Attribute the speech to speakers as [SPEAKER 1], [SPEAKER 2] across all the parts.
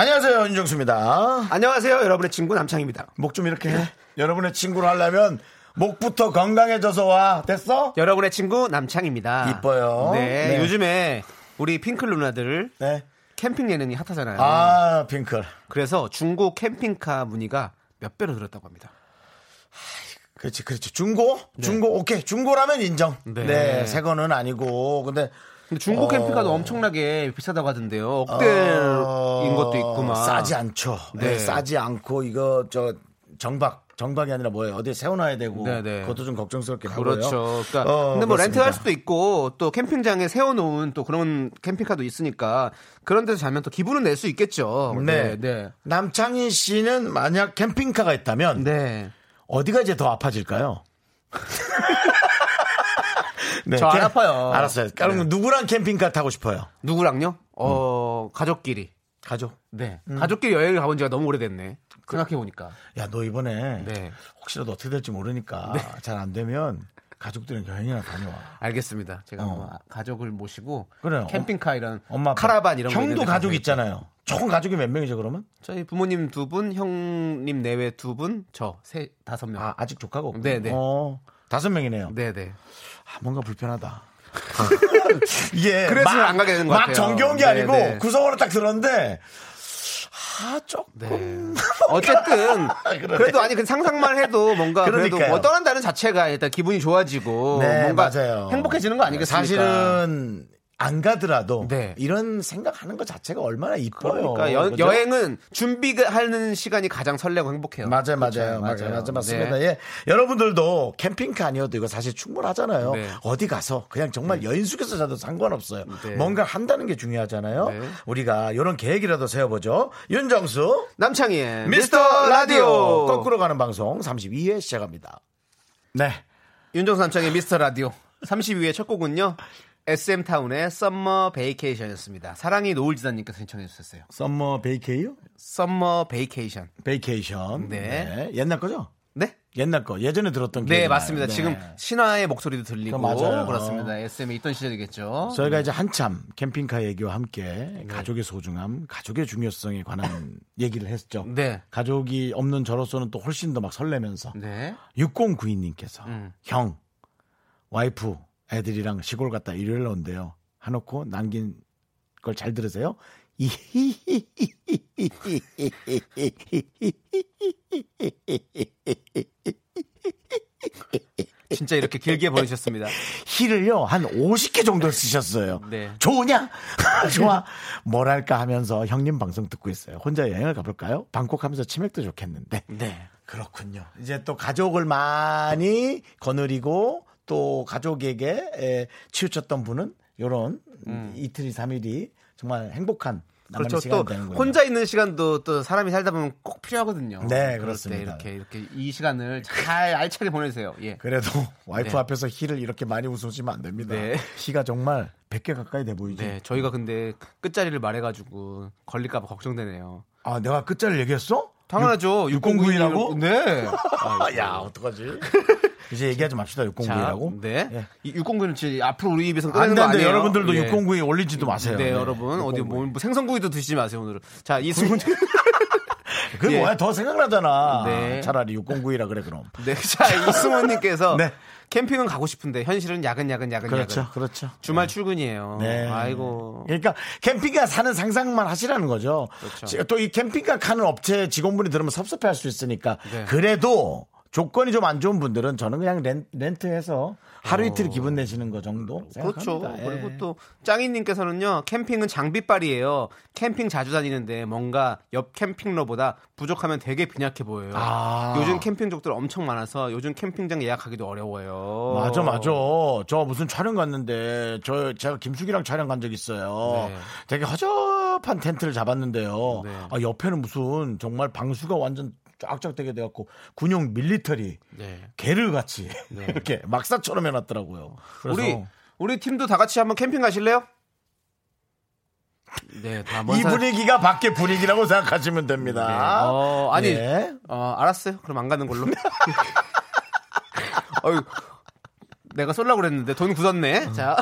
[SPEAKER 1] 안녕하세요 윤정수입니다.
[SPEAKER 2] 안녕하세요, 여러분의 친구 남창입니다.
[SPEAKER 1] 목 좀 이렇게 해. 여러분의 친구로 하려면 목부터 건강해져서 와 됐어?
[SPEAKER 2] 여러분의 친구 남창입니다.
[SPEAKER 1] 이뻐요.
[SPEAKER 2] 네,
[SPEAKER 1] 네.
[SPEAKER 2] 요즘에 우리 핑클 누나들
[SPEAKER 1] 네.
[SPEAKER 2] 캠핑 예능이 핫하잖아요.
[SPEAKER 1] 아 핑클.
[SPEAKER 2] 그래서 중고 캠핑카 문의가 몇 배로 늘었다고 합니다.
[SPEAKER 1] 그렇지, 그렇지. 중고? 중고, 오케이. 중고라면 인정. 네.
[SPEAKER 2] 네.
[SPEAKER 1] 새 거는 아니고. 근데.
[SPEAKER 2] 근데 중고
[SPEAKER 1] 어,
[SPEAKER 2] 캠핑카도 엄청나게 비싸다고 하던데요. 억대인
[SPEAKER 1] 어,
[SPEAKER 2] 것도 있고 막.
[SPEAKER 1] 싸지 않죠. 네.
[SPEAKER 2] 네.
[SPEAKER 1] 싸지 않고, 이거, 저, 정박. 정박이 아니라 뭐예요? 어디에 세워놔야 되고.
[SPEAKER 2] 네, 네.
[SPEAKER 1] 그것도 좀 걱정스럽게 하고요.
[SPEAKER 2] 그렇죠. 그러니까
[SPEAKER 1] 어,
[SPEAKER 2] 근데
[SPEAKER 1] 그렇습니다.
[SPEAKER 2] 뭐 렌트할 수도 있고 또 캠핑장에 세워놓은 또 그런 캠핑카도 있으니까 그런 데서 자면 또 기분은 낼 수 있겠죠.
[SPEAKER 1] 네.
[SPEAKER 2] 네.
[SPEAKER 1] 남창희 씨는 만약 캠핑카가 있다면.
[SPEAKER 2] 네.
[SPEAKER 1] 어디가 이제 더 아파질까요? 네,
[SPEAKER 2] 저안
[SPEAKER 1] 캠-
[SPEAKER 2] 아파요.
[SPEAKER 1] 알았어요. 네. 그럼 누구랑 캠핑카 타고 싶어요?
[SPEAKER 2] 누구랑요? 어 가족끼리.
[SPEAKER 1] 음. 가족. 음.
[SPEAKER 2] 네. 가족끼리 여행을 가본 지가 너무 오래됐네. 생각해 보니까.
[SPEAKER 1] 야, 너 이번에
[SPEAKER 2] 네.
[SPEAKER 1] 혹시라도 어떻게 될지 모르니까 잘 안 되면 가족들은 여행이나 다녀와.
[SPEAKER 2] 알겠습니다. 제가 한번 가족을 모시고
[SPEAKER 1] 어. 그래요. 어.
[SPEAKER 2] 캠핑카 이런
[SPEAKER 1] 엄마 아빠.
[SPEAKER 2] 카라반 이런 거
[SPEAKER 1] 형도
[SPEAKER 2] 있는데
[SPEAKER 1] 가족
[SPEAKER 2] 가서
[SPEAKER 1] 있잖아요. 총 가족이 몇 명이죠 그러면?
[SPEAKER 2] 저희 부모님 두 분, 형님 내외 두 분, 저 세 다섯 명.
[SPEAKER 1] 아 아직 조카가 없고.
[SPEAKER 2] 네네.
[SPEAKER 1] 어, 다섯 명이네요.
[SPEAKER 2] 네, 네.
[SPEAKER 1] 아, 뭔가 불편하다. 이게
[SPEAKER 2] 그래서
[SPEAKER 1] 막,
[SPEAKER 2] 안 가게 되는 것
[SPEAKER 1] 막
[SPEAKER 2] 같아요.
[SPEAKER 1] 정겨운 게
[SPEAKER 2] 네,
[SPEAKER 1] 아니고
[SPEAKER 2] 네.
[SPEAKER 1] 구성으로 딱 들었는데 아 조금
[SPEAKER 2] 네. 어쨌든
[SPEAKER 1] 그러네.
[SPEAKER 2] 그래도 아니 그 상상만 해도 뭔가 그래도
[SPEAKER 1] 그러니까요.
[SPEAKER 2] 뭐 떠난다는 자체가 일단 기분이 좋아지고
[SPEAKER 1] 네,
[SPEAKER 2] 어, 뭔가
[SPEAKER 1] 맞아요.
[SPEAKER 2] 행복해지는 거 아니겠습니까?
[SPEAKER 1] 사실은 안 가더라도
[SPEAKER 2] 네.
[SPEAKER 1] 이런 생각하는 것 자체가 얼마나 이뻐요.
[SPEAKER 2] 그러니까 여,
[SPEAKER 1] 그죠?
[SPEAKER 2] 여행은 준비하는 시간이 가장 설레고 행복해요.
[SPEAKER 1] 맞아요, 맞아요, 맞아요,
[SPEAKER 2] 그렇죠?
[SPEAKER 1] 맞아요, 맞습니다.
[SPEAKER 2] 네.
[SPEAKER 1] 예, 여러분들도 캠핑카 아니어도 이거 사실 충분하잖아요.
[SPEAKER 2] 네.
[SPEAKER 1] 어디 가서 그냥 정말 여인숙에서 자도 상관없어요.
[SPEAKER 2] 네.
[SPEAKER 1] 뭔가 한다는 게 중요하잖아요.
[SPEAKER 2] 네.
[SPEAKER 1] 우리가 이런 계획이라도 세워보죠. 윤정수
[SPEAKER 2] 남창희의
[SPEAKER 1] 미스터 라디오 거꾸로 가는 방송 32회 시작합니다. 네,
[SPEAKER 2] 윤정수 남창의 미스터 라디오 32회 첫 곡은요. SM타운의 썸머 베이케이션이었습니다. 사랑이 노을지사님께서 신청해 주셨어요.
[SPEAKER 1] 썸머 베이케이요?
[SPEAKER 2] 썸머 베이케이션.
[SPEAKER 1] 베이케이션.
[SPEAKER 2] 네.
[SPEAKER 1] 네. 옛날 거죠?
[SPEAKER 2] 네?
[SPEAKER 1] 옛날 거 예전에 들었던
[SPEAKER 2] 네,
[SPEAKER 1] 기억이
[SPEAKER 2] 맞습니다.
[SPEAKER 1] 나요.
[SPEAKER 2] 지금
[SPEAKER 1] 네.
[SPEAKER 2] 신화의 목소리도 들리고
[SPEAKER 1] 그거 맞아요.
[SPEAKER 2] 그렇습니다. SM에 있던 시절이겠죠.
[SPEAKER 1] 저희가 이제 한참 캠핑카 얘기와 함께 가족의 소중함, 가족의 중요성에 관한 얘기를 했죠.
[SPEAKER 2] 네.
[SPEAKER 1] 가족이 없는 저로서는 또 훨씬 더 막 설레면서
[SPEAKER 2] 네. 음.
[SPEAKER 1] 6092님께서 형 와이프 애들이랑 시골 갔다 일요일 온대요. 해놓고 남긴 걸 잘 들으세요.
[SPEAKER 2] 진짜 이렇게 길게 보내셨습니다.
[SPEAKER 1] 히를요 한 50개 정도 쓰셨어요.
[SPEAKER 2] 네.
[SPEAKER 1] 좋으냐? 좋아. 뭐랄까 하면서 형님 방송 듣고 있어요. 혼자 여행을 가볼까요? 방콕하면서 치맥도 좋겠는데.
[SPEAKER 2] 네.
[SPEAKER 1] 그렇군요. 이제 또 가족을 많이 거느리고 또 가족에게 에, 치우쳤던 분은 요런 이틀이 삼일이 정말 행복한 남은
[SPEAKER 2] 그렇죠.
[SPEAKER 1] 시간이
[SPEAKER 2] 또
[SPEAKER 1] 되는군요.
[SPEAKER 2] 혼자 있는 시간도 또 사람이 살다 보면 꼭 필요하거든요.
[SPEAKER 1] 네,
[SPEAKER 2] 그럴
[SPEAKER 1] 그렇습니다.
[SPEAKER 2] 때 이렇게 이렇게 이 시간을 잘 알차게 보내세요. 예.
[SPEAKER 1] 그래도 와이프
[SPEAKER 2] 네.
[SPEAKER 1] 앞에서 히를 이렇게 많이 웃으시면 안 됩니다.
[SPEAKER 2] 네.
[SPEAKER 1] 히가 정말 100개 가까이 돼 보이지.
[SPEAKER 2] 네, 저희가 근데 끝자리를 말해가지고 걸릴까봐 걱정되네요.
[SPEAKER 1] 아, 내가 끝자리를 얘기했어?
[SPEAKER 2] 당연하죠.
[SPEAKER 1] 6092라고?
[SPEAKER 2] 네.
[SPEAKER 1] 야, 어떡하지? 아, 이제 얘기하지 맙시다. 609라고.
[SPEAKER 2] 네.
[SPEAKER 1] 예.
[SPEAKER 2] 이 6092는 진짜 앞으로 우리 입에서
[SPEAKER 1] 안
[SPEAKER 2] 꺼내는 거
[SPEAKER 1] 되는데
[SPEAKER 2] 아니에요.
[SPEAKER 1] 여러분들도
[SPEAKER 2] 예.
[SPEAKER 1] 609에 올리지도 마세요.
[SPEAKER 2] 네, 여러분 어디
[SPEAKER 1] 609.
[SPEAKER 2] 뭐, 뭐 생선구이도 드시지 마세요 오늘은. 자, 이승훈.
[SPEAKER 1] 그게
[SPEAKER 2] 예.
[SPEAKER 1] 뭐야? 더 생각나잖아.
[SPEAKER 2] 네.
[SPEAKER 1] 차라리 609이라 그래 그럼.
[SPEAKER 2] 네, 자 이승원님께서
[SPEAKER 1] 네.
[SPEAKER 2] 캠핑은 가고 싶은데 현실은 야근 야근 야근
[SPEAKER 1] 그렇죠,
[SPEAKER 2] 야근.
[SPEAKER 1] 그렇죠.
[SPEAKER 2] 주말 출근이에요.
[SPEAKER 1] 네.
[SPEAKER 2] 아이고.
[SPEAKER 1] 그러니까 캠핑카 사는 상상만 하시라는 거죠.
[SPEAKER 2] 그렇죠.
[SPEAKER 1] 또 이 캠핑카 가는 업체 직원분이 들으면 섭섭해할 수 있으니까
[SPEAKER 2] 네.
[SPEAKER 1] 그래도 조건이 좀 안 좋은 분들은 저는 그냥 렌, 렌트해서 하루 이틀 기분 내시는 거 정도
[SPEAKER 2] 그렇죠.
[SPEAKER 1] 생각합니다. 예.
[SPEAKER 2] 그리고 또 짱이님께서는요 캠핑은 장비빨이에요. 캠핑 자주 다니는데 뭔가 옆 캠핑러보다 부족하면 되게 빈약해 보여요.
[SPEAKER 1] 아.
[SPEAKER 2] 요즘 캠핑족들 엄청 많아서 요즘 캠핑장 예약하기도 어려워요.
[SPEAKER 1] 맞아, 맞아. 저 무슨 촬영 갔는데, 저, 제가 김숙이랑 촬영 간 적 있어요.
[SPEAKER 2] 네.
[SPEAKER 1] 되게 허접한 텐트를 잡았는데요.
[SPEAKER 2] 네.
[SPEAKER 1] 아, 옆에는 무슨 정말 방수가 완전 쫙쫙 되게 돼갖고, 군용 밀리터리,
[SPEAKER 2] 네.
[SPEAKER 1] 개를 같이 이렇게 막사처럼 해놨더라고요. 그래서
[SPEAKER 2] 우리 우리 팀도 다 같이 한번 캠핑 가실래요? 네, 다
[SPEAKER 1] 이
[SPEAKER 2] 사-
[SPEAKER 1] 분위기가 밖의 분위기라고 생각하시면
[SPEAKER 2] 네.
[SPEAKER 1] 됩니다.
[SPEAKER 2] 어, 아니,
[SPEAKER 1] 예.
[SPEAKER 2] 어, 알았어요. 그럼 안 가는 걸로. 어휴, 내가 쏠라고 그랬는데 돈 굳었네. 자,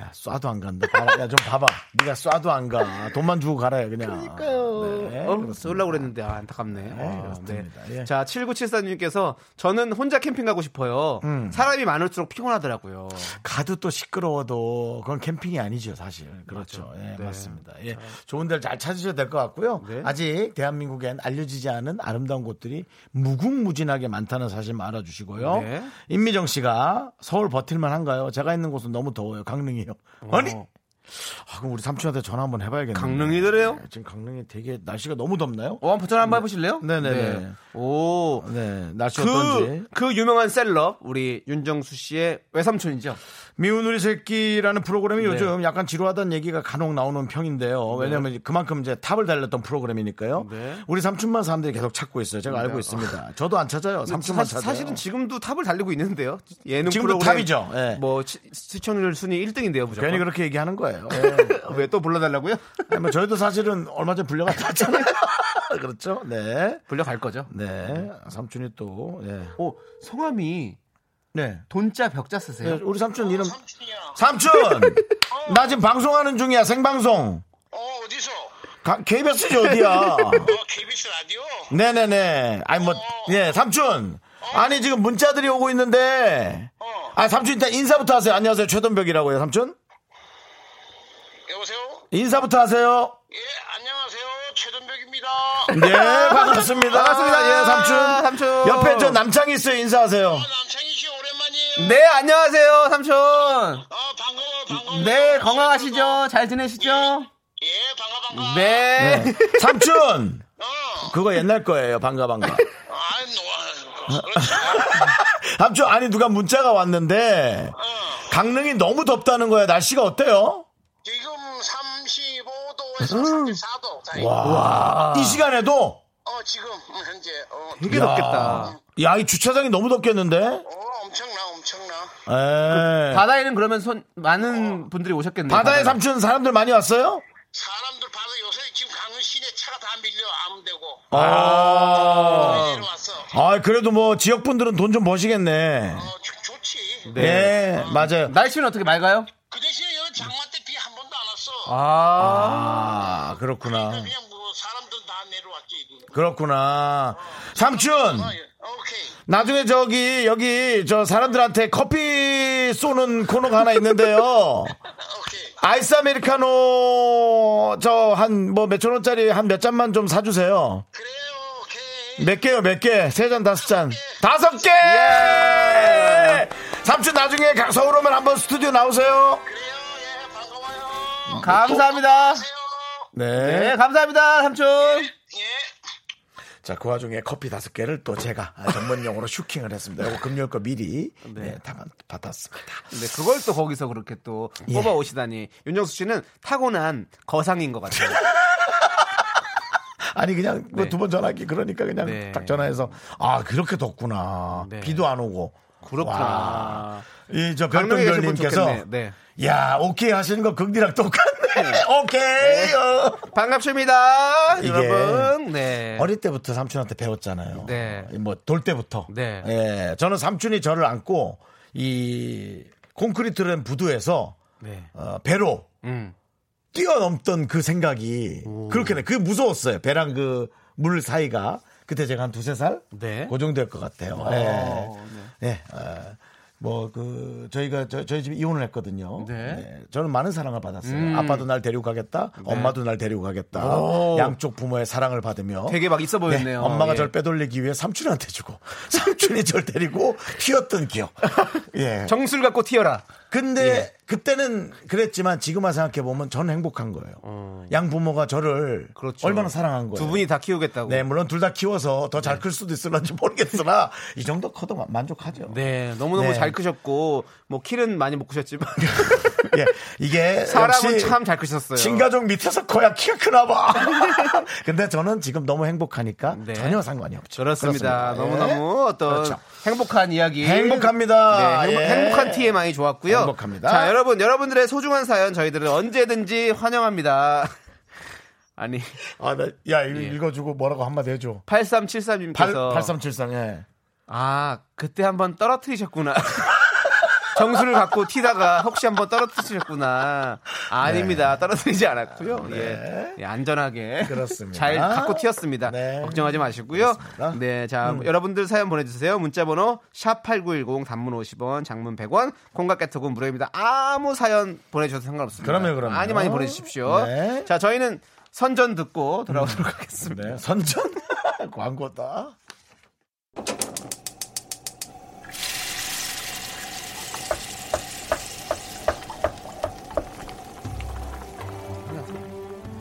[SPEAKER 1] 야, 쏴도 안 간다. 봐라. 야, 좀 봐봐. 네가 쏴도 안 가. 돈만 주고 가라, 그냥. 그러니까요. 네,
[SPEAKER 2] 어,
[SPEAKER 1] 그렇습니다. 예,
[SPEAKER 2] 쏠라고 그랬는데 아, 안타깝네. 어,
[SPEAKER 1] 그렇습니다. 예.
[SPEAKER 2] 자, 7974님께서 저는 혼자 캠핑 가고 싶어요.
[SPEAKER 1] 음.
[SPEAKER 2] 사람이 많을수록 피곤하더라고요.
[SPEAKER 1] 가도 또 시끄러워도 그건 캠핑이 아니죠 사실 그렇죠 예, 맞습니다 예, 좋은 데를 잘 찾으셔야 될 것 같고요
[SPEAKER 2] 네.
[SPEAKER 1] 아직 대한민국엔 알려지지 않은 아름다운 곳들이 무궁무진하게 많다는 사실만 알아주시고요
[SPEAKER 2] 네.
[SPEAKER 1] 임미정 씨가 서울 버틸만 한가요 제가 있는 곳은 너무 더워요 강릉이요 아니 아, 그럼 우리 삼촌한테 전화 한번 해봐야겠네요
[SPEAKER 2] 어. 강릉이더래요?
[SPEAKER 1] 지금 강릉이 되게 날씨가 너무 덥나요
[SPEAKER 2] 어, 한번 전화 한번 해보실래요?
[SPEAKER 1] 네네네.
[SPEAKER 2] 오.
[SPEAKER 1] 네 날씨 어떤지
[SPEAKER 2] 그, 그 유명한 셀럽, 우리 윤정수 씨의 외삼촌이죠.
[SPEAKER 1] 미운 우리 새끼라는 프로그램이
[SPEAKER 2] 네.
[SPEAKER 1] 요즘 약간 지루하다는 얘기가 간혹 나오는 편인데요. 왜냐하면 그만큼 이제 탑을 달렸던 프로그램이니까요.
[SPEAKER 2] 네.
[SPEAKER 1] 우리 삼촌만 사람들이 계속 찾고 있어요. 제가 알고 있습니다. 저도 안 찾아요. 삼촌만 찾아요.
[SPEAKER 2] 사, 실은 지금도 탑을 달리고 있는데요. 예능
[SPEAKER 1] 지금도
[SPEAKER 2] 프로그램
[SPEAKER 1] 탑이죠. 예.
[SPEAKER 2] 뭐 시, 시청률 순위 1등인데요, 무조건.
[SPEAKER 1] 괜히 그렇게 얘기하는 거예요.
[SPEAKER 2] 네. 왜 또 불러달라고요?
[SPEAKER 1] 예. 뭐 저희도 사실은 얼마 전에 불려갔다 왔잖아요. 그렇죠? 네.
[SPEAKER 2] 불려갈 거죠.
[SPEAKER 1] 네. 삼촌이 또, 예.
[SPEAKER 2] 오 성함이
[SPEAKER 1] 네.
[SPEAKER 2] 돈자 벽자
[SPEAKER 1] 네,
[SPEAKER 2] 쓰세요.
[SPEAKER 1] 우리 삼촌 이름. 삼촌! 나 지금 방송하는 중이야. 생방송.
[SPEAKER 3] 어 어디서?
[SPEAKER 1] 가- KBS지 어디야?
[SPEAKER 3] 어 KBS 라디오.
[SPEAKER 1] 네네네. 아니 뭐, 예, 삼촌. 아니 지금 문자들이 오고 있는데.
[SPEAKER 3] 어.
[SPEAKER 1] 아 삼촌 일단 인사부터 하세요. 안녕하세요 최돈벽이라고요 삼촌.
[SPEAKER 3] 여보세요.
[SPEAKER 1] 인사부터 하세요.
[SPEAKER 3] 예 안녕하세요 최전벽입니다. 아,
[SPEAKER 1] 네 반갑습니다.
[SPEAKER 2] 반갑습니다.
[SPEAKER 1] 예 삼촌.
[SPEAKER 2] 삼촌.
[SPEAKER 1] 옆에 저 남창희 있어요. 인사하세요.
[SPEAKER 3] 어, 남창희 씨 오랜만이에요.
[SPEAKER 2] 네 안녕하세요 삼촌.
[SPEAKER 3] 어 반가워 반가워.
[SPEAKER 2] 네 건강하시죠? 잘 지내시죠?
[SPEAKER 3] 예 반가 반가.
[SPEAKER 2] 네.
[SPEAKER 1] 삼촌.
[SPEAKER 3] 어.
[SPEAKER 1] 그거 옛날 거예요. 반가 반가.
[SPEAKER 3] 아이 노아. 뭐, 그렇지.
[SPEAKER 1] 삼촌 아니 누가 문자가 왔는데
[SPEAKER 3] 어.
[SPEAKER 1] 강릉이 너무 덥다는 거야. 날씨가 어때요?
[SPEAKER 3] 지금
[SPEAKER 2] 음.
[SPEAKER 3] 35도에서 34도 사이.
[SPEAKER 1] 이 시간에도
[SPEAKER 3] 어 지금 현재 어.
[SPEAKER 2] 되게
[SPEAKER 1] 야.
[SPEAKER 2] 덥겠다.
[SPEAKER 1] 야 이 주차장이 너무 덥겠는데. 예.
[SPEAKER 3] 어 엄청나 엄청나.
[SPEAKER 1] 에.
[SPEAKER 2] 바다에는 그러면 손 많은 분들이 오셨겠네요.
[SPEAKER 1] 그, 바다에 삼촌 사람들 많이 왔어요?
[SPEAKER 3] 사람들 바로 요새 지금 강릉 시내 차가 다 밀려 아무 데고.
[SPEAKER 1] 아.
[SPEAKER 3] 내려 왔어.
[SPEAKER 1] 아, 그래도 뭐 지역 분들은 돈 좀 버시겠네.
[SPEAKER 3] 어 좋- 좋지.
[SPEAKER 2] 네.
[SPEAKER 1] 예, 맞아요.
[SPEAKER 2] 날씨는 어떻게 맑아요?
[SPEAKER 3] 그 대신에 여기 장마 때 비 한 번도 안 왔어.
[SPEAKER 2] 아,
[SPEAKER 1] 아, 그렇구나.
[SPEAKER 3] 그냥 뭐 사람들 다 내려왔지. 이거.
[SPEAKER 1] 그렇구나. 삼촌,
[SPEAKER 2] 음.
[SPEAKER 3] 아, 예. 오케이.
[SPEAKER 1] 나중에 저기 여기 저 사람들한테 커피 쏘는 코너가 하나 있는데요.
[SPEAKER 3] 아, 오케이.
[SPEAKER 1] 아이스 아메리카노 저 한 뭐 몇천 원짜리 한 몇 잔만 좀 사주세요.
[SPEAKER 3] 그래요.
[SPEAKER 2] 네.
[SPEAKER 3] 오케이.
[SPEAKER 1] 몇 개요, 몇 개? 세 잔, 다섯 잔. 다섯 개! 삼촌 나중에 가- 서울 오면 한번 스튜디오 나오세요.
[SPEAKER 3] 그래요. 예. 반가워요.
[SPEAKER 2] 감사합니다.
[SPEAKER 3] 안녕하세요.
[SPEAKER 2] 네 감사합니다 삼촌.
[SPEAKER 3] 예.
[SPEAKER 1] 자, 그 와중에 커피 다섯 개를 또 제가 아, 전문용어로 슈킹을 했습니다. 이거 금요일 거 미리 네, 다 받- 받았습니다.
[SPEAKER 2] 네, 그걸 또 거기서 그렇게 또 뽑아 오시다니. 윤정수 씨는 타고난 거상인 것 같아요.
[SPEAKER 1] 아니 그냥 뭐
[SPEAKER 2] 네.
[SPEAKER 1] 두 번 전화기 그러니까 그냥
[SPEAKER 2] 네.
[SPEAKER 1] 딱 전화해서 아 그렇게 덥구나.
[SPEAKER 2] 네.
[SPEAKER 1] 비도 안 오고. 와.
[SPEAKER 2] 그렇구나.
[SPEAKER 1] 이저
[SPEAKER 2] 강릉에 계신 분
[SPEAKER 1] 별똥별님께서
[SPEAKER 2] 좋겠네. 네.
[SPEAKER 1] 야 오케이 하시는 거 극디랑 똑같네. 오케이. 어.
[SPEAKER 2] 반갑습니다.
[SPEAKER 1] 이게
[SPEAKER 2] 여러분. 네.
[SPEAKER 1] 어릴 때부터 삼촌한테 배웠잖아요.
[SPEAKER 2] 네.
[SPEAKER 1] 뭐 돌 때부터.
[SPEAKER 2] 네.
[SPEAKER 1] 예, 저는 삼촌이 저를 안고 이 콘크리트된 부두에서
[SPEAKER 2] 네.
[SPEAKER 1] 어, 배로
[SPEAKER 2] 음.
[SPEAKER 1] 뛰어넘던 그 생각이 그렇게 돼. 그게 무서웠어요. 배랑 그 물 사이가 그때 제가 한 두세 살?
[SPEAKER 2] 네.
[SPEAKER 1] 그 정도일 것 같아요. 예. 예. 어, 뭐 그 저희가 저, 저희 집이 이혼을 했거든요.
[SPEAKER 2] 네. 음.
[SPEAKER 1] 저는 많은 사랑을 받았어요. 아빠도 날 데리고 가겠다, 엄마도 날 데리고 가겠다.
[SPEAKER 2] 오.
[SPEAKER 1] 양쪽 부모의 사랑을 받으며
[SPEAKER 2] 되게 막 있어 보였네요.
[SPEAKER 1] 네, 엄마가
[SPEAKER 2] 예.
[SPEAKER 1] 절 빼돌리기 위해 삼촌한테 주고 삼촌이 절 데리고 튀었던 기억. 예.
[SPEAKER 2] 정술 갖고 튀어라.
[SPEAKER 1] 근데
[SPEAKER 2] 예.
[SPEAKER 1] 그때는 그랬지만 지금만 생각해 보면 전 행복한 거예요. 양 부모가 저를
[SPEAKER 2] 어. 그렇죠.
[SPEAKER 1] 얼마나 사랑한 거예요.
[SPEAKER 2] 두 분이 다 네. 키우겠다고.
[SPEAKER 1] 네, 물론 둘 다 키워서 더 잘 클 수도 있을런지 모르겠으나 이 정도 커도 마- 만족하죠.
[SPEAKER 2] 네, 너무너무
[SPEAKER 1] 네.
[SPEAKER 2] 잘 크셨고 뭐 키는 많이 못 크셨지만
[SPEAKER 1] 예, 이게
[SPEAKER 2] 사람은
[SPEAKER 1] 역시
[SPEAKER 2] 참 잘 크셨어요.
[SPEAKER 1] 친가족 밑에서 커야 키가 크나 봐. 근데 저는 지금 너무 행복하니까
[SPEAKER 2] 네.
[SPEAKER 1] 전혀 상관이 없죠.
[SPEAKER 2] 그렇습니다.
[SPEAKER 1] 그렇습니다.
[SPEAKER 2] 너무너무 어떤
[SPEAKER 1] 그렇죠.
[SPEAKER 2] 행복한 이야기.
[SPEAKER 1] 행복합니다.
[SPEAKER 2] 네, 행복,
[SPEAKER 1] 예.
[SPEAKER 2] 행복한 티에 많이 좋았고요.
[SPEAKER 1] 행복합니다.
[SPEAKER 2] 자, 여러분, 여러분들의 소중한 사연 저희들은 언제든지 환영합니다. 아니,
[SPEAKER 1] 아, 나, 야,
[SPEAKER 2] 예.
[SPEAKER 1] 이거 읽어주고 뭐라고 한마디 해줘.
[SPEAKER 2] 8373님께서
[SPEAKER 1] 8373, 예.
[SPEAKER 2] 아, 그때 한번 떨어뜨리셨구나. 정수를 갖고 튀다가 혹시 한번 떨어뜨리셨구나.
[SPEAKER 1] 네.
[SPEAKER 2] 아, 닙니다 떨어뜨리지 않았고요. 예. 예, 안전하게
[SPEAKER 1] 아, 그렇습니다.
[SPEAKER 2] 잘 갖고 튀었습니다.
[SPEAKER 1] 네.
[SPEAKER 2] 걱정하지 마시고요.
[SPEAKER 1] 그렇습니다. 음.
[SPEAKER 2] 네, 자 여러분들 사연 보내주세요. 문자번호 샵 #8910 단문 50원, 장문 100원, 콩깍개톡은 무료입니다. 아무 사연 보내주셔도 상관없습니다.
[SPEAKER 1] 그럼요, 그럼요.
[SPEAKER 2] 많이 많이 보내주십시오.
[SPEAKER 1] 네.
[SPEAKER 2] 자 저희는 선전 듣고 돌아오도록 하겠습니다.
[SPEAKER 1] 네, 선전 광고다.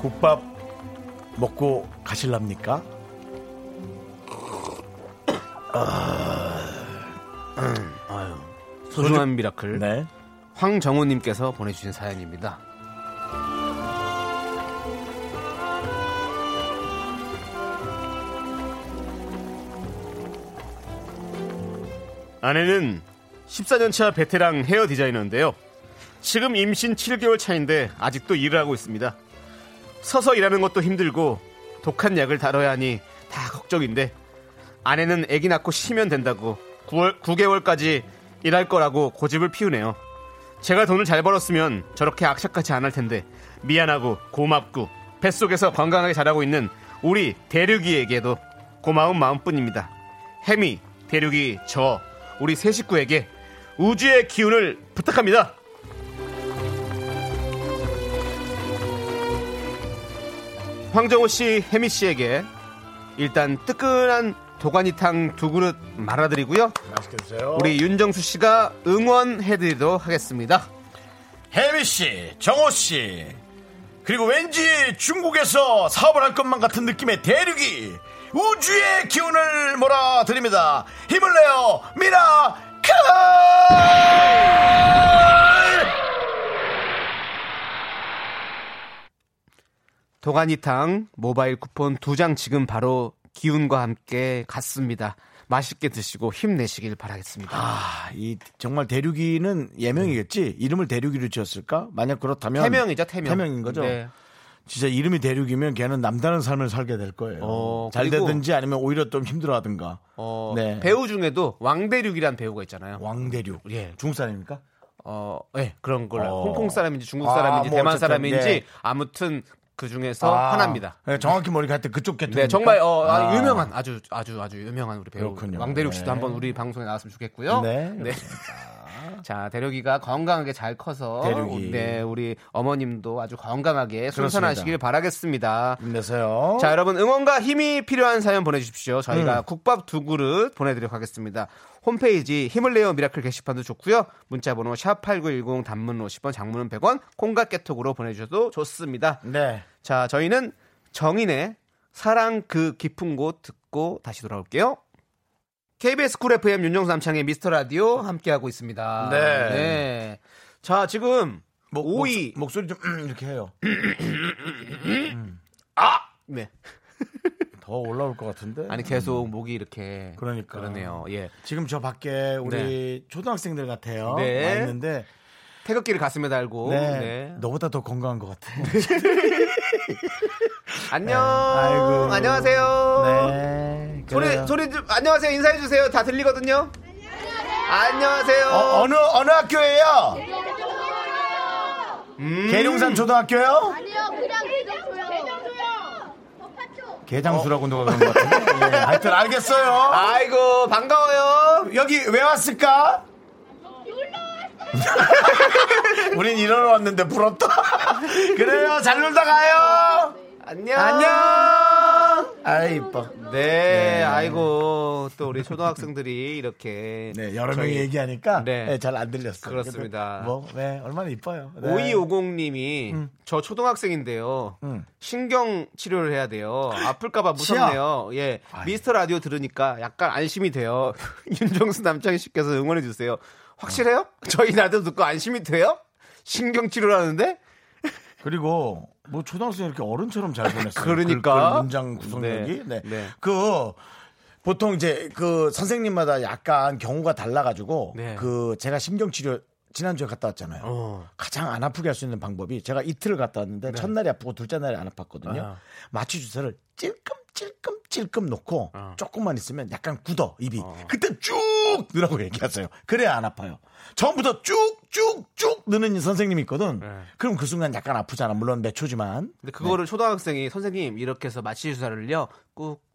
[SPEAKER 1] 국밥 먹고 가실랍니까?
[SPEAKER 2] 소중한 미라클.
[SPEAKER 1] 네.
[SPEAKER 2] 황정우님께서 보내주신 사연입니다. 아내는 14년차 베테랑 헤어 디자이너인데요. 지금 임신 7개월 차인데 아직도 일을 하고 있습니다. 서서 일하는 것도 힘들고 독한 약을 다뤄야 하니 다 걱정인데 아내는 아기 낳고 쉬면 된다고 9월, 9개월까지 일할 거라고 고집을 피우네요. 제가 돈을 잘 벌었으면 저렇게 악착같이 안 할 텐데 미안하고 고맙고 뱃속에서 건강하게 자라고 있는 우리 대륙이에게도 고마운 마음뿐입니다. 해미, 대륙이, 저, 우리 세 식구에게 우주의 기운을 부탁합니다. 황정호 씨, 해미 씨에게 일단 뜨끈한 도가니탕 두 그릇 말아드리고요.
[SPEAKER 1] 맛있게 드세요.
[SPEAKER 2] 우리 윤정수 씨가 응원해드리도록 하겠습니다.
[SPEAKER 1] 혜미 씨, 정호 씨, 그리고 왠지 중국에서 사업을 할 것만 같은 느낌의 대륙이 우주의 기운을 몰아드립니다. 힘을 내요, 미라클!
[SPEAKER 2] 도가니탕 모바일 쿠폰 두 장 지금 바로 기운과 함께 갔습니다. 맛있게 드시고 힘내시길 바라겠습니다.
[SPEAKER 1] 아, 이 정말 대륙이는 예명이겠지? 이름을 대륙이로 지었을까? 만약 그렇다면
[SPEAKER 2] 태명이죠, 태명.
[SPEAKER 1] 인 거죠.
[SPEAKER 2] 네.
[SPEAKER 1] 진짜 이름이 대륙이면 걔는 남다른 삶을 살게 될 거예요.
[SPEAKER 2] 어,
[SPEAKER 1] 잘
[SPEAKER 2] 그리고-
[SPEAKER 1] 되든지 아니면 오히려 좀 힘들어하든가.
[SPEAKER 2] 어,
[SPEAKER 1] 네.
[SPEAKER 2] 배우 중에도 왕대륙이란 배우가 있잖아요.
[SPEAKER 1] 왕대륙.
[SPEAKER 2] 예.
[SPEAKER 1] 중국 사람입니까?
[SPEAKER 2] 어, 예, 그런 걸
[SPEAKER 1] 어.
[SPEAKER 2] 홍콩 사람인지 중국
[SPEAKER 1] 아,
[SPEAKER 2] 사람인지
[SPEAKER 1] 뭐
[SPEAKER 2] 대만
[SPEAKER 1] 어쨌든,
[SPEAKER 2] 사람인지
[SPEAKER 1] 네.
[SPEAKER 2] 아무튼 그 중에서
[SPEAKER 1] 아,
[SPEAKER 2] 하나입니다.
[SPEAKER 1] 네, 정확히 머리가 할때 그쪽 계통.
[SPEAKER 2] 네, 정말 어, 아, 유명한 아주 아주 아주 유명한 우리 배우
[SPEAKER 1] 음. 그렇군요.
[SPEAKER 2] 왕대륙 씨도
[SPEAKER 1] 네.
[SPEAKER 2] 한번 우리 방송에 나왔으면 좋겠고요.
[SPEAKER 1] 네,
[SPEAKER 2] 자, 대륙이가 건강하게 잘 커서
[SPEAKER 1] 대륙이.
[SPEAKER 2] 네, 우리 어머님도 아주 건강하게 순산하시길
[SPEAKER 1] 그렇습니다. 어?
[SPEAKER 2] 바라겠습니다.
[SPEAKER 1] 힘내세요.
[SPEAKER 2] 자, 여러분 응원과 힘이 필요한 사연 보내주십시오.
[SPEAKER 1] 음.
[SPEAKER 2] 저희가 국밥 두 그릇 보내드리도록 하겠습니다. 홈페이지 힘을 내요 미라클 게시판도 좋고요. 문자번호 샵 #8910 단문 50원, 장문은 100원, 콩과 깨톡으로 보내주셔도 좋습니다.
[SPEAKER 1] 네.
[SPEAKER 2] 자, 저희는 정인의 사랑 그 깊은 곳 듣고 다시 돌아올게요. KBS 쿨 FM 윤정수 남창의 미스터 라디오 함께하고 있습니다.
[SPEAKER 1] 네.
[SPEAKER 2] 네. 자, 지금
[SPEAKER 1] 목,
[SPEAKER 2] 오이.
[SPEAKER 1] 목, 소리좀 음, 이렇게 해요.
[SPEAKER 2] 네.
[SPEAKER 1] 더 올라올 것 같은데.
[SPEAKER 2] 아니 그 계속 목이 이렇게
[SPEAKER 1] 그러니까.
[SPEAKER 2] 그러네요. 예.
[SPEAKER 1] 지금 저 밖에 우리 초등학생들 같아요.
[SPEAKER 2] 네.
[SPEAKER 1] 와 있는데
[SPEAKER 2] 태극기를 가슴에 달고.
[SPEAKER 1] 네.
[SPEAKER 2] 네.
[SPEAKER 1] 너보다 더 건강한 것 같아.
[SPEAKER 2] 안녕.
[SPEAKER 1] 네. 아이고.
[SPEAKER 2] 안녕하세요.
[SPEAKER 1] 네.
[SPEAKER 2] 소리
[SPEAKER 1] 그래요.
[SPEAKER 2] 소리 좀 안녕하세요. 인사해 주세요. 다 들리거든요. 안녕하세요.
[SPEAKER 1] 어, 어느 어느 학교예요? 계룡산 초등학교요?
[SPEAKER 4] 아니요, 그냥 대장소요. 대장소요.
[SPEAKER 1] 개장수라고 누가 그런 것 같은데. 예, 하여튼 알겠어요.
[SPEAKER 2] 아이고 반가워요.
[SPEAKER 1] 여기 왜 왔을까? 우린 일하러 왔는데 부럽다. 그래요. 잘 놀다 가요.
[SPEAKER 2] 안녕.
[SPEAKER 1] 안녕. 아 이뻐.
[SPEAKER 2] 네, 아이고 또 우리 초등학생들이 이렇게
[SPEAKER 1] 네, 여러
[SPEAKER 2] 저희
[SPEAKER 1] 명이 얘기하니까
[SPEAKER 2] 네.
[SPEAKER 1] 잘 안 들렸어요.
[SPEAKER 2] 그렇습니다.
[SPEAKER 1] 그래도 뭐, 네, 얼마나 이뻐요. 네.
[SPEAKER 2] 5250님이 저 초등학생인데요.
[SPEAKER 1] 음.
[SPEAKER 2] 신경 치료를 해야 돼요. 아플까봐 무섭네요. 예, 미스터 라디오 들으니까 약간 안심이 돼요. 윤정수 남창희 씨께서 응원해 주세요. 확실해요?
[SPEAKER 1] 어.
[SPEAKER 2] 저희 라디오 듣고 안심이 돼요? 신경 치료라는데?
[SPEAKER 1] 그리고 뭐 초등학생 이렇게 어른처럼 잘 보냈어요.
[SPEAKER 2] 그러니까.
[SPEAKER 1] 글글 문장 구성력이. 네.
[SPEAKER 2] 네. 네.
[SPEAKER 1] 그 보통 이제 그 선생님마다 약간 경우가 달라가지고
[SPEAKER 2] 네.
[SPEAKER 1] 그 제가 신경치료 지난주에 갔다 왔잖아요.
[SPEAKER 2] 어.
[SPEAKER 1] 가장 안 아프게 할 수 있는 방법이 제가 이틀을 갔다 왔는데 첫날이 아프고 둘째 날이 안 아팠거든요.
[SPEAKER 2] 네. 아.
[SPEAKER 1] 마취 주사를 찔끔 찔끔 찔끔 놓고
[SPEAKER 2] 아.
[SPEAKER 1] 조금만 있으면 약간 굳어 입이. 그때 쭉 넣으라고 얘기하세요. 그래야 안 아파요. 처음부터 쭉쭉쭉 넣는 선생님이
[SPEAKER 2] 네.
[SPEAKER 1] 있거든. 그럼 그 순간 약간 아프잖아. 물론 몇 초지만.
[SPEAKER 2] 근데 그거를
[SPEAKER 1] 네.
[SPEAKER 2] 초등학생이 선생님 이렇게 해서 마취 주사를요.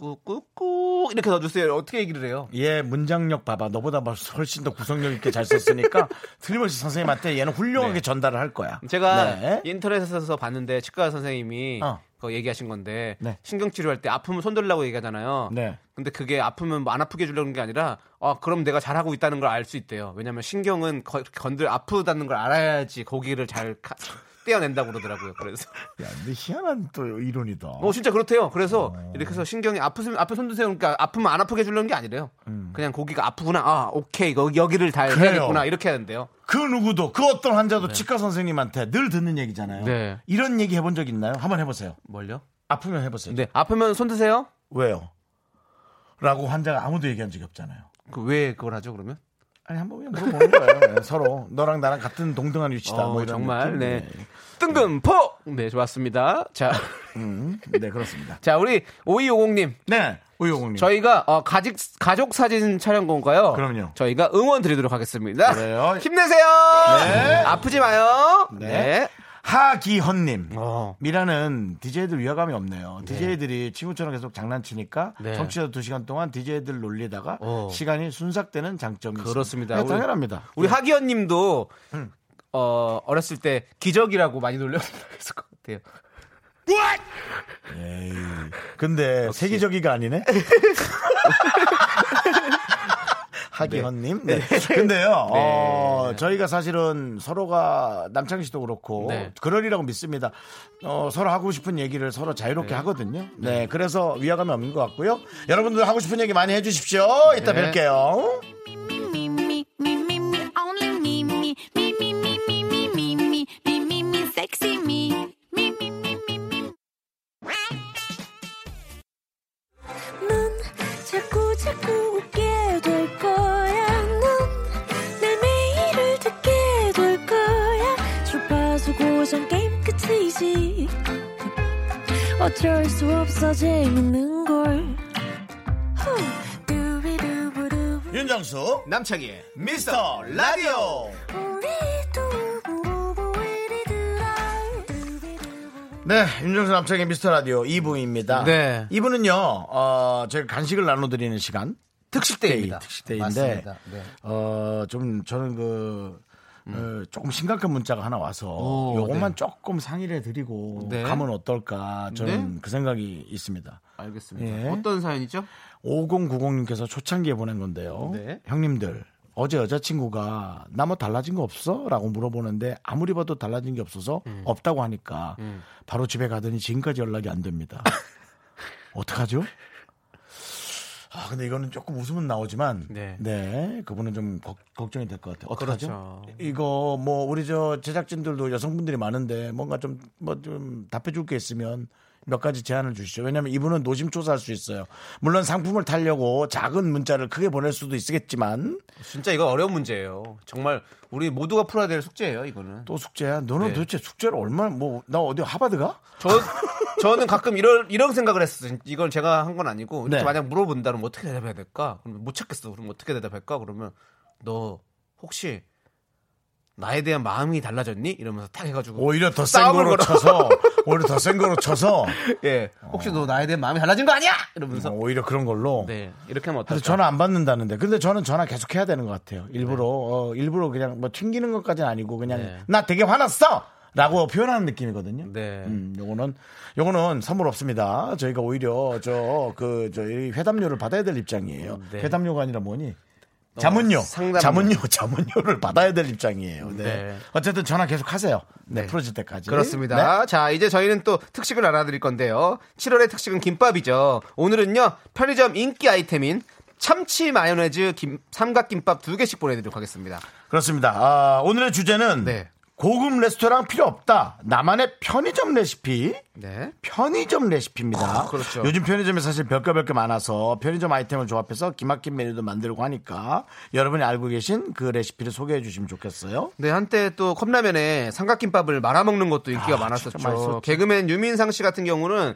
[SPEAKER 2] 꾹꾹꾹꾹 이렇게 넣어주세요. 어떻게 얘기를 해요?
[SPEAKER 1] 얘 문장력 봐봐. 너보다 벌써 훨씬 더 구성력 있게 잘 썼으니까 틀림없이 선생님한테 얘는 훌륭하게
[SPEAKER 2] 네.
[SPEAKER 1] 전달을 할 거야.
[SPEAKER 2] 제가
[SPEAKER 1] 네.
[SPEAKER 2] 인터넷에서 봤는데 치과 선생님이
[SPEAKER 1] 어.
[SPEAKER 2] 그거 얘기하신 건데
[SPEAKER 1] 네.
[SPEAKER 2] 신경 치료할 때 아프면 손 들라고 얘기하잖아요.
[SPEAKER 1] 네.
[SPEAKER 2] 근데 그게 아프면 뭐안 아프게 주려는 게 아니라 아 그럼 내가 잘하고 있다는 걸 알 수 있대요. 왜냐면 신경은 거- 건들 아프다는 걸 알아야지 고기를 잘 가- 떼어낸다고 그러더라고요. 그래서
[SPEAKER 1] 야, 근데 희한한 또 이론이다.
[SPEAKER 2] 어 진짜 그렇대요. 그래서
[SPEAKER 1] 어.
[SPEAKER 2] 이렇게 해서 신경이 아프면 앞에 손 드세요. 그러니까 아프면 안 아프게 주려는 게 아니래요. 그냥 고기가 아프구나. 아 오케이 이거 여기를 잘
[SPEAKER 1] 음. 그래요.
[SPEAKER 2] 해야겠구나 이렇게 하는데요.
[SPEAKER 1] 그 누구도 그 어떤 환자도 치과 선생님한테 늘 듣는 얘기잖아요.
[SPEAKER 2] 네.
[SPEAKER 1] 이런 얘기 해본 적 있나요? 한번 해보세요.
[SPEAKER 2] 뭘요?
[SPEAKER 1] 아프면 해보세요.
[SPEAKER 2] 네 아프면 손 드세요.
[SPEAKER 1] 왜요? 라고 환자가 아무도 얘기한 적이 없잖아요.
[SPEAKER 2] 그 왜 그걸 하죠 그러면?
[SPEAKER 1] 아니 한번 그냥 물어보는 거예요. 네, 서로 너랑 나랑 같은 동등한 위치다.
[SPEAKER 2] 어,
[SPEAKER 1] 뭐 이런 느낌.
[SPEAKER 2] 정말 네. 뜬금포 네 좋았습니다 자,
[SPEAKER 1] 음, 네 그렇습니다.
[SPEAKER 2] 자 우리 5250님
[SPEAKER 1] 네 우영웅님.
[SPEAKER 2] 저희가 어, 가직, 가족 사진 촬영권가요
[SPEAKER 1] 그럼요.
[SPEAKER 2] 저희가 응원 드리도록 하겠습니다
[SPEAKER 1] 그래요.
[SPEAKER 2] 힘내세요
[SPEAKER 1] 네.
[SPEAKER 2] 아프지 마요
[SPEAKER 1] 네.
[SPEAKER 2] 네.
[SPEAKER 1] 하기헌님.
[SPEAKER 2] 어.
[SPEAKER 1] 미라는 DJ들 위화감이 없네요. DJ들이 친구처럼 계속 장난치니까
[SPEAKER 2] 네.
[SPEAKER 1] 정치자 두 시간 동안 DJ들 놀리다가
[SPEAKER 2] 어.
[SPEAKER 1] 시간이 순삭되는 장점이
[SPEAKER 2] 그렇습니다.
[SPEAKER 1] 있습니다. 네,
[SPEAKER 2] 우리-
[SPEAKER 1] 당연합니다.
[SPEAKER 2] 우리 하기현 님도 어, 어렸을 때 기적이라고 많이 놀렸을 것 같아요
[SPEAKER 1] 근데 세계적이가 아니네. 하기헌님. 네. 근데요, 어, 저희가 사실은 서로가 남창희 씨도 그렇고
[SPEAKER 2] 네.
[SPEAKER 1] 그러리라고 믿습니다. 어, 서로 하고 싶은 얘기를 서로 자유롭게 하거든요. 네, 그래서 위화감이 없는 것 같고요. 여러분들 하고 싶은 얘기 많이 해주십시오. 이따
[SPEAKER 2] 네.
[SPEAKER 1] 뵐게요.
[SPEAKER 5] me, me, me, me, me, only me, me, me, me, me, me, me, me, me, me, me, me, sexy me. Me, me, me, me, me. 넌 자꾸, 자꾸 웃게 될 거야. 넌내 매일을 듣게 될 거야. 주파수 고정 게임 끝이지. 어쩔 수 없어 재밌는 걸. 후. 두비두부두.
[SPEAKER 1] 윤정수
[SPEAKER 2] 남창희의
[SPEAKER 1] 미스터 라디오 네 윤정수 남창의 미스터 라디오 2부입니다
[SPEAKER 2] 네.
[SPEAKER 1] 2부는요 어, 저희 간식을 나눠드리는 시간
[SPEAKER 2] 특식데이입니다
[SPEAKER 1] 특식데이인데
[SPEAKER 2] 맞습니다. 네.
[SPEAKER 1] 어, 좀 저는 그 어, 조금 심각한 문자가 하나 와서
[SPEAKER 2] 음. 오,
[SPEAKER 1] 요것만
[SPEAKER 2] 네.
[SPEAKER 1] 조금 상의를 해드리고
[SPEAKER 2] 네.
[SPEAKER 1] 가면 어떨까 저는
[SPEAKER 2] 네.
[SPEAKER 1] 그 생각이 있습니다
[SPEAKER 2] 알겠습니다
[SPEAKER 1] 예.
[SPEAKER 2] 어떤 사연이죠?
[SPEAKER 1] 5090님께서 초창기에 보낸 건데요.
[SPEAKER 2] 네.
[SPEAKER 1] 형님들, 어제 여자친구가 나 뭐 달라진 거 없어? 라고 물어보는데 아무리 봐도 달라진 게 없어서 없다고 하니까 바로 집에 가더니 지금까지 연락이 안 됩니다. 어떡하죠? 아, 근데 이거는 조금 웃음은 나오지만 네.
[SPEAKER 2] 네.
[SPEAKER 1] 그분은 좀 걱- 걱정이 될 것 같아요. 어떡하죠?
[SPEAKER 2] 그렇죠.
[SPEAKER 1] 이거 뭐 우리 저 제작진들도 여성분들이 많은데 뭔가 좀 뭐 좀 답해 줄 게 있으면 몇 가지 제안을 주시죠. 왜냐면 이분은 노심초사할 수 있어요. 물론 상품을 타려고 작은 문자를 크게 보낼 수도 있겠지만
[SPEAKER 2] 진짜 이거 어려운 문제예요 정말 우리 모두가 풀어야 될 숙제예요 이거는
[SPEAKER 1] 또 숙제야. 너는
[SPEAKER 2] 네.
[SPEAKER 1] 도대체 숙제를 얼마나 뭐 나 어디 하바드가?
[SPEAKER 2] 저 저는 가끔 이런 이런 생각을 했어요. 이건 제가 한 건 아니고 이렇게
[SPEAKER 1] 네.
[SPEAKER 2] 만약 물어본다면 어떻게 대답해야 될까? 그럼 못 찾겠어. 그럼 어떻게 대답할까? 그러면 너 혹시 나에 대한 마음이 달라졌니? 이러면서 탁 해가지고
[SPEAKER 1] 오히려 더 센
[SPEAKER 2] 싸움을
[SPEAKER 1] 거로
[SPEAKER 2] 걸어.
[SPEAKER 1] 쳐서 오히려 더 센 거로 쳐서
[SPEAKER 2] 예.
[SPEAKER 1] 어.
[SPEAKER 2] 혹시 너 나에 대한 마음이 달라진 거 아니야? 이러면서
[SPEAKER 1] 오히려 그런 걸로
[SPEAKER 2] 네 이렇게 하면
[SPEAKER 1] 음.
[SPEAKER 2] 어떨까?
[SPEAKER 1] 그래서 전화 안 받는다는데 근데 저는 전화 계속 해야 되는 것 같아요 일부러 어, 일부러 그냥 뭐 튕기는 것까지는 아니고 그냥
[SPEAKER 2] 네.
[SPEAKER 1] 나 되게 화났어 라고 표현하는 느낌이거든요
[SPEAKER 2] 네.
[SPEAKER 1] 음, 요거는 요거는 선물 없습니다 저희가 오히려 저 그 저희 회담료를 받아야 될 입장이에요
[SPEAKER 2] 네. 어,
[SPEAKER 1] 회담료가 아니라 뭐니 자문료,
[SPEAKER 2] 상담료.
[SPEAKER 1] 자문료, 자문료를 받아야 될 입장이에요. 네.
[SPEAKER 2] 네.
[SPEAKER 1] 어쨌든 전화 계속 하세요. 네,
[SPEAKER 2] 네.
[SPEAKER 1] 풀어질 때까지. 네.
[SPEAKER 2] 그렇습니다. 자, 이제 저희는 또 특식을 알아드릴 건데요. 7월의 특식은 김밥이죠. 오늘은요, 편의점 인기 아이템인 참치 마요네즈 김, 삼각김밥 두 개씩 보내드리도록 하겠습니다.
[SPEAKER 1] 그렇습니다. 아, 오늘의 주제는
[SPEAKER 2] 네.
[SPEAKER 1] 고급 레스토랑 필요 없다. 나만의 편의점 레시피.
[SPEAKER 2] 네.
[SPEAKER 1] 편의점 레시피입니다.
[SPEAKER 2] 아, 그렇죠.
[SPEAKER 1] 요즘 편의점에 사실 별거 별거 많아서 편의점 아이템을 조합해서 기막힌 메뉴도 만들고 하니까 여러분이 알고 계신 그 레시피를 소개해 주시면 좋겠어요.
[SPEAKER 2] 네, 한때 또 컵라면에 삼각김밥을 말아먹는 것도 인기가
[SPEAKER 1] 아, 진짜
[SPEAKER 2] 많았었죠.
[SPEAKER 1] 맛있었죠.
[SPEAKER 2] 개그맨 유민상 씨 같은 경우는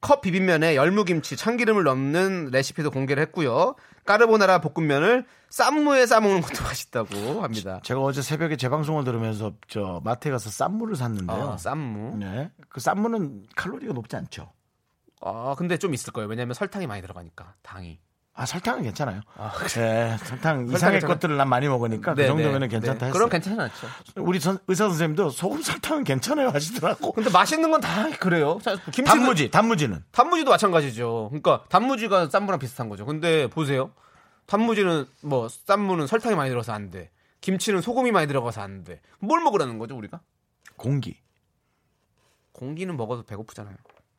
[SPEAKER 2] 컵 비빔면에 열무김치, 참기름을 넣는 레시피도 공개를 했고요. 까르보나라 볶음면을 쌈무에 싸먹는 것도 맛있다고 합니다.
[SPEAKER 1] 제가 어제 새벽에 재방송을 들으면서 저 마트에 가서 쌈무를 샀는데요.
[SPEAKER 2] 아, 쌈무.
[SPEAKER 1] 네. 그 쌈무는 칼로리가 높지 않죠.
[SPEAKER 2] 아, 근데 좀 있을 거예요. 왜냐면 설탕이 많이 들어가니까, 당이.
[SPEAKER 1] 아, 설탕은 괜찮아요. 네, 설탕 이상의
[SPEAKER 2] 괜찮아요.
[SPEAKER 1] 것들을 난 많이 먹으니까 그
[SPEAKER 2] 네,
[SPEAKER 1] 정도면
[SPEAKER 2] 네,
[SPEAKER 1] 은 괜찮다
[SPEAKER 2] 네.
[SPEAKER 1] 했어요.
[SPEAKER 2] 그럼 괜찮았죠.
[SPEAKER 1] 우리 선- 의사 선생님도 소금 설탕은 괜찮아요 하시더라고.
[SPEAKER 2] 근데 맛있는 건 다 그래요. 자, 김치는-
[SPEAKER 1] 단무지, 단무지는
[SPEAKER 2] 단무지도 마찬가지죠. 그러니까 단무지가 쌈무랑 비슷한 거죠. 근데 보세요. 단무지는 뭐 쌈무는 설탕이 많이 들어서 안 돼. 김치는 소금이 많이 들어가서 안 돼. 뭘 먹으라는 거죠, 우리가?
[SPEAKER 1] 공기
[SPEAKER 2] 공기는 먹어도 배고프잖아요.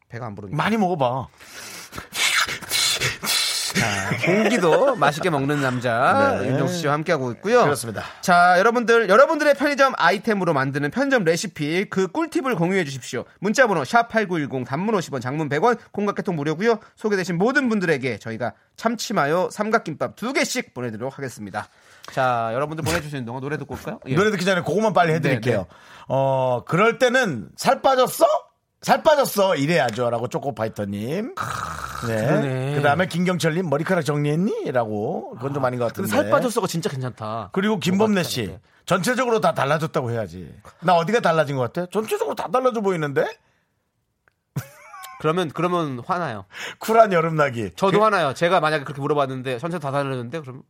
[SPEAKER 2] 배가 안 부르니까.
[SPEAKER 1] 많이 먹어봐.
[SPEAKER 2] 공기도 맛있게 먹는 남자
[SPEAKER 1] 네.
[SPEAKER 2] 윤정수 씨와 함께하고 있고요.
[SPEAKER 1] 그렇습니다.
[SPEAKER 2] 자, 여러분들 여러분들의 편의점 아이템으로 만드는 편의점 레시피 그 꿀팁을 공유해 주십시오. 문자 번호 샵8910 단문 50원 장문 100원 공각개통 무료고요. 소개되신 모든 분들에게 저희가 참치마요 삼각김밥 두 개씩 보내 드리도록 하겠습니다. 자, 여러분들 보내 주시는 동안 노래 듣고 올까요? 예.
[SPEAKER 1] 노래 듣기 전에 그것만 빨리 해드릴게요.
[SPEAKER 2] 네, 네.
[SPEAKER 1] 어 그럴 때는 살 빠졌어? 살 빠졌어 이래야죠라고 초코파이터님. 네.
[SPEAKER 2] 그러네.
[SPEAKER 1] 그다음에 김경철님 머리카락 정리했니?라고 그건 좀 아닌 것 같은데.
[SPEAKER 2] 근데 살 빠졌어가 뭐 진짜 괜찮다.
[SPEAKER 1] 그리고 김범래 씨 전체적으로 다 달라졌다고 해야지. 나 어디가 달라진 것 같아? 전체적으로 다 달라져 보이는데?
[SPEAKER 2] 그러면 그러면 화나요.
[SPEAKER 1] 쿨한 여름나기. 그,
[SPEAKER 2] 저도 화나요. 제가 만약에 그렇게 물어봤는데 전체 다 달라졌는데 그럼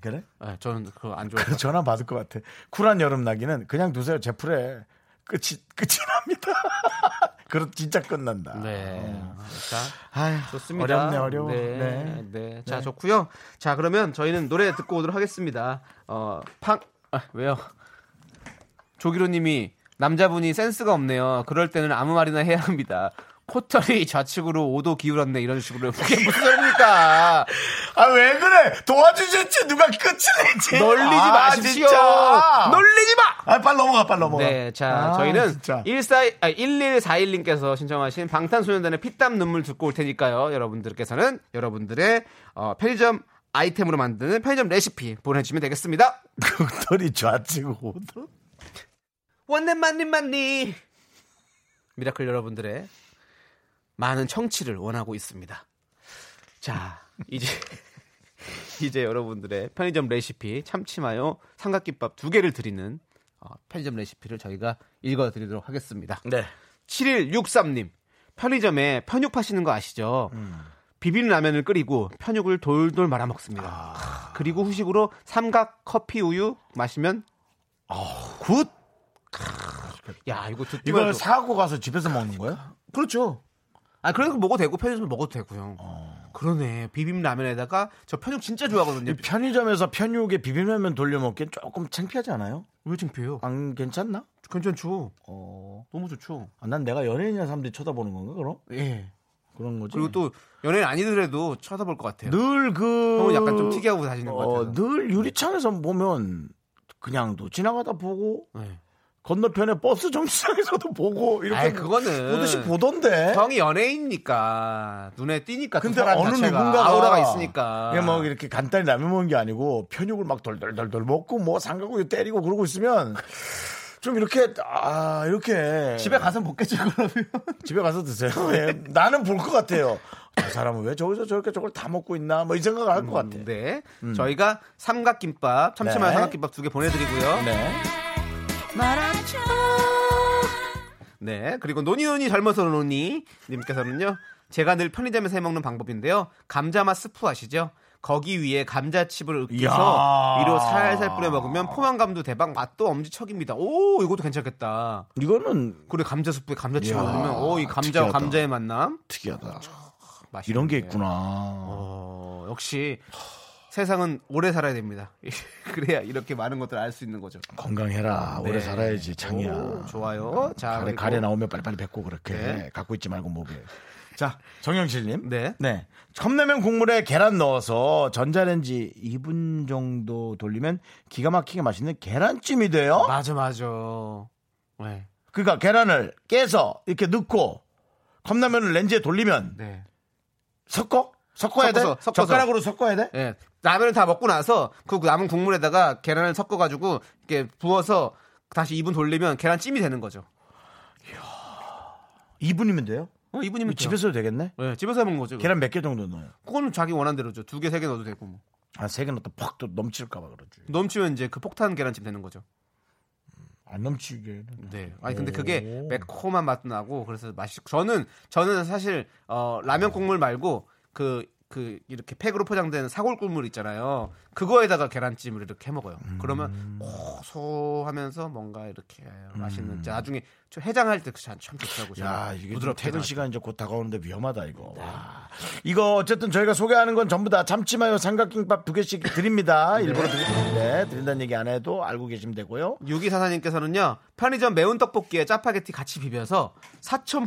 [SPEAKER 1] 그래?
[SPEAKER 2] 예, 저는 그거 안 좋아해요.
[SPEAKER 1] 그래서 전화 받을 것 같아. 쿨한 여름나기는 그냥 두세요. 제 풀에 끝이 끝이 납니다. 그럼 진짜 끝난다.
[SPEAKER 2] 네. 자,
[SPEAKER 1] 아휴,
[SPEAKER 2] 좋습니다.
[SPEAKER 1] 어렵네 어려워.
[SPEAKER 2] 네.
[SPEAKER 1] 네.
[SPEAKER 2] 네. 자, 좋고요. 자, 그러면 저희는 노래 듣고 오도록 하겠습니다. 어, 팡 아, 왜요? 조기로 님이 남자분이 센스가 없네요. 그럴 때는 아무 말이나 해야 합니다. 코털이 좌측으로 5도 기울었네 이런 식으로 그게 무슨 소리입니까?
[SPEAKER 1] 아 왜 그래? 도와주셨지 누가 끝을 내지?
[SPEAKER 2] 놀리지
[SPEAKER 1] 아,
[SPEAKER 2] 마십시오.
[SPEAKER 1] 진짜.
[SPEAKER 2] 놀리지 마.
[SPEAKER 1] 아 빨리 넘어가 빨리 넘어가.
[SPEAKER 2] 네, 자
[SPEAKER 1] 아,
[SPEAKER 2] 저희는
[SPEAKER 1] 진짜.
[SPEAKER 2] 14, 아, 1141님께서 신청하신 방탄소년단의 피땀 눈물 듣고 올 테니까요. 여러분들께서는 여러분들의 어, 편의점 아이템으로 만드는 편의점 레시피 보내주시면 되겠습니다.
[SPEAKER 1] 극돌이 좌측 오도.
[SPEAKER 2] 원넷 만님 만니 미라클 여러분들의 많은 청취를 원하고 있습니다. 자 이제 이제 여러분들의 편의점 레시피 참치마요 삼각김밥 두 개를 드리는 어, 편의점 레시피를 저희가 읽어드리도록 하겠습니다.
[SPEAKER 1] 네.
[SPEAKER 2] 7163님 편의점에 편육 파시는 거 아시죠?
[SPEAKER 1] 음.
[SPEAKER 2] 비빔 라면을 끓이고 편육을 돌돌 말아 먹습니다. 그리고 후식으로 삼각 커피 우유 마시면 굿. 야 이거 듣기만
[SPEAKER 1] 아, 이걸
[SPEAKER 2] 해도
[SPEAKER 1] 사고 가서 집에서 먹는 거예요?
[SPEAKER 2] 그렇죠. 아 그래도 먹어도 되고 편의점에 먹어도 되고요. 그러네 비빔 라면에다가 저 편육 진짜 좋아하거든요.
[SPEAKER 1] 이 편의점에서 편육에 비빔라면 돌려 먹기엔 조금 창피하지 않아요?
[SPEAKER 2] 왜 창피해요?
[SPEAKER 1] 안 괜찮나?
[SPEAKER 2] 괜찮죠.
[SPEAKER 1] 어.
[SPEAKER 2] 너무 좋죠.
[SPEAKER 1] 아, 난 내가 연예인이라 사람들이 쳐다보는 건가 그럼?
[SPEAKER 2] 예.
[SPEAKER 1] 그런 거지.
[SPEAKER 2] 그리고 또 연예인 아니더라도 쳐다볼 것 같아요.
[SPEAKER 1] 늘그 어,
[SPEAKER 2] 형은 약간 좀 특이하고 다니는 것 같아서.
[SPEAKER 1] 늘 유리창에서 보면 그냥도 지나가다 보고
[SPEAKER 2] 네.
[SPEAKER 1] 건너편에 버스 정류장에서도 보고 이렇게
[SPEAKER 2] 아이, 그거는
[SPEAKER 1] 보듯이 보던데.
[SPEAKER 2] 형이 연예인이니까 눈에 띄니까 그
[SPEAKER 1] 근데
[SPEAKER 2] 사람
[SPEAKER 1] 어느
[SPEAKER 2] 자체가
[SPEAKER 1] 누군가가
[SPEAKER 2] 아우라가 있으니까
[SPEAKER 1] 이게 뭐 이렇게 간단히 라면 먹는 게 아니고 편육을 막 덜덜덜덜 먹고 뭐 삼각구유 때리고 그러고 있으면 좀 이렇게 아 이렇게
[SPEAKER 2] 집에 가서 먹겠죠 그러면 네.
[SPEAKER 1] 집에 가서 드세요. 예, 나는 볼 것 같아요. 이 사람은 왜 저기서 저렇게 저걸 다 먹고 있나 뭐 이 생각을 할 것 같아. 요
[SPEAKER 2] 네. 저희가 삼각김밥, 참치마요
[SPEAKER 1] 음. 네.
[SPEAKER 2] 삼각김밥 두 개 보내드리고요.
[SPEAKER 1] 네.
[SPEAKER 5] 말아줘
[SPEAKER 2] 네. 그리고 노니노니 젊어서 노니님께서는요. 제가 늘 편의점에서 해먹는 방법인데요. 감자맛 스프 아시죠? 거기 위에 감자칩을 으깨서
[SPEAKER 1] 이야.
[SPEAKER 2] 위로 살살 뿌려 먹으면 포만감도 대박, 맛도 엄지척입니다. 오, 이것도 괜찮겠다.
[SPEAKER 1] 이거는
[SPEAKER 2] 그래, 감자 스프에 감자칩
[SPEAKER 1] 이야,
[SPEAKER 2] 먹으면, 오, 이 감자,
[SPEAKER 1] 특이하다.
[SPEAKER 2] 감자의 만남.
[SPEAKER 1] 특이하다.
[SPEAKER 2] 맛있
[SPEAKER 1] 이런 게 있구나.
[SPEAKER 2] 어, 역시 세상은 오래 살아야 됩니다. 그래야 이렇게 많은 것들을 알 수 있는 거죠.
[SPEAKER 1] 건강해라. 오래
[SPEAKER 2] 네.
[SPEAKER 1] 살아야지 장이야.
[SPEAKER 2] 오, 좋아요. 자,
[SPEAKER 1] 가래,
[SPEAKER 2] 그리고-
[SPEAKER 1] 가래 나오면 빨리빨리 뱉고 그렇게
[SPEAKER 2] 네.
[SPEAKER 1] 갖고 있지 말고 목에.
[SPEAKER 2] 자,
[SPEAKER 1] 정영실님.
[SPEAKER 2] 네.
[SPEAKER 1] 네. 컵라면 국물에 계란 넣어서 전자레인지 2분 정도 돌리면 기가 막히게 맛있는 계란찜이 돼요.
[SPEAKER 2] 어? 맞아, 맞아. 네.
[SPEAKER 1] 그러니까 계란을 깨서 이렇게 넣고 컵라면을 렌즈에 돌리면
[SPEAKER 2] 네.
[SPEAKER 1] 섞어? 섞어야
[SPEAKER 2] 섞어서,
[SPEAKER 1] 돼?
[SPEAKER 2] 섞어서.
[SPEAKER 1] 젓가락으로 섞어야 돼?
[SPEAKER 2] 예. 라면을 다 먹고 나서 그 남은 국물에다가 계란을 섞어 가지고 이렇게 부어서 다시 2분 돌리면 계란찜이 되는 거죠.
[SPEAKER 1] 2분이면 돼요?
[SPEAKER 2] 어, 2분이면
[SPEAKER 1] 집에서도 되겠네?
[SPEAKER 2] 예, 집에서 해 먹는 거죠.
[SPEAKER 1] 계란 몇 개 정도 넣어요?
[SPEAKER 2] 그거는 자기 원하는 대로죠. 두 개, 세 개 넣어도 되고 뭐.
[SPEAKER 1] 한 세 개 넣다 팍 또 넘칠까봐 그러지.
[SPEAKER 2] 넘치면 이제 그 폭탄 계란찜 되는 거죠.
[SPEAKER 1] 안 넘치게.
[SPEAKER 2] 네. 아니 근데 그게 매콤한 맛도 나고 그래서 맛이 저는 저는 사실 어 라면 국물 말고 그 그 이렇게 팩으로 포장된 사골 국물 있잖아요. 그거에다가 계란찜을 이렇게 해 먹어요.
[SPEAKER 1] 음.
[SPEAKER 2] 그러면 고소하면서 뭔가 이렇게 맛있는. 진짜 나중에 저 해장할 때참 비싸고
[SPEAKER 1] 음. 야, 이게 좀
[SPEAKER 2] 부드럽게 네.
[SPEAKER 1] 퇴근
[SPEAKER 2] 해장할
[SPEAKER 1] 시간 이제 곧 다가오는데 위험하다 이거. 와. 이거 어쨌든 저희가 소개하는 건 전부 다 참치마요 삼각김밥 두 개씩 드립니다.
[SPEAKER 2] 네.
[SPEAKER 1] 일부러 드리는데 드린다는 얘기 안 해도 알고 계시면 되고요.
[SPEAKER 2] 때. 유기사사님께서는요 편의점 매운 떡볶이에 짜파게티 같이 비벼서 사천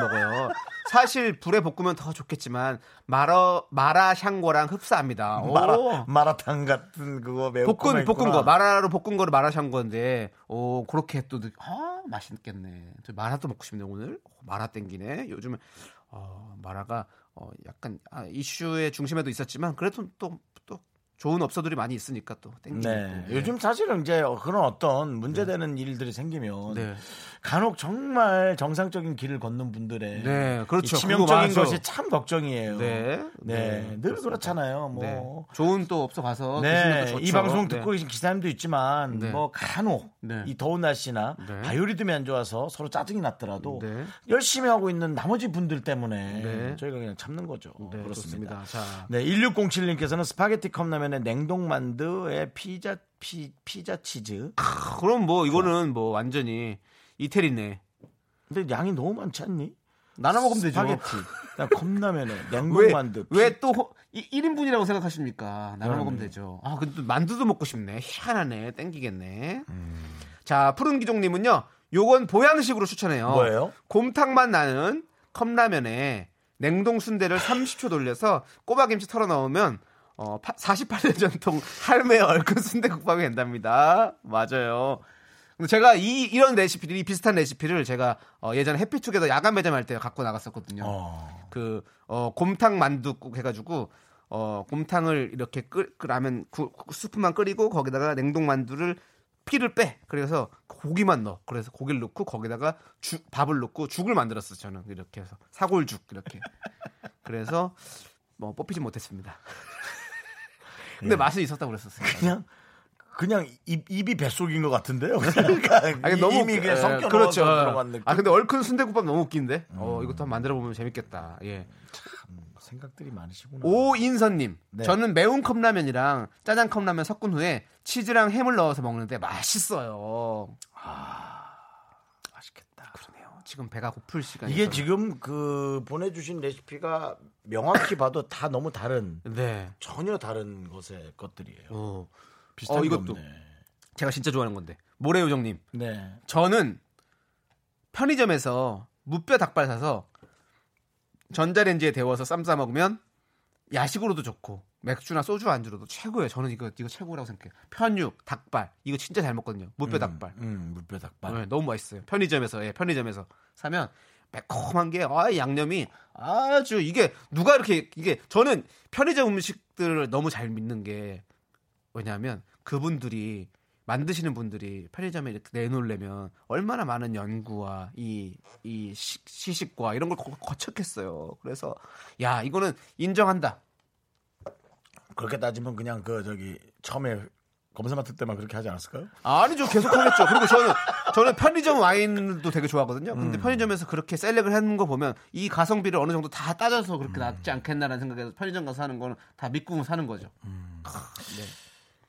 [SPEAKER 2] 먹어요. 사실 불에 볶으면 더 좋겠지만 마라 마라 향고랑 흡사합니다. 오.
[SPEAKER 1] 마라, 마라탕 같은 그거 매운
[SPEAKER 2] 볶은
[SPEAKER 1] 거
[SPEAKER 2] 볶은 거 마라로 볶은 거를 마라샹 건데 오 그렇게 또 느- 아, 맛있겠네. 저 마라도 먹고 싶네 오늘. 어, 마라 땡기네. 요즘은 어, 마라가 어, 약간 아, 이슈의 중심에도 있었지만 그래도 또 또 좋은 업소들이 많이 있으니까 또 땡기네.
[SPEAKER 1] 네.
[SPEAKER 2] 또.
[SPEAKER 1] 요즘 사실은 이제 그런 어떤 문제되는 일들이 생기면
[SPEAKER 2] 네.
[SPEAKER 1] 간혹 정말 정상적인 길을 걷는 분들의
[SPEAKER 2] 네,
[SPEAKER 1] 이
[SPEAKER 2] 그렇죠. 그거
[SPEAKER 1] 치명적인
[SPEAKER 2] 맞아요.
[SPEAKER 1] 것이 참 걱정이에요.
[SPEAKER 2] 네.
[SPEAKER 1] 네,
[SPEAKER 2] 네,
[SPEAKER 1] 늘
[SPEAKER 2] 그렇습니다.
[SPEAKER 1] 그렇잖아요. 뭐
[SPEAKER 2] 네. 좋은 또 업소 가서 드시는 거
[SPEAKER 1] 네,
[SPEAKER 2] 어, 좋죠.
[SPEAKER 1] 이 방송
[SPEAKER 2] 네.
[SPEAKER 1] 듣고 계신 기사님도 있지만
[SPEAKER 2] 네.
[SPEAKER 1] 뭐 간혹
[SPEAKER 2] 네.
[SPEAKER 1] 이 더운 날씨나
[SPEAKER 2] 네.
[SPEAKER 1] 바이오리듬이 안 좋아서 서로 짜증이 났더라도
[SPEAKER 2] 네.
[SPEAKER 1] 열심히 하고 있는 나머지 분들 때문에
[SPEAKER 2] 네.
[SPEAKER 1] 저희가 그냥 참는 거죠.
[SPEAKER 2] 네,
[SPEAKER 1] 그렇습니다.
[SPEAKER 2] 그렇습니다. 자.
[SPEAKER 1] 네, 1607님께서는 스파게티 컵라면에 냉동 만두에 피자 피, 피자 치즈.
[SPEAKER 2] 그럼 뭐 이거는 뭐 완전히 이태리네.
[SPEAKER 1] 근데 양이 너무 많지 않니?
[SPEAKER 2] 나눠 먹으면 되죠.
[SPEAKER 1] 스파게티, 그다음 컵라면에 냉동 만두. 피-
[SPEAKER 2] 왜또 1인분이라고 생각하십니까? 나눠 먹으면 되죠. 아, 근데 또 만두도 먹고 싶네. 희한하네. 땡기겠네.
[SPEAKER 1] 음.
[SPEAKER 2] 자, 푸른 기종님은요. 요건 보양식으로 추천해요.
[SPEAKER 1] 뭐예요?
[SPEAKER 2] 곰탕만 나는 컵라면에 냉동 순대를 30초 돌려서 꼬박김치 털어 넣으면 어, 48년 전통 할매의 얼큰 순대국밥이 된답니다. 맞아요. 근데 제가 이 이런 레시피를 이 비슷한 레시피를 제가 어, 예전에 해피투게더 야간 매점할 때 갖고 나갔었거든요.
[SPEAKER 1] 어.
[SPEAKER 2] 그 어, 곰탕 만두국 해가지고 어, 곰탕을 이렇게 끓 그 라면 구, 구- 수프만 끓이고 거기다가 냉동 만두를 피를 빼 그래서 고기만 넣어 그래서 고기를 넣고 거기다가 죽 밥을 넣고 죽을 만들었어 요 저는 이렇게 해서 사골죽 이렇게 그래서 뭐 뽑히지 못했습니다. 근데 맛은 있었다고 그랬었어요.
[SPEAKER 1] 네. 그냥 그냥 입, 입이 뱃속인 것 같은데요. 그러니까
[SPEAKER 2] 아니,
[SPEAKER 1] 이-
[SPEAKER 2] 너무
[SPEAKER 1] 입이
[SPEAKER 2] 웃겨.
[SPEAKER 1] 그냥
[SPEAKER 2] 예,
[SPEAKER 1] 섞여
[SPEAKER 2] 그렇죠.
[SPEAKER 1] 넣어서 들어간 느낌. 음.
[SPEAKER 2] 아 근데 얼큰 순대국밥 너무 웃긴데. 어 이것도 한번 만들어 보면 재밌겠다. 예.
[SPEAKER 1] 생각들이 많으시구나.
[SPEAKER 2] 오인선님,
[SPEAKER 1] 네.
[SPEAKER 2] 저는 매운 컵라면이랑 짜장 컵라면 섞은 후에 치즈랑 햄을 넣어서 먹는데 맛있어요.
[SPEAKER 1] 맛있겠다.
[SPEAKER 2] 그러네요. 지금 배가 고플 시간이.
[SPEAKER 1] 이게 지금 그 보내주신 레시피가 명확히 봐도 다 너무 다른
[SPEAKER 2] 네.
[SPEAKER 1] 전혀 다른 것의 것들이에요.
[SPEAKER 2] 어.
[SPEAKER 1] 비슷한
[SPEAKER 2] 어,
[SPEAKER 1] 게
[SPEAKER 2] 이것도.
[SPEAKER 1] 없네.
[SPEAKER 2] 제가 진짜 좋아하는 건데 모래요정님,
[SPEAKER 1] 네.
[SPEAKER 2] 저는 편의점에서 무뼈 닭발 사서 전자레인지에 데워서 쌈 싸 먹으면 야식으로도 좋고 맥주나 소주 안주로도 최고예요. 저는 이거 이거 최고라고 생각해요. 편육, 닭발 이거 진짜 잘 먹거든요. 무뼈 닭발.
[SPEAKER 1] 음, 물뼈 닭발.
[SPEAKER 2] 네, 너무 맛있어요. 편의점에서 예, 편의점에서 사면 매콤한 게 아, 양념이 아주 이게 누가 이렇게 이게 저는 편의점 음식들을 너무 잘 믿는 게 왜냐하면 그분들이 만드시는 분들이 편의점에 이렇게 내놓으려면 얼마나 많은 연구와 이, 이 시- 시식과 이런 걸 거- 거쳤겠어요. 그래서 야 이거는 인정한다.
[SPEAKER 1] 그렇게 따지면 그냥 그 저기 처음에 검사 맡을 때만 그렇게 하지 않았을까요?
[SPEAKER 2] 아니죠 계속 하겠죠. 그리고 저는 저는 편의점 와인도 되게 좋아하거든요. 근데
[SPEAKER 1] 음.
[SPEAKER 2] 편의점에서 그렇게 셀렉을 하는 거 보면 이 가성비를 어느 정도 다 따져서 그렇게
[SPEAKER 1] 음.
[SPEAKER 2] 낫지 않겠나라는 생각에서 편의점 가서 하는 거는 다 믿고 사는 거죠.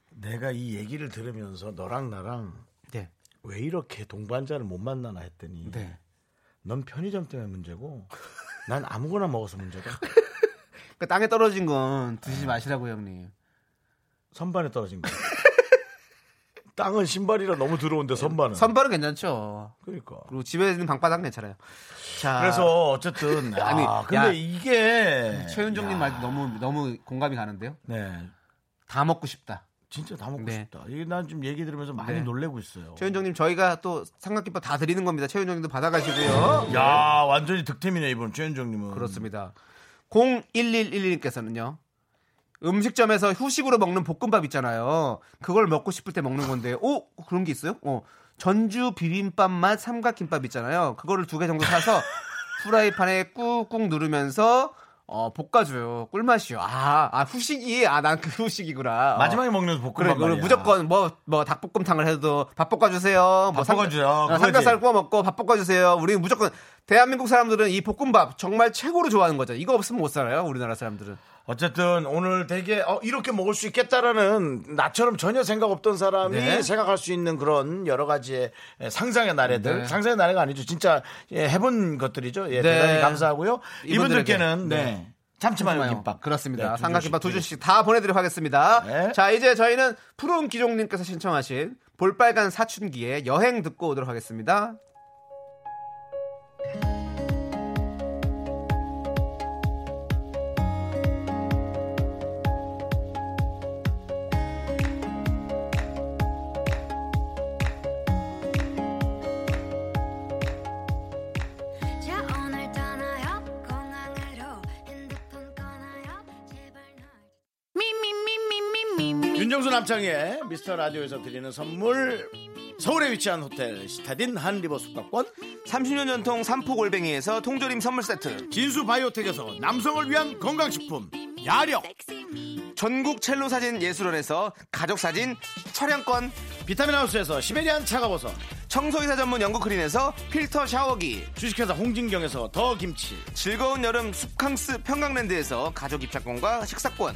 [SPEAKER 1] 내가 이 얘기를 들으면서 너랑 나랑
[SPEAKER 2] 네.
[SPEAKER 1] 왜 이렇게 동반자를 못 만나나 했더니
[SPEAKER 2] 네.
[SPEAKER 1] 넌 편의점 때문에 문제고 난 아무거나 먹어서 문제다.
[SPEAKER 2] 그 땅에 떨어진 건
[SPEAKER 1] 네.
[SPEAKER 2] 드시지 마시라고 형님.
[SPEAKER 1] 선반에 떨어진 거. 땅은 신발이라 너무 들어온데 선반은.
[SPEAKER 2] 선발은 괜찮죠.
[SPEAKER 1] 그러니까.
[SPEAKER 2] 그리고 집에 있는 방바닥은 괜찮아요. 자,
[SPEAKER 1] 그래서 어쨌든
[SPEAKER 2] 아니,
[SPEAKER 1] 아, 근데
[SPEAKER 2] 야.
[SPEAKER 1] 이게
[SPEAKER 2] 네. 최윤정님 말도 너무 너무 공감이 가는데요.
[SPEAKER 1] 네
[SPEAKER 2] 다 먹고 싶다.
[SPEAKER 1] 진짜 다 먹고
[SPEAKER 2] 네.
[SPEAKER 1] 싶다. 이게 난 좀 얘기 들으면서 많이
[SPEAKER 2] 네.
[SPEAKER 1] 놀래고 있어요.
[SPEAKER 2] 최윤정님 저희가 또 삼각김밥 다 드리는 겁니다. 최윤정님도 받아가시고요.
[SPEAKER 1] 야 완전히 득템이네 이번 최윤정님은.
[SPEAKER 2] 그렇습니다. 0111님께서는요. 음식점에서 후식으로 먹는 볶음밥 있잖아요. 그걸 먹고 싶을 때 먹는 건데, 오 그런 게 있어요? 어, 전주 비빔밥 맛 삼각김밥 있잖아요. 그거를 두 개 정도 사서 프라이팬에 꾹꾹 누르면서 어, 볶아줘요. 꿀맛이요. 아, 아 후식이 아 난 그 후식이구나. 어.
[SPEAKER 1] 마지막에 먹는 볶음밥
[SPEAKER 2] 그래, 그럼
[SPEAKER 1] 말이야.
[SPEAKER 2] 무조건 뭐, 뭐, 닭볶음탕을 해도 밥 볶아주세요. 뭐
[SPEAKER 1] 밥 볶아주세요.
[SPEAKER 2] 삼-
[SPEAKER 1] 그거지.
[SPEAKER 2] 삼겹살 구워 먹고 밥 볶아주세요. 우리는 무조건 대한민국 사람들은 이 볶음밥 정말 최고로 좋아하는 거죠. 이거 없으면 못 살아요. 우리나라 사람들은.
[SPEAKER 1] 어쨌든 오늘 되게 어, 이렇게 먹을 수 있겠다라는 나처럼 전혀 생각 없던 사람이
[SPEAKER 2] 네.
[SPEAKER 1] 생각할 수 있는 그런 여러 가지의 예, 상상의 나래들
[SPEAKER 2] 네.
[SPEAKER 1] 상상의 나래가 아니죠 진짜 예, 해본 것들이죠 예,
[SPEAKER 2] 네.
[SPEAKER 1] 대단히 감사하고요
[SPEAKER 2] 이분들께게.
[SPEAKER 1] 이분들께는 네.
[SPEAKER 2] 네.
[SPEAKER 1] 참치마요
[SPEAKER 2] 참치마요.
[SPEAKER 1] 김밥
[SPEAKER 2] 그렇습니다.
[SPEAKER 1] 네, 두
[SPEAKER 2] 삼각김밥 두
[SPEAKER 1] 줄씩,
[SPEAKER 2] 줄씩 다 보내드리도록 하겠습니다.
[SPEAKER 1] 네.
[SPEAKER 2] 자, 이제 저희는 푸른 기종님께서 신청하신 볼빨간 사춘기의 여행 듣고 오도록 하겠습니다.
[SPEAKER 5] 자 오늘 떠나요 공항으로 핸드폰 꺼나요 제발 미미미미미미
[SPEAKER 1] 윤정수 남창의 미스터 라디오에서 드리는 선물 서울에 위치한 호텔 시타딘 한 리버 숙박권
[SPEAKER 2] 30년 전통 삼포골뱅이에서 통조림 선물 세트.
[SPEAKER 1] 진수 바이오텍에서 남성을 위한 건강식품 야력
[SPEAKER 2] 전국 첼로 사진 예술원에서 가족 사진 촬영권.
[SPEAKER 1] 비타민 하우스에서 시베리안 차가워서
[SPEAKER 2] 청소이사 전문 영국 크린에서 필터 샤워기
[SPEAKER 1] 주식회사 홍진경에서 더 김치
[SPEAKER 2] 즐거운 여름 숲캉스 평강랜드에서 가족 입장권과 식사권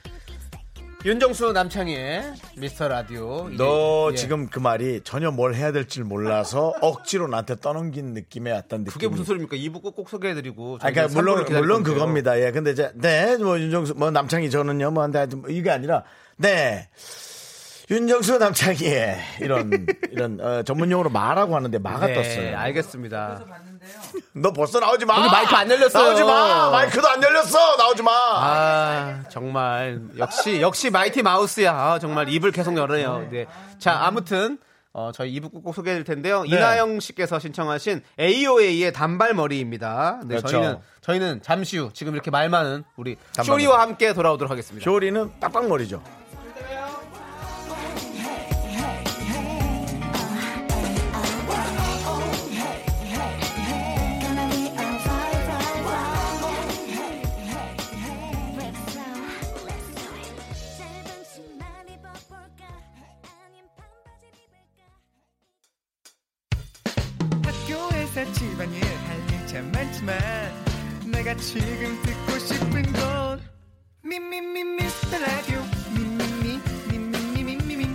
[SPEAKER 2] 윤정수 남창희의 미스터 라디오
[SPEAKER 1] 너
[SPEAKER 2] 예.
[SPEAKER 1] 지금 그 말이 전혀 뭘 해야 될 줄 몰라서 억지로 나한테 떠넘긴 느낌의 어떤 느낌
[SPEAKER 2] 그게 무슨 소리입니까 2부 꼭꼭 소개해드리고
[SPEAKER 1] 아, 그러니까 물론 물론 그겁니다. 예, 근데 이제 네뭐 윤정수 뭐 남창희 저는요 뭐 한데 하여튼 뭐 이게 아니라 네 윤정수 남창희의 이런 이런 어, 전문용어로 마라고 하는데 마가
[SPEAKER 2] 네,
[SPEAKER 1] 떴어요.
[SPEAKER 2] 알겠습니다
[SPEAKER 1] 너 벌써 나오지 마.
[SPEAKER 2] 여기 마이크 안 열렸어요.
[SPEAKER 1] 나오지 마. 마이크도 안 열렸어. 나오지 마.
[SPEAKER 2] 아 정말 역시 역시 마이티 마우스야 아, 정말 입을 계속 열어요. 네. 자 아무튼 어, 저희 이부 꾹꾹 소개해드릴 텐데요.
[SPEAKER 1] 네.
[SPEAKER 2] 이나영 씨께서 신청하신 AOA의 단발머리입니다. 네,
[SPEAKER 1] 그렇죠.
[SPEAKER 2] 저희는 저희는 잠시 후 지금 이렇게 말 많은 우리
[SPEAKER 1] 단발머리.
[SPEAKER 2] 쇼리와 함께 돌아오도록 하겠습니다.
[SPEAKER 1] 조리는 빡빡머리죠.
[SPEAKER 6] 학교에서 집안일 할 일 참 많지만 내가 지금 듣고 싶은 건 미미미 미스터 라디오 미미미 미미미 미미미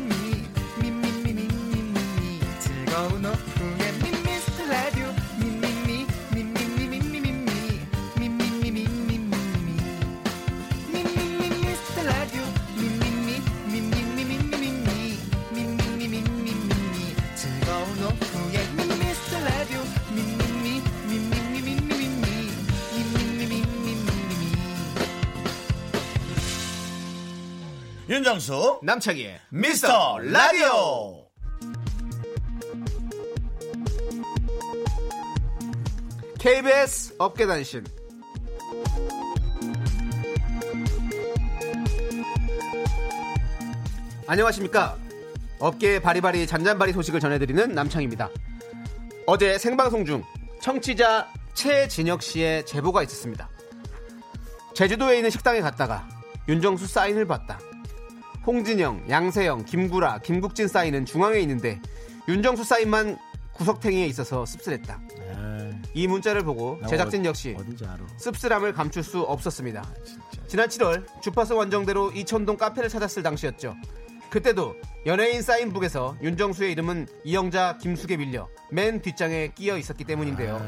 [SPEAKER 6] 미미미 미미미 즐거운 오후에 미스터 라디오 미미미 미미미 미미미 미미미 미미미
[SPEAKER 1] 윤정수
[SPEAKER 2] 남창희의
[SPEAKER 1] 미스터 라디오
[SPEAKER 2] KBS 업계단신 안녕하십니까 업계의 바리바리 잔잔바리 소식을 전해드리는 남창입니다 어제 생방송 중 청취자 최진혁 씨의 제보가 있었습니다 제주도에 있는 식당에 갔다가 윤정수 사인을 봤다 홍진영, 양세형, 김구라, 김국진 사인은 중앙에 있는데 윤정수 사인만 구석탱이에 있어서 씁쓸했다 이 문자를 보고 제작진 역시 씁쓸함을 감출 수 없었습니다. 지난 7월 주파수 원정대로 이천동 카페를 찾았을 당시였죠. 그때도 연예인 사인북에서 윤정수의 이름은 이영자, 김숙에 밀려 맨 뒷장에 끼어 있었기 때문인데요.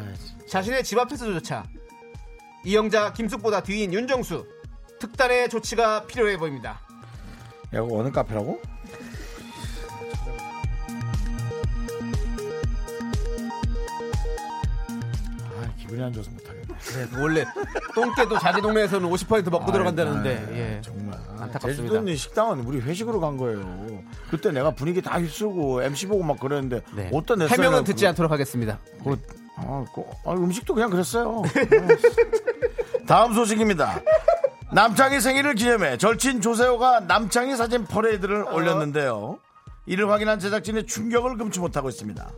[SPEAKER 2] 자신의 집 앞에서조차 이영자, 김숙보다 뒤인 윤정수 특단의 조치가 필요해 보입니다.
[SPEAKER 1] 야 이거 어느 카페라고? 아 기분이 안 좋아서 못하겠네
[SPEAKER 2] 원래 똥개도 자기 동네에서는 50% 먹고 들어간다는데
[SPEAKER 1] 아,
[SPEAKER 2] 예.
[SPEAKER 1] 정말
[SPEAKER 2] 안타깝습니다.
[SPEAKER 1] 제주도 있는 식당은 우리 회식으로 간 거예요 그때 내가 분위기 다 휩쓸고 MC 보고 막 그랬는데
[SPEAKER 2] 네.
[SPEAKER 1] 어떤
[SPEAKER 2] 해명은 듣지 않도록 하겠습니다.
[SPEAKER 1] 그거, 아, 그거, 아, 음식도 그냥 그랬어요. 아, 다음 소식입니다. 남창희 생일을 기념해 절친 조세호가 남창희 사진 퍼레이드를 올렸는데요. 이를 확인한 제작진의 충격을 금치 못하고 있습니다.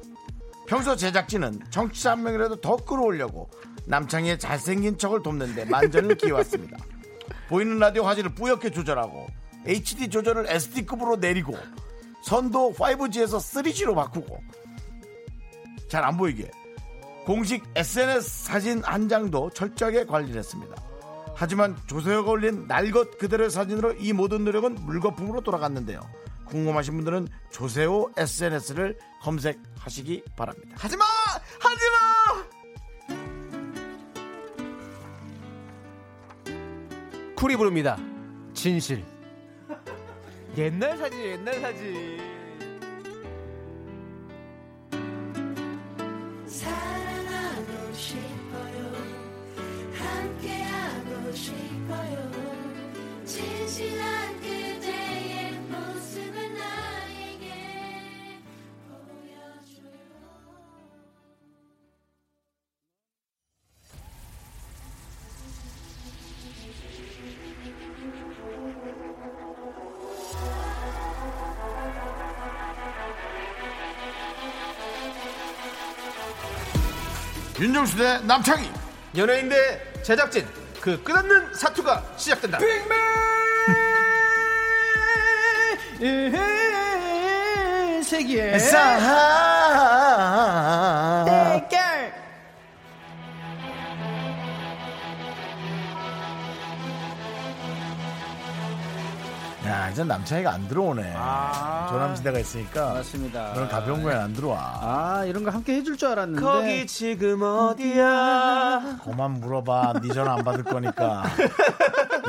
[SPEAKER 1] 평소 제작진은 정치자 한 명이라도 더 끌어올려고 남창희의 잘생긴 척을 돕는데 만전을 기해왔습니다. 보이는 라디오 화질을 뿌옇게 조절하고 HD 조절을 SD급으로 내리고 선도 5G에서 3G로 바꾸고 잘 안 보이게 공식 SNS 사진 한 장도 철저하게 관리를 했습니다. 하지만 조세호가 올린 날것 그대로의 사진으로 이 모든 노력은 물거품으로 돌아갔는데요. 궁금하신 분들은 조세호 SNS를 검색하시기 바랍니다.
[SPEAKER 2] 하지마! 하지마! 쿨이 부릅니다. 진실. 옛날 사진, 옛날 사진.
[SPEAKER 5] 사랑하고 싶어요 함께하고 싶어요 진실한 그대의 모습을 나에게 보여줘요
[SPEAKER 1] 윤정수 대 남창희
[SPEAKER 2] 연예인 대 제작진. 그 끝없는 사투가 시작된다. 네.
[SPEAKER 6] 세기에
[SPEAKER 2] 네.
[SPEAKER 1] 싸 야, 이제 남창희가 안 들어오네.
[SPEAKER 2] 아.
[SPEAKER 1] 조남지대가 있으니까.
[SPEAKER 7] 맞습니다.
[SPEAKER 1] 그런 가벼운 거에 안 들어와.
[SPEAKER 7] 아 이런 거 함께 해줄 줄 알았는데
[SPEAKER 2] 거기 지금 어디야?
[SPEAKER 1] 그만 물어봐. 네 전화 안 받을 거니까.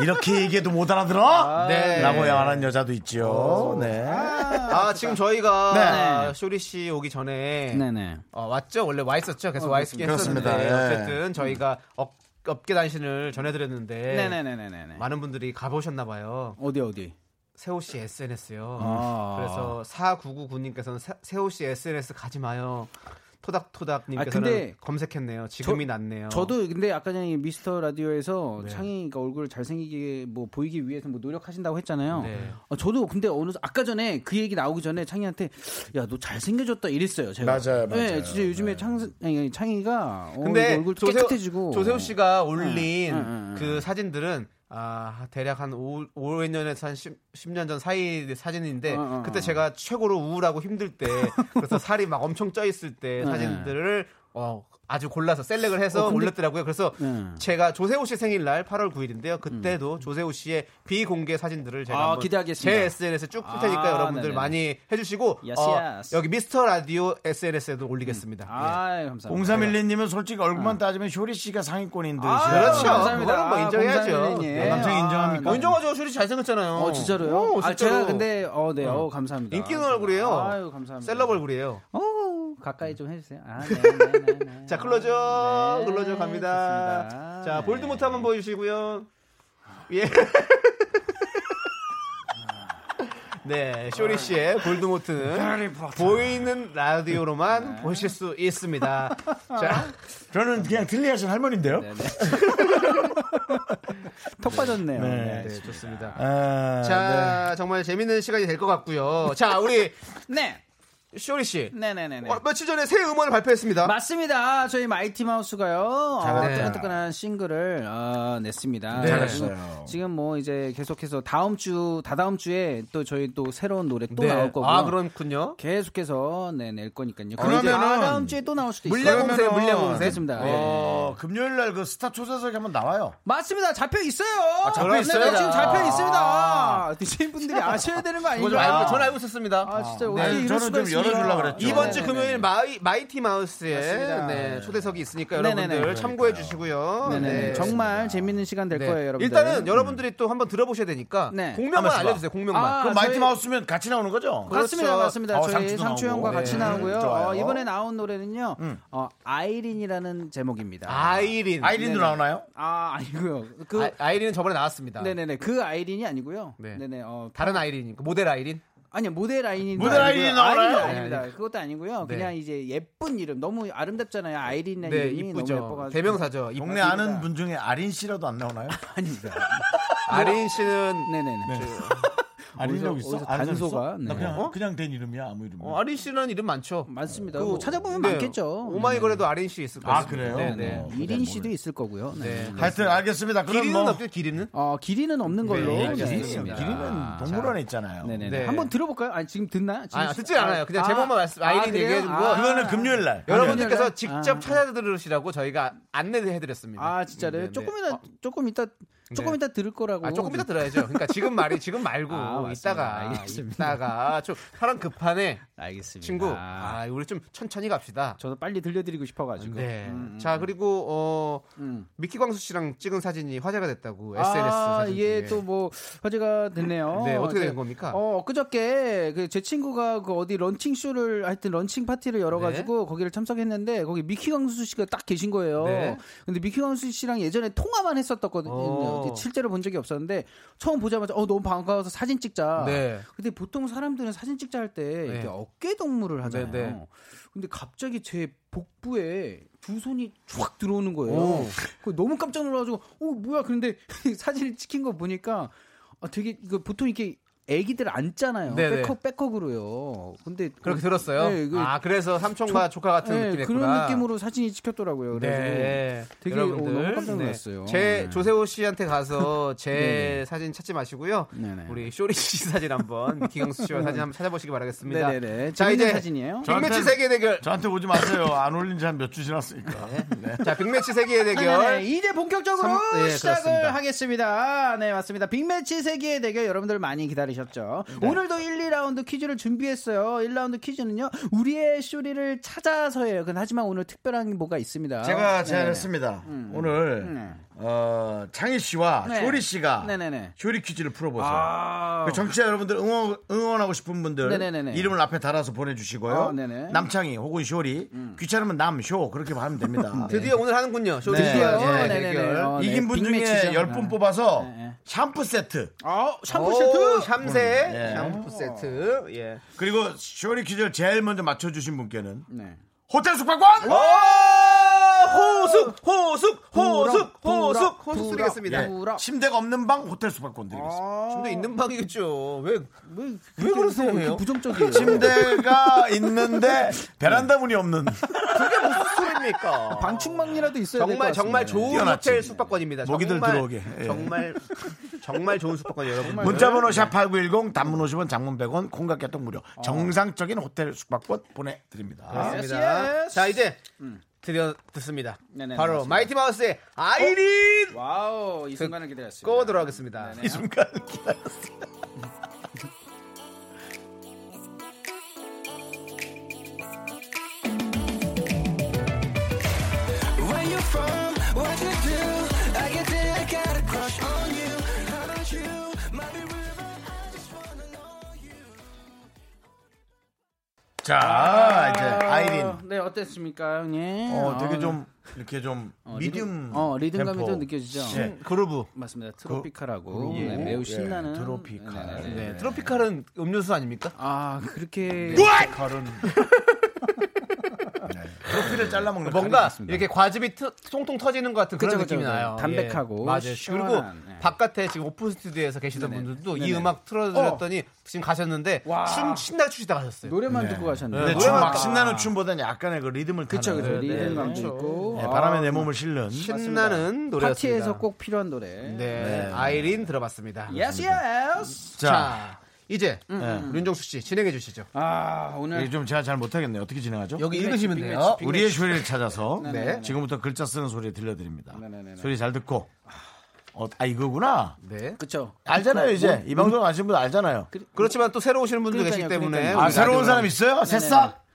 [SPEAKER 1] 이렇게 얘기해도 못 알아들어?
[SPEAKER 2] 네.
[SPEAKER 1] 라고 야한 여자도
[SPEAKER 7] 어.
[SPEAKER 1] 있죠. 네.
[SPEAKER 2] 아, 지금 저희가
[SPEAKER 1] 네.
[SPEAKER 2] 아, 쇼리 씨 오기 전에
[SPEAKER 7] 네네
[SPEAKER 2] 어, 왔죠? 원래 와 있었죠? 계속 와 있긴
[SPEAKER 1] 그렇습니다.
[SPEAKER 2] 했었는데
[SPEAKER 1] 예.
[SPEAKER 2] 어쨌든 저희가 업, 업계 단신을 전해드렸는데
[SPEAKER 7] 네네네네네
[SPEAKER 2] 많은 분들이 가보셨나 봐요.
[SPEAKER 7] 어디 어디
[SPEAKER 2] 세호 씨 SNS요.
[SPEAKER 7] 아.
[SPEAKER 2] 그래서 4999님께서는 세호 씨 SNS 가지 마요.
[SPEAKER 7] 아,
[SPEAKER 2] 토닥토닥님께서는
[SPEAKER 7] 근데
[SPEAKER 2] 검색했네요. 지금이 낫네요.
[SPEAKER 7] 저도 근데 아까 전에 미스터 라디오에서 창희가 얼굴 잘생기게 뭐 보이기 위해서 뭐 노력하신다고 했잖아요.
[SPEAKER 2] 네.
[SPEAKER 7] 어, 저도 근데 어느 아까 전에 그 얘기 나오기 전에 창희한테 야 너 잘생겨졌다 이랬어요. 제가.
[SPEAKER 1] 맞아요, 맞아요.
[SPEAKER 7] 네, 진짜 요즘에 창 아니, 창희가 어,
[SPEAKER 2] 근데
[SPEAKER 7] 얼굴 도
[SPEAKER 2] 조세호,
[SPEAKER 7] 깨끗해지고 어. 예,
[SPEAKER 2] 조세호 씨가 올린
[SPEAKER 7] 응, 응, 응,
[SPEAKER 2] 그 사진들은 아, 대략 한 5, 5년에서 한 10, 년전 사이 사진인데
[SPEAKER 7] 응, 응,
[SPEAKER 2] 그때
[SPEAKER 7] 응.
[SPEAKER 2] 제가 최고로 우울하고 힘들 때 그래서 살이 막 엄청 쪄 있을
[SPEAKER 7] 예,
[SPEAKER 2] 때 사진들을 어, 아주 골라서
[SPEAKER 7] 어,
[SPEAKER 2] 셀렉을 해서 올렸더라고요. 그래서
[SPEAKER 7] 응.
[SPEAKER 2] 제가 조세호 씨 생일날 8월 9일인데요. 그때도 조세호 씨의 비공개 사진들을 제가
[SPEAKER 7] 음. 아,
[SPEAKER 2] 한번
[SPEAKER 7] 기대하겠습니다.
[SPEAKER 2] 제 SNS에 쭉 풀 테니까
[SPEAKER 7] 아,
[SPEAKER 2] 여러분들
[SPEAKER 7] 네네네.
[SPEAKER 2] 많이 해주시고 어,
[SPEAKER 7] Yes, yes.
[SPEAKER 2] 여기 미스터 라디오 SNS에도 올리겠습니다. 예.
[SPEAKER 7] 아 감사합니다.
[SPEAKER 1] 0311님은 솔직히 얼굴만 따지면 쇼리 씨가 상위권인 듯이.
[SPEAKER 7] 아유,
[SPEAKER 2] 그렇죠.
[SPEAKER 7] 감사합니다.
[SPEAKER 2] 그거는 뭐 인정해야죠.
[SPEAKER 7] 공사연예인님.
[SPEAKER 2] 네,
[SPEAKER 1] 남창희
[SPEAKER 7] 아,
[SPEAKER 1] 인정합니까?
[SPEAKER 7] 네.
[SPEAKER 2] 인정하죠. 슈리 잘생겼잖아요.
[SPEAKER 7] 어 진짜로요?
[SPEAKER 2] 오,
[SPEAKER 7] 아
[SPEAKER 2] 진짜로.
[SPEAKER 7] 제가 근데 어네 어, 감사합니다.
[SPEAKER 2] 인기 있는 얼굴이에요.
[SPEAKER 7] 아유 감사합니다.
[SPEAKER 2] 셀럽 얼굴이에요.
[SPEAKER 7] 오, 가까이 좀 해주세요. 아, 네, 네, 네, 네.
[SPEAKER 2] 자, 클로저,
[SPEAKER 7] 네,
[SPEAKER 2] 클로저 갑니다.
[SPEAKER 7] 좋습니다.
[SPEAKER 2] 자,
[SPEAKER 7] 네.
[SPEAKER 2] 볼드모트 한번 보여주시고요. 예. 네, 쇼리 씨의 골드모트는 보이는 라디오로만
[SPEAKER 7] 네.
[SPEAKER 2] 보실 수 있습니다. 자,
[SPEAKER 1] 저는 그냥 들리하신 할머니인데요.
[SPEAKER 7] 네. 턱 빠졌네요.
[SPEAKER 1] 네.
[SPEAKER 7] 네.
[SPEAKER 2] 네, 좋습니다.
[SPEAKER 1] 아,
[SPEAKER 2] 자, 정말 재밌는 시간이 될 것 같고요. 자, 우리
[SPEAKER 7] 네.
[SPEAKER 2] 쇼리 씨.
[SPEAKER 7] 네네네네.
[SPEAKER 2] 어, 며칠 전에 새 음원을 발표했습니다.
[SPEAKER 7] 맞습니다. 저희 마이티 마우스가요. 어,
[SPEAKER 2] 잘했다.
[SPEAKER 7] 뜨끈뜨끈한 싱글을 어, 냈습니다.
[SPEAKER 1] 네. 잘했어요.
[SPEAKER 7] 지금, 지금 뭐 이제 계속해서 다음 주 다다음 주에 또 저희 또 새로운 노래 또
[SPEAKER 2] 네.
[SPEAKER 7] 나올 거고요.
[SPEAKER 2] 아, 그렇군요.
[SPEAKER 7] 계속해서 네, 낼 거니까요. 아,
[SPEAKER 1] 그러면은
[SPEAKER 7] 다음 주에 또 나올 수도 있어요.
[SPEAKER 2] 물레공세,
[SPEAKER 7] 그러면은-
[SPEAKER 2] 물레공세.
[SPEAKER 7] 그렇습니다. 예.
[SPEAKER 1] 네. 어, 금요일 날 그 스타 초대석에 한번 나와요.
[SPEAKER 7] 맞습니다. 잡혀 있어요.
[SPEAKER 1] 아, 잡혀 있어요?
[SPEAKER 7] 네, 지금 잡혀
[SPEAKER 1] 아.
[SPEAKER 7] 있습니다. 드신 분들이 아셔야 되는 거
[SPEAKER 2] 그거 좀 알고,
[SPEAKER 7] 아닌가?
[SPEAKER 2] 전 알고 있었습니다. 아.
[SPEAKER 7] 아 진짜
[SPEAKER 1] 네,
[SPEAKER 7] 어떻게 이럴
[SPEAKER 1] 저는
[SPEAKER 7] 수가
[SPEAKER 1] 좀
[SPEAKER 7] 있습니까?
[SPEAKER 1] 열어주려고 그랬죠.
[SPEAKER 2] 이번 주
[SPEAKER 7] 네네네.
[SPEAKER 2] 금요일 마이, 마이티 마우스의
[SPEAKER 7] 맞습니다.
[SPEAKER 2] 네, 초대석이 있으니까
[SPEAKER 7] 네네네.
[SPEAKER 2] 여러분들 참고해 주시고요.
[SPEAKER 7] 네네네.
[SPEAKER 2] 네.
[SPEAKER 7] 정말 재밌는 시간 될
[SPEAKER 2] 네.
[SPEAKER 7] 거예요, 여러분.
[SPEAKER 2] 일단은 여러분들이 또 한번 들어보셔야 되니까
[SPEAKER 7] 네.
[SPEAKER 2] 공명만
[SPEAKER 1] 한번 써봐.
[SPEAKER 2] 알려주세요. 공명만.
[SPEAKER 7] 아,
[SPEAKER 1] 그럼
[SPEAKER 7] 저희-
[SPEAKER 1] 마이티 마우스면 같이 나오는 거죠?
[SPEAKER 7] 맞습니다,
[SPEAKER 2] 그렇죠.
[SPEAKER 7] 맞습니다.
[SPEAKER 1] 어,
[SPEAKER 7] 저희
[SPEAKER 1] 상추도
[SPEAKER 7] 상추 형과
[SPEAKER 1] 나오고.
[SPEAKER 7] 같이
[SPEAKER 1] 네.
[SPEAKER 7] 나오고요.
[SPEAKER 1] 좋아요.
[SPEAKER 7] 어, 이번에 나온 노래는요, 어, 아이린이라는 제목입니다.
[SPEAKER 2] 아이린.
[SPEAKER 1] 아이린도
[SPEAKER 7] 네네.
[SPEAKER 1] 나오나요?
[SPEAKER 7] 아, 아니고요. 그
[SPEAKER 2] 아, 아이린은 저번에 나왔습니다.
[SPEAKER 7] 네네네 그 아이린이 아니고요.
[SPEAKER 2] 네.
[SPEAKER 7] 네. 네네 어
[SPEAKER 2] 다른 아이린, 그 모델 아이린.
[SPEAKER 7] 아니요 모델 아이린
[SPEAKER 1] 모델 아이린이 나와요?
[SPEAKER 7] 아이린
[SPEAKER 2] 네,
[SPEAKER 7] 아닙니다.
[SPEAKER 2] 아이린.
[SPEAKER 7] 그것도 아니고요.
[SPEAKER 2] 네.
[SPEAKER 7] 그냥 이제 예쁜 이름 너무 아름답잖아요. 아이린이라는
[SPEAKER 2] 네,
[SPEAKER 7] 이름이 너무
[SPEAKER 2] 이쁘죠.
[SPEAKER 7] 예뻐가지고
[SPEAKER 2] 대명사죠. 이쁘-
[SPEAKER 1] 동네 아는 분 중에 아린 씨라도 안 나오나요?
[SPEAKER 2] 아린 씨는
[SPEAKER 7] 뭐. 네네네.
[SPEAKER 1] 아린 여기
[SPEAKER 7] 어디서
[SPEAKER 1] 있어? 아린 여기
[SPEAKER 7] 단소가?
[SPEAKER 1] 있어?
[SPEAKER 7] 네.
[SPEAKER 1] 나 그냥
[SPEAKER 2] 어?
[SPEAKER 1] 그냥 된 이름이야 아무 이름.
[SPEAKER 2] 어, 아린 씨는 이름 많죠.
[SPEAKER 7] 맞습니다.
[SPEAKER 2] 그-
[SPEAKER 7] 뭐 찾아보면
[SPEAKER 2] 네.
[SPEAKER 7] 많겠죠.
[SPEAKER 2] 오마이걸에도 아린 씨 있을 거예요.
[SPEAKER 1] 아, 그래요?
[SPEAKER 2] 네네.
[SPEAKER 1] 어.
[SPEAKER 7] 이린 씨도 있을 거고요. 네.
[SPEAKER 1] 하여튼 알겠습니다. 그럼
[SPEAKER 2] 기린은
[SPEAKER 1] 뭐
[SPEAKER 2] 없죠? 기린은?
[SPEAKER 7] 어 길이는 없는 걸로
[SPEAKER 1] 네,
[SPEAKER 7] 네,
[SPEAKER 1] 기린은
[SPEAKER 7] 알겠습니다.
[SPEAKER 1] 기린은 동물원에 있잖아요.
[SPEAKER 7] 네네네.
[SPEAKER 2] 네.
[SPEAKER 7] 한번 들어볼까요? 아니 지금 듣나? 지금
[SPEAKER 2] 아, 듣진 않아요. 그냥 제목만 말씀- 아이린
[SPEAKER 7] 그래요?
[SPEAKER 2] 얘기해 준 거.
[SPEAKER 7] 아,
[SPEAKER 1] 그거는 어, 금요일 날.
[SPEAKER 2] 여러분들께서
[SPEAKER 7] 아니요.
[SPEAKER 2] 직접
[SPEAKER 7] 아.
[SPEAKER 2] 찾아 들으시라고 저희가 안내를 해드렸습니다.
[SPEAKER 7] 아 진짜로요?
[SPEAKER 2] 네, 네.
[SPEAKER 7] 조금이나 조금 이따 조금
[SPEAKER 2] 네.
[SPEAKER 7] 이따 들을 거라고. 네.
[SPEAKER 2] 아, 조금 이따 들어야죠. 그러니까 지금 말이 지금 말고
[SPEAKER 7] 아, 맞습니다.
[SPEAKER 2] 이따가
[SPEAKER 7] 알겠습니다.
[SPEAKER 2] 이따가 좀 사람 급하네
[SPEAKER 7] 알겠습니다.
[SPEAKER 2] 친구. 아, 우리 좀 천천히 갑시다.
[SPEAKER 7] 저도 빨리 들려드리고 싶어가지고. 음.
[SPEAKER 2] 네. 자 그리고 어 미키 광수 씨랑 찍은 사진이 화제가 됐다고 SNS
[SPEAKER 7] 아,
[SPEAKER 2] 사진 중에.
[SPEAKER 7] 이게 또 뭐 화제가 됐네요.
[SPEAKER 2] 네, 어떻게
[SPEAKER 7] 제-
[SPEAKER 2] 된 겁니까?
[SPEAKER 7] 어, 그저께 그 제 친구가 그 어디 런칭 쇼를 하여튼 런칭 파티를 열어가지고 거기를 참석했는데 거기 미키 강수 씨가 딱 계신 거예요.
[SPEAKER 2] 네.
[SPEAKER 7] 근데 미키 강수 씨랑 예전에 통화만 했었거든요.
[SPEAKER 2] 어.
[SPEAKER 7] 어디 실제로 본 적이 없었는데 처음 보자마자 어 너무 반가워서 사진 찍자.
[SPEAKER 2] 네.
[SPEAKER 7] 근데 보통 사람들은 사진 찍자 할 때 이렇게 어깨 동무를 하잖아요.
[SPEAKER 2] 네, 네.
[SPEAKER 7] 근데 갑자기 제 복부에 두 손이 쫙 들어오는 거예요.
[SPEAKER 2] 오.
[SPEAKER 7] 그거 너무 깜짝 놀라가지고 어 뭐야 근데 사진을 찍힌 거 보니까 아, 되게 이거 보통 이렇게 애기들 앉잖아요.
[SPEAKER 2] 네네.
[SPEAKER 7] 백허 백허그로요. 근데
[SPEAKER 2] 그렇게 들었어요.
[SPEAKER 7] 네, 그-
[SPEAKER 2] 아 그래서 삼촌과
[SPEAKER 7] 조-
[SPEAKER 2] 조, 카 같은
[SPEAKER 7] 네,
[SPEAKER 2] 느낌이었구나.
[SPEAKER 7] 그런 느낌으로 사진이 찍혔더라고요. 그래서
[SPEAKER 2] 네.
[SPEAKER 7] 되게 어, 너무 깜짝 놀랐어요.
[SPEAKER 2] 제
[SPEAKER 7] 네.
[SPEAKER 2] 조세호 씨한테 가서 제 사진 찾지 마시고요.
[SPEAKER 7] 네네.
[SPEAKER 2] 우리 쇼리 씨 사진 한번 미키경수 씨와 사진 한번 찾아보시기 바라겠습니다.
[SPEAKER 7] 네네네.
[SPEAKER 2] 자
[SPEAKER 7] 재밌는
[SPEAKER 2] 이제
[SPEAKER 7] 사진이에요.
[SPEAKER 2] 빅매치
[SPEAKER 1] 저한테는-
[SPEAKER 2] 세계 대결.
[SPEAKER 1] 저한테 오지 마세요. 안 올린 지 한 몇 주 지났으니까. 네.
[SPEAKER 2] 자 빅매치 세계
[SPEAKER 7] 아, 네네네.
[SPEAKER 2] 대결.
[SPEAKER 7] 이제 본격적으로
[SPEAKER 2] 삼- 네,
[SPEAKER 7] 시작을
[SPEAKER 2] 그렇습니다.
[SPEAKER 7] 하겠습니다. 네, 맞습니다. 빅매치 세계의 대결 여러분들 많이 기다리셨죠?
[SPEAKER 2] 네.
[SPEAKER 7] 오늘도 1, 2라운드 퀴즈를 준비했어요. 1라운드 퀴즈는요, 우리의 쇼리를 찾아서예요. 근 하지만 오늘 특별한 뭐가 있습니다.
[SPEAKER 1] 제가
[SPEAKER 7] 아, 네네네. 음.
[SPEAKER 1] 제안했습니다. 오늘 어, 창희 씨와
[SPEAKER 7] 네.
[SPEAKER 1] 쇼리 씨가
[SPEAKER 7] 네네네. 아.
[SPEAKER 1] 쇼리 퀴즈를 풀어보세요. 그 정치자 여러분들 응원, 응원하고 싶은 분들
[SPEAKER 7] 네네네네.
[SPEAKER 1] 이름을 앞에 달아서 보내주시고요.
[SPEAKER 7] 어, 네네. 음.
[SPEAKER 1] 남창희 혹은 쇼리 귀찮으면 남쇼 그렇게 하면 됩니다.
[SPEAKER 2] 드디어 오늘 하는군요. 쇼리
[SPEAKER 1] 네.
[SPEAKER 2] 씨와
[SPEAKER 1] 드디어.
[SPEAKER 2] 네,
[SPEAKER 7] 네네네.
[SPEAKER 2] 대결.
[SPEAKER 7] 어, 네.
[SPEAKER 1] 이긴 분 중에
[SPEAKER 7] 빅매치죠.
[SPEAKER 1] 10분 뽑아서
[SPEAKER 7] 네.
[SPEAKER 1] 샴푸 세트
[SPEAKER 7] 아, 샴푸
[SPEAKER 2] 오,
[SPEAKER 7] 세트!
[SPEAKER 2] 어,
[SPEAKER 7] 음,
[SPEAKER 2] 샴세
[SPEAKER 1] 네.
[SPEAKER 2] 샴푸 세트. 예.
[SPEAKER 1] 그리고 쇼리 퀴즈를 제일 먼저 맞춰주신 분께는
[SPEAKER 7] 네.
[SPEAKER 1] 호텔 숙박권!
[SPEAKER 2] 어! 호숙 호숙 호숙
[SPEAKER 7] 어!
[SPEAKER 2] 호숙
[SPEAKER 7] 부락, 부락,
[SPEAKER 2] 호숙
[SPEAKER 7] 부락.
[SPEAKER 2] 드리겠습니다.
[SPEAKER 1] 예.
[SPEAKER 2] 좀
[SPEAKER 7] 우라.
[SPEAKER 1] 침대가 없는 방 호텔 숙박권
[SPEAKER 7] 어.
[SPEAKER 1] 드리겠습니다.
[SPEAKER 2] 더 있는 방이겠죠. 왜
[SPEAKER 7] 왜,
[SPEAKER 2] 왜 그러세요?
[SPEAKER 7] 그렇게 부정적이에요?
[SPEAKER 1] 침대가 있는데 베란다 문이 없는
[SPEAKER 2] 소리입니까?
[SPEAKER 7] 방충망이라도 있어야 될것
[SPEAKER 2] 정말
[SPEAKER 7] 같습니다.
[SPEAKER 2] 정말 좋은
[SPEAKER 1] 뛰어났지.
[SPEAKER 2] 호텔 숙박권입니다.
[SPEAKER 1] 모기들
[SPEAKER 2] 정말,
[SPEAKER 1] 들어오게. 예.
[SPEAKER 2] 정말 정말 좋은 숙박권 여러분.
[SPEAKER 1] 문자번호 샵8910 단문 50원 장문 100원 콩각개통 무료 정상적인 호텔 숙박권 보내드립니다
[SPEAKER 2] 맞습니다.
[SPEAKER 7] Yes, yes.
[SPEAKER 2] 자 이제 드디어 듣습니다.
[SPEAKER 7] 음. 네네,
[SPEAKER 2] 바로
[SPEAKER 7] 맞습니다.
[SPEAKER 2] 마이티 마우스의 아이린
[SPEAKER 7] 와우, 이 순간을 기다렸습니다.
[SPEAKER 2] 꺼 들어가겠습니다.
[SPEAKER 7] 네네.
[SPEAKER 1] 이 순간 기다렸어 자 이제 아이린
[SPEAKER 7] 네, 어땠습니까, 형님? 네, 아,
[SPEAKER 1] 어 되게 좀 이렇게 좀
[SPEAKER 7] 어,
[SPEAKER 1] 미디움
[SPEAKER 7] 어, 리듬감이
[SPEAKER 1] 템포.
[SPEAKER 7] 좀 느껴지죠.
[SPEAKER 1] 예.
[SPEAKER 2] 그루브.
[SPEAKER 7] 맞습니다. 트로피카라고 네, 매우 신나는
[SPEAKER 1] 그 트로피칼.
[SPEAKER 7] 네, 네, 네.
[SPEAKER 2] 네. 트로피칼은 음료수 아닙니까?
[SPEAKER 7] 아 그렇게
[SPEAKER 1] 칼은 트로피를 잘라 먹는
[SPEAKER 2] 뭔가
[SPEAKER 7] 맞습니다.
[SPEAKER 2] 이렇게 과즙이 트, 통통 터지는 것 같은 그런
[SPEAKER 7] 그쵸, 그쵸,
[SPEAKER 2] 느낌이
[SPEAKER 7] 그쵸.
[SPEAKER 2] 나요.
[SPEAKER 7] 담백하고
[SPEAKER 2] 예. 맞아요.
[SPEAKER 7] 시원한,
[SPEAKER 2] 그리고
[SPEAKER 7] 예.
[SPEAKER 2] 바깥에 지금 오픈 스튜디오에서 계시던
[SPEAKER 7] 네네.
[SPEAKER 2] 분들도 이
[SPEAKER 7] 네네.
[SPEAKER 2] 음악 틀어드렸더니 지금 가셨는데
[SPEAKER 7] 와.
[SPEAKER 2] 춤 신나 추시다 가셨어요.
[SPEAKER 7] 노래만 듣고 음. 가셨네요.
[SPEAKER 1] 근데
[SPEAKER 7] 노래만
[SPEAKER 1] 춤막
[SPEAKER 7] 듣고
[SPEAKER 1] 신나는 춤보다는 약간의 그 리듬을 타는
[SPEAKER 7] 그쵸, 그쵸.
[SPEAKER 2] 그렇죠.
[SPEAKER 7] 리듬감도 있고.
[SPEAKER 1] 예,
[SPEAKER 7] 아,
[SPEAKER 1] 바람에 내 몸을 실는
[SPEAKER 2] 신나는 노래였습니다.
[SPEAKER 7] 파티에서 꼭 필요한 노래.
[SPEAKER 2] 네. 아이린 들어봤습니다.
[SPEAKER 7] Yes, yes.
[SPEAKER 1] 자,
[SPEAKER 2] 자, 이제 음. 윤종수 씨 진행해 주시죠.
[SPEAKER 7] 아, 오늘
[SPEAKER 1] 이게 좀 제가 잘 못하겠네요. 어떻게 진행하죠?
[SPEAKER 2] 여기 읽으시면 돼요.
[SPEAKER 1] 우리의 소리를 찾아서
[SPEAKER 7] 네, 네, 네.
[SPEAKER 1] 지금부터 글자 쓰는 소리 들려드립니다.
[SPEAKER 7] 네, 네, 네, 네.
[SPEAKER 1] 소리 잘 듣고 어, 아 이거구나.
[SPEAKER 2] 네.
[SPEAKER 7] 그쵸.
[SPEAKER 1] 알잖아요 이제 이 방송 아시는 분 알잖아요.
[SPEAKER 2] 그렇지만 또 새로 오시는 분도
[SPEAKER 7] 그러니까요,
[SPEAKER 2] 계시기 때문에
[SPEAKER 7] 그러니까요.
[SPEAKER 1] 아
[SPEAKER 2] 우리가
[SPEAKER 1] 새로운
[SPEAKER 2] 아직
[SPEAKER 1] 사람
[SPEAKER 7] 네,
[SPEAKER 1] 있어요? 새싹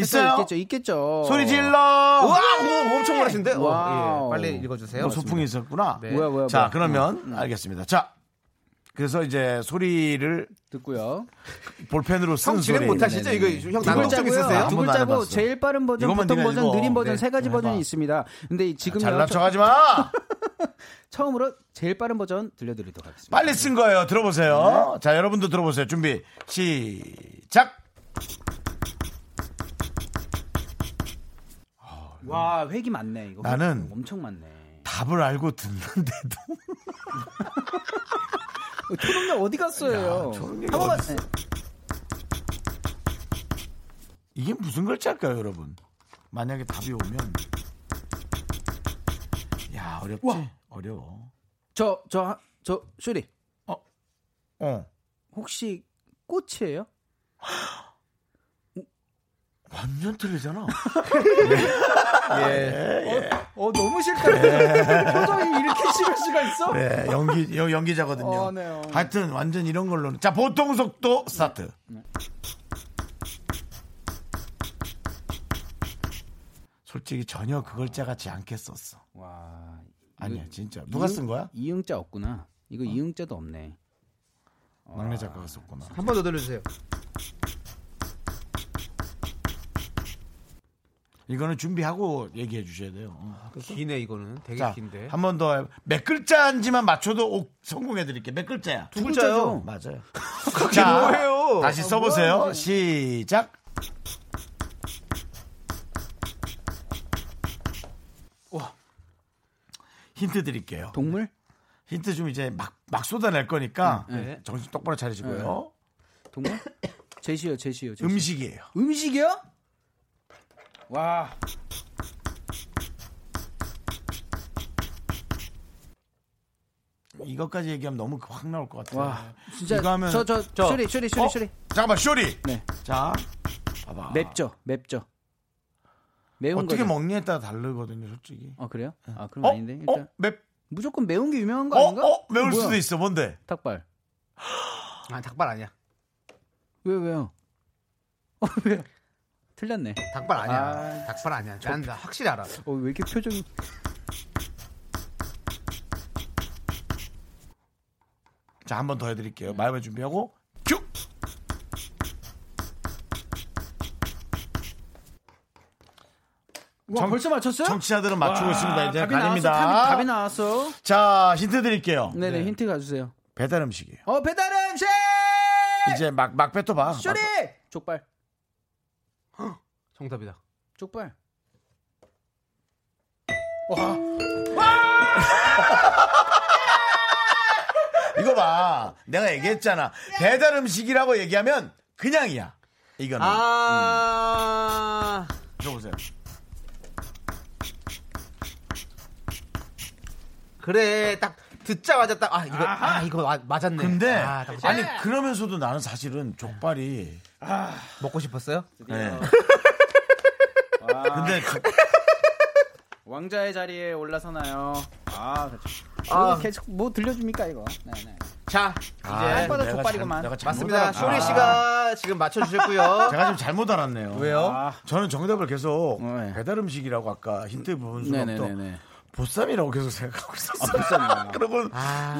[SPEAKER 1] 있어요?
[SPEAKER 7] 있겠죠, 있겠죠.
[SPEAKER 1] 소리 질러.
[SPEAKER 2] 와, 우 엄청 많으신데. 어,
[SPEAKER 7] 와우.
[SPEAKER 2] 예, 빨리 읽어주세요.
[SPEAKER 1] 뭐 소풍이 있었구나.
[SPEAKER 2] 네.
[SPEAKER 7] 뭐야, 뭐야.
[SPEAKER 1] 자
[SPEAKER 7] 뭐야. 음.
[SPEAKER 1] 그러면 알겠습니다. 자 그래서 이제 소리를
[SPEAKER 7] 듣고요.
[SPEAKER 1] 볼펜으로 쓰는
[SPEAKER 2] 형 진행
[SPEAKER 1] 소리.
[SPEAKER 2] 못하시죠? 이거 형 낭독 좀
[SPEAKER 7] 글자고요.
[SPEAKER 2] 있으세요?
[SPEAKER 1] 아, 두
[SPEAKER 7] 두
[SPEAKER 1] 번도 안
[SPEAKER 7] 글자고
[SPEAKER 1] 해봤어.
[SPEAKER 7] 제일 빠른 버전,
[SPEAKER 1] 이것만
[SPEAKER 7] 보통
[SPEAKER 1] 네가
[SPEAKER 7] 버전,
[SPEAKER 1] 읽어.
[SPEAKER 7] 느린 버전
[SPEAKER 1] 네.
[SPEAKER 7] 세 가지
[SPEAKER 1] 해봐.
[SPEAKER 7] 버전이 있습니다. 근데 지금
[SPEAKER 1] 잘난 척하지 마.
[SPEAKER 7] 처음으로 제일 빠른 버전 들려드리도록 하겠습니다.
[SPEAKER 1] 빨리 쓴 거예요. 들어보세요. 자, 여러분도 들어보세요. 준비, 시작.
[SPEAKER 7] 와, 획이 많네 이거.
[SPEAKER 1] 나는-
[SPEAKER 7] 엄청 많네.
[SPEAKER 1] 답을 알고 듣는데도
[SPEAKER 7] 어, 초롱이 어디 갔어요?
[SPEAKER 1] 초롱이가
[SPEAKER 7] 한 번만-
[SPEAKER 1] 어디
[SPEAKER 7] 네.
[SPEAKER 1] 이게 무슨 글자일까요, 여러분? 만약에 답이 오면 야 어렵지? 어려워.
[SPEAKER 7] 저, 저, 저, 쇼리.
[SPEAKER 1] 어
[SPEAKER 7] 혹시 꽃이에요?
[SPEAKER 1] 완전 틀리잖아.
[SPEAKER 7] 어, 너무 싫다. 표정이 이렇게 싫을 수가 있어?
[SPEAKER 1] 네, 연기 여- 연기자거든요.
[SPEAKER 7] 어, 네, 어.
[SPEAKER 1] 하여튼 완전 이런 걸로는 자 보통 속도 스타트. 솔직히 전혀 그 글자 같지 않게 썼어.
[SPEAKER 7] 와.
[SPEAKER 1] 아니야 진짜 누가 쓴 거야?
[SPEAKER 7] 이응자 없구나. 이거 이응자도 없네.
[SPEAKER 1] 막내 작가가 썼구나.
[SPEAKER 2] 한 번 더 들려주세요.
[SPEAKER 1] 이거는 준비하고 얘기해 주셔야 돼요.
[SPEAKER 7] 아,
[SPEAKER 1] 어.
[SPEAKER 2] 기네 이거는 되게
[SPEAKER 1] 자,
[SPEAKER 2] 긴데.
[SPEAKER 1] 한 번 더. 몇 글자인지만 맞춰도 옥- 성공해 드릴게요. 몇 글자야?
[SPEAKER 7] 두 글자죠. 아,
[SPEAKER 1] 맞아요. 자,
[SPEAKER 2] 뭐예요?
[SPEAKER 1] 다시 써보세요. 시작. 와. 힌트 드릴게요.
[SPEAKER 7] 동물?
[SPEAKER 1] 힌트 좀 이제 막, 막 쏟아낼 거니까
[SPEAKER 7] 음,
[SPEAKER 1] 음,
[SPEAKER 2] 네.
[SPEAKER 1] 정신 똑바로 차리시고요.
[SPEAKER 7] 동물? 제시요, 제시요. 제시.
[SPEAKER 1] 음식이에요.
[SPEAKER 7] 음식이요? 와.
[SPEAKER 1] 이것까지 얘기하면 너무 그 확 나올 것 같아요.
[SPEAKER 7] 와. 진짜
[SPEAKER 1] 이거 하면
[SPEAKER 7] 저, 저, 쇼리, 쇼리, 쇼리,
[SPEAKER 1] 어?
[SPEAKER 7] 쇼리.
[SPEAKER 1] 잠깐만, 쇼리.
[SPEAKER 7] 네.
[SPEAKER 1] 자, 봐봐.
[SPEAKER 7] 맵죠, 맵죠. 매운
[SPEAKER 1] 어떻게
[SPEAKER 7] 거죠.
[SPEAKER 1] 먹느냐에 따라 다르거든요, 솔직히.
[SPEAKER 7] 어 그래요? 아 그럼
[SPEAKER 1] 어?
[SPEAKER 7] 아닌데 일단
[SPEAKER 1] 어? 맵?
[SPEAKER 7] 무조건 매운 게 유명한 거
[SPEAKER 1] 어?
[SPEAKER 7] 아닌가?
[SPEAKER 1] 어? 매울
[SPEAKER 7] 뭐야?
[SPEAKER 1] 수도 있어. 뭔데?
[SPEAKER 7] 닭발.
[SPEAKER 2] 아, 닭발 아니야.
[SPEAKER 7] 왜 왜요? 어 왜요? 틀렸네.
[SPEAKER 2] 닭발 아니야. 닭발 아니야. 난 확실히 알아.
[SPEAKER 7] 어 왜 이렇게 표정이?
[SPEAKER 1] 자, 한 번 더
[SPEAKER 7] 네.
[SPEAKER 1] 해드릴게요. 마음의 준비하고, 큐!
[SPEAKER 7] 와
[SPEAKER 1] 정- 네,
[SPEAKER 7] 벌써 맞췄어요?
[SPEAKER 1] 청취자들은 맞추고 있습니다. 이제
[SPEAKER 7] 답이
[SPEAKER 1] 아닙니다.
[SPEAKER 7] 나왔어. 답이, 답이 나왔어.
[SPEAKER 1] 자, 힌트 드릴게요.
[SPEAKER 7] 네네 힌트 가주세요.
[SPEAKER 1] 배달 음식이에요.
[SPEAKER 7] 어 배달 음식
[SPEAKER 1] 이제 막, 막 뱉어봐.
[SPEAKER 7] 쇼리
[SPEAKER 1] 막-
[SPEAKER 7] 족발
[SPEAKER 2] 정답이다.
[SPEAKER 7] 족발.
[SPEAKER 1] 이거 봐. 내가 얘기했잖아.
[SPEAKER 7] 네.
[SPEAKER 1] 배달 음식이라고 얘기하면 그냥이야. 이거는.
[SPEAKER 2] 아.
[SPEAKER 1] 들어보세요.
[SPEAKER 2] 그래. 딱 듣자마자 딱 아, 이거 아, 이거 와- 맞았네.
[SPEAKER 1] 근데,
[SPEAKER 2] 아,
[SPEAKER 1] 아,
[SPEAKER 2] 닭발.
[SPEAKER 1] 니 그러면서도 나는 사실은 족발이.
[SPEAKER 2] 먹고 싶었어요?
[SPEAKER 1] 예. 근데 그-
[SPEAKER 7] 왕자의 자리에 올라서나요. 아 그렇죠. 아. 계속 뭐 들려줍니까 이거? 네네.
[SPEAKER 2] 자,
[SPEAKER 1] 아,
[SPEAKER 2] 이제
[SPEAKER 7] 혓바닥
[SPEAKER 1] 내가
[SPEAKER 7] 족발이구만.
[SPEAKER 1] 잘- 내가 잘못
[SPEAKER 2] 맞습니다.
[SPEAKER 1] 알았다.
[SPEAKER 2] 쇼리 씨가 지금 맞춰 주셨고요.
[SPEAKER 1] 제가 좀 잘못 알았네요.
[SPEAKER 2] 왜요?
[SPEAKER 1] 저는 정답을 계속
[SPEAKER 7] 네.
[SPEAKER 1] 배달 음식이라고 아까 힌트 부분
[SPEAKER 7] 네네네네.
[SPEAKER 1] 순간부터 보쌈이라고 계속 생각하고 있었어요.
[SPEAKER 7] 보쌈이요?
[SPEAKER 1] 그러고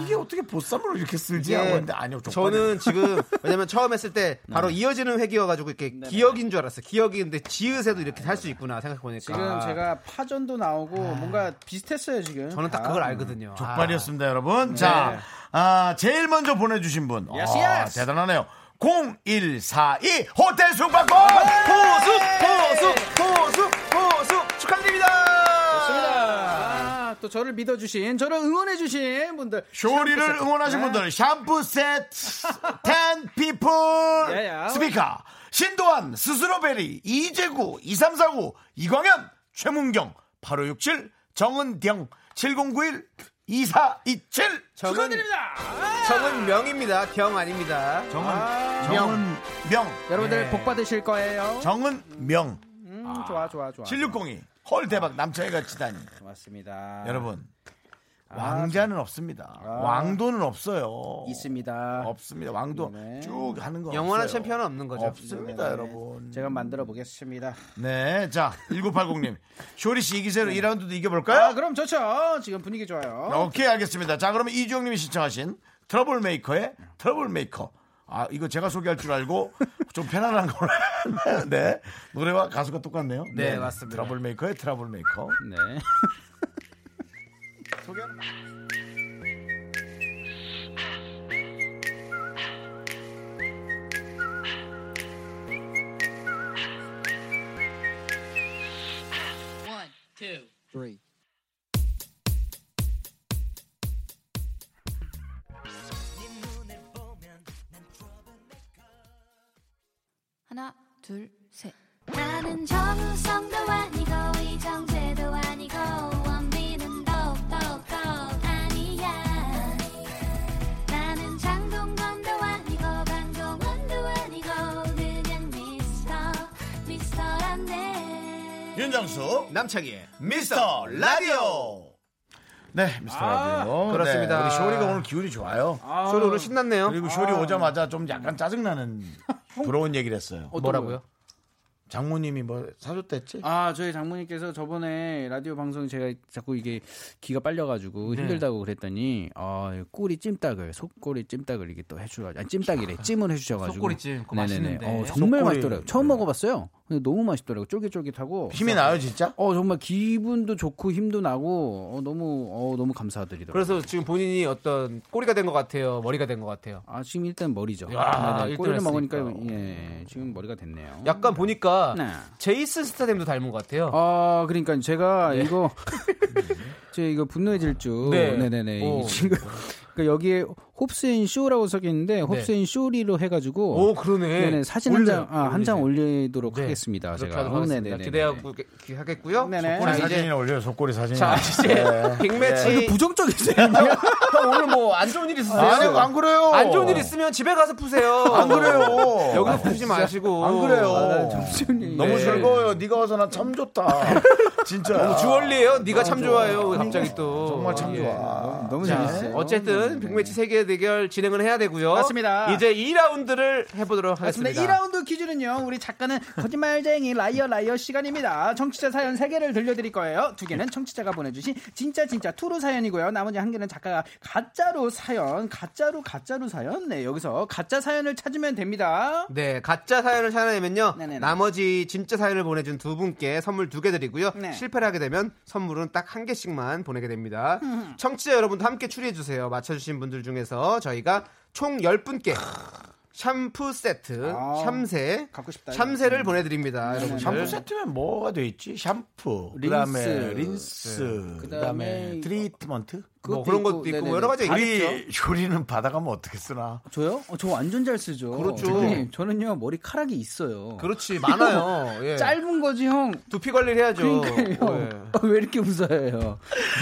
[SPEAKER 1] 이게 어떻게 보쌈으로 이렇게 쓰지 하고 했는데 아니요. 족발이.
[SPEAKER 2] 저는 지금 왜냐면 처음 했을 때 바로 이어지는 회기여가지고 이렇게 기억인 줄 알았어요. 기억인데 지읒에도 이렇게 할 수 있구나 생각해 보니까
[SPEAKER 7] 지금
[SPEAKER 1] 아.
[SPEAKER 7] 제가 파전도 나오고 뭔가 비슷했어요 지금. 아.
[SPEAKER 2] 저는 딱
[SPEAKER 7] 다.
[SPEAKER 2] 그걸 알거든요.
[SPEAKER 1] 족발이었습니다, 여러분. 자, 아, 제일 먼저 보내주신 분.
[SPEAKER 7] Yes,
[SPEAKER 1] 아,
[SPEAKER 7] yes.
[SPEAKER 1] 대단하네요. 0142 호텔 숙박권 네. 호수 호수
[SPEAKER 2] 아.
[SPEAKER 1] 호수 호수 축하드립니다.
[SPEAKER 7] 아, 또 저를 믿어주신, 저를 응원해주신 분들. 네.
[SPEAKER 1] 쇼리를
[SPEAKER 2] 네.
[SPEAKER 1] 응원하신 분들 샴푸 세트 텐 피플
[SPEAKER 2] 예,
[SPEAKER 7] 야야.
[SPEAKER 1] 스피카 신도환 스스로베리 이재구 2349 이광현 최문경 8567 정은경 7091 2427
[SPEAKER 7] 축하드립니다.
[SPEAKER 2] 정은 명입니다. 경 아닙니다.
[SPEAKER 1] 정은 정은 명
[SPEAKER 7] 여러분들
[SPEAKER 1] 예.
[SPEAKER 7] 복 받으실 거예요.
[SPEAKER 1] 정은 명
[SPEAKER 7] 음, 좋아, 좋아, 좋아.
[SPEAKER 1] 7602. 헐 대박 남자애가 치다니.
[SPEAKER 2] 아.
[SPEAKER 7] 맞습니다.
[SPEAKER 1] 여러분 왕자는 없습니다. 왕도는 없어요.
[SPEAKER 7] 있습니다.
[SPEAKER 1] 없습니다. 왕도
[SPEAKER 7] 네네.
[SPEAKER 1] 쭉 하는 거.
[SPEAKER 2] 영원한
[SPEAKER 1] 없어요.
[SPEAKER 2] 챔피언은 없는 거죠. 네.
[SPEAKER 1] 없습니다, 여러분.
[SPEAKER 7] 제가 만들어 보겠습니다.
[SPEAKER 1] 네, 자 1980님 쇼리 씨 이기세로 2라운드도 이겨볼까요?
[SPEAKER 7] 아, 그럼 좋죠. 지금 분위기 좋아요.
[SPEAKER 1] 오케이 알겠습니다. 자 그러면 이주영님이 신청하신 트러블 메이커의 트러블 메이커. 아 이거 제가 소개할 줄 알고 좀 편안한 걸로. 했네요. 네 노래와 가수가 똑같네요.
[SPEAKER 7] 네, 맞습니다.
[SPEAKER 1] 트러블 메이커의 트러블 메이커.
[SPEAKER 7] 네.
[SPEAKER 5] 하나, 둘, 셋.
[SPEAKER 4] 나는 정우성도 아니고 이정재도 아니고 원빈은 더욱더 아니야 나는 장동건도 아니고 강동원도 아니고 그냥 미스터 미스터란데
[SPEAKER 5] 네.
[SPEAKER 1] 예. 윤정수
[SPEAKER 2] 남창희의
[SPEAKER 1] 미스터 라디오. 네, 미스터 라디오.
[SPEAKER 2] 그렇습니다.
[SPEAKER 1] 네, 우리 쇼리가 오늘 기운이 좋아요.
[SPEAKER 2] 소리 오늘 신났네요.
[SPEAKER 1] 그리고 쇼리 오자마자 좀 약간 짜증나는 부러운 얘기를 했어요.
[SPEAKER 2] 뭐라고요?
[SPEAKER 1] 장모님이 뭐 사줬댔지?
[SPEAKER 7] 아, 저희 장모님께서 저번에 라디오 방송 제가 자꾸 이게 기가 빨려가지고
[SPEAKER 2] 네.
[SPEAKER 7] 힘들다고 그랬더니, 어, 꼬리 찜닭을, 속꼬리 찜닭을 이게 또 해주셔가지고, 아니, 찜닭이래. 찜을 해주셔가지고.
[SPEAKER 2] 속꼬리 찜, 그거
[SPEAKER 7] 네네네.
[SPEAKER 2] 맛있는데. 네.
[SPEAKER 7] 어, 정말
[SPEAKER 1] 속꼬리.
[SPEAKER 7] 맛있더라고요. 처음 먹어봤어요. 근데 너무 맛있더라고요. 쫄깃쫄깃하고.
[SPEAKER 1] 힘이 나요, 진짜?
[SPEAKER 7] 어, 정말 기분도 좋고 힘도 나고, 어, 너무, 어, 너무 감사드리더라고요.
[SPEAKER 2] 그래서 지금 본인이 어떤 꼬리가 된 것 같아요. 머리가 된 것 같아요.
[SPEAKER 7] 아, 지금 일단 머리죠.
[SPEAKER 2] 야,
[SPEAKER 7] 네네.
[SPEAKER 2] 일등
[SPEAKER 7] 꼬리를
[SPEAKER 2] 했으니까.
[SPEAKER 7] 먹으니까, 예, 지금 머리가 됐네요.
[SPEAKER 2] 약간 보니까
[SPEAKER 7] 네.
[SPEAKER 2] 제이슨 스타뎀도 닮은 것 같아요.
[SPEAKER 7] 아, 그러니까 제가 이거 제 이거 분노의 질주.
[SPEAKER 2] 네.
[SPEAKER 7] 네, 네, 네.
[SPEAKER 2] 오.
[SPEAKER 7] 이 친구 그 여기에 홉스인 쇼라고 적혀 있는데 홉스인 쇼리로 해 가지고
[SPEAKER 2] 네. 오, 그러네.
[SPEAKER 7] 네네. 사진 한 장 아, 한 장 올리도록
[SPEAKER 2] 네.
[SPEAKER 7] 하겠습니다.
[SPEAKER 2] 그렇게
[SPEAKER 7] 제가.
[SPEAKER 2] 하도록
[SPEAKER 7] 어,
[SPEAKER 2] 하겠습니다.
[SPEAKER 7] 네네네.
[SPEAKER 2] 기대하고 기- 하겠고요.
[SPEAKER 7] 네네. 아,
[SPEAKER 1] 속꼬리
[SPEAKER 2] 자, 이제
[SPEAKER 1] 사진이나 네. 올려요, 속꼬리 사진.
[SPEAKER 2] 자 이제 빅매치
[SPEAKER 7] 부정적이세요.
[SPEAKER 2] 형 오늘 뭐 안 좋은 일 있으세요?
[SPEAKER 1] 아니, 안 그래요.
[SPEAKER 2] 안 좋은 일 있으면 집에 가서 푸세요.
[SPEAKER 1] 안 그래요.
[SPEAKER 2] 여기서 푸지 마시고.
[SPEAKER 1] 안 그래요.
[SPEAKER 2] 아,
[SPEAKER 7] 잠시만요.
[SPEAKER 1] 너무
[SPEAKER 2] 네.
[SPEAKER 1] 즐거워요. 네가 와서 난 참 좋다. 진짜.
[SPEAKER 7] 아,
[SPEAKER 2] 너무 주얼리예요. 네가 참 좋아요. 갑자기 또.
[SPEAKER 1] 정말 참
[SPEAKER 2] 예.
[SPEAKER 1] 좋아.
[SPEAKER 7] 너무
[SPEAKER 2] 자,
[SPEAKER 7] 재밌어요.
[SPEAKER 2] 어쨌든 빅매치 세계 대결 진행은 해야 되고요.
[SPEAKER 7] 맞습니다.
[SPEAKER 2] 이제 2라운드를 해보도록 하겠습니다.
[SPEAKER 7] 맞습니다. 2라운드 퀴즈는요. 우리 작가는 거짓말쟁이 라이어 라이어 시간입니다. 청취자 사연 3개를 들려드릴 거예요. 2개는 청취자가 보내주신 진짜 진짜 투루 사연이고요. 나머지 한개는 작가가 가짜로 사연, 가짜로 가짜로 사연. 네, 여기서 가짜 사연을 찾으면 됩니다.
[SPEAKER 2] 네, 가짜 사연을 찾아내면요.
[SPEAKER 7] 네네네.
[SPEAKER 2] 나머지 진짜 사연을 보내준 두 분께 선물 두 개 드리고요.
[SPEAKER 7] 네.
[SPEAKER 2] 실패를 하게 되면 선물은 딱 한 개씩만 보내게 됩니다. 청취자 여러분도 함께 추리해주세요. 맞춰주신 분들 중에서 저희가 총 10분께 샴푸 세트,
[SPEAKER 7] 아,
[SPEAKER 2] 샴세,
[SPEAKER 7] 갖고 싶다, 이거. 음. 네,
[SPEAKER 2] 샴세를 보내드립니다. 여러분들.
[SPEAKER 1] 샴푸 세트면 뭐가 돼 있지? 샴푸,
[SPEAKER 7] 린스.
[SPEAKER 1] 그다음에 린스,
[SPEAKER 7] 그다음에
[SPEAKER 1] 그다음에
[SPEAKER 7] 이거.
[SPEAKER 1] 트리트먼트.
[SPEAKER 2] 네. 뭐 그런 것도 있고 뭐 여러 가지
[SPEAKER 7] 네, 다
[SPEAKER 2] 있-
[SPEAKER 7] 있죠?
[SPEAKER 1] 우리 쇼리는 바다가면 어떻게 쓰나?
[SPEAKER 7] 저요? 어, 저 완전 잘 쓰죠. 네. 그렇죠.
[SPEAKER 2] 그렇죠.
[SPEAKER 7] 선생님, 저는요 머리카락이 있어요. 네.
[SPEAKER 2] 그렇지, 많아요. 예.
[SPEAKER 7] 짧은 거지 형.
[SPEAKER 2] 두피 관리를 해야죠.
[SPEAKER 7] 그러니까요.
[SPEAKER 2] 예.
[SPEAKER 7] 왜 이렇게 웃어요?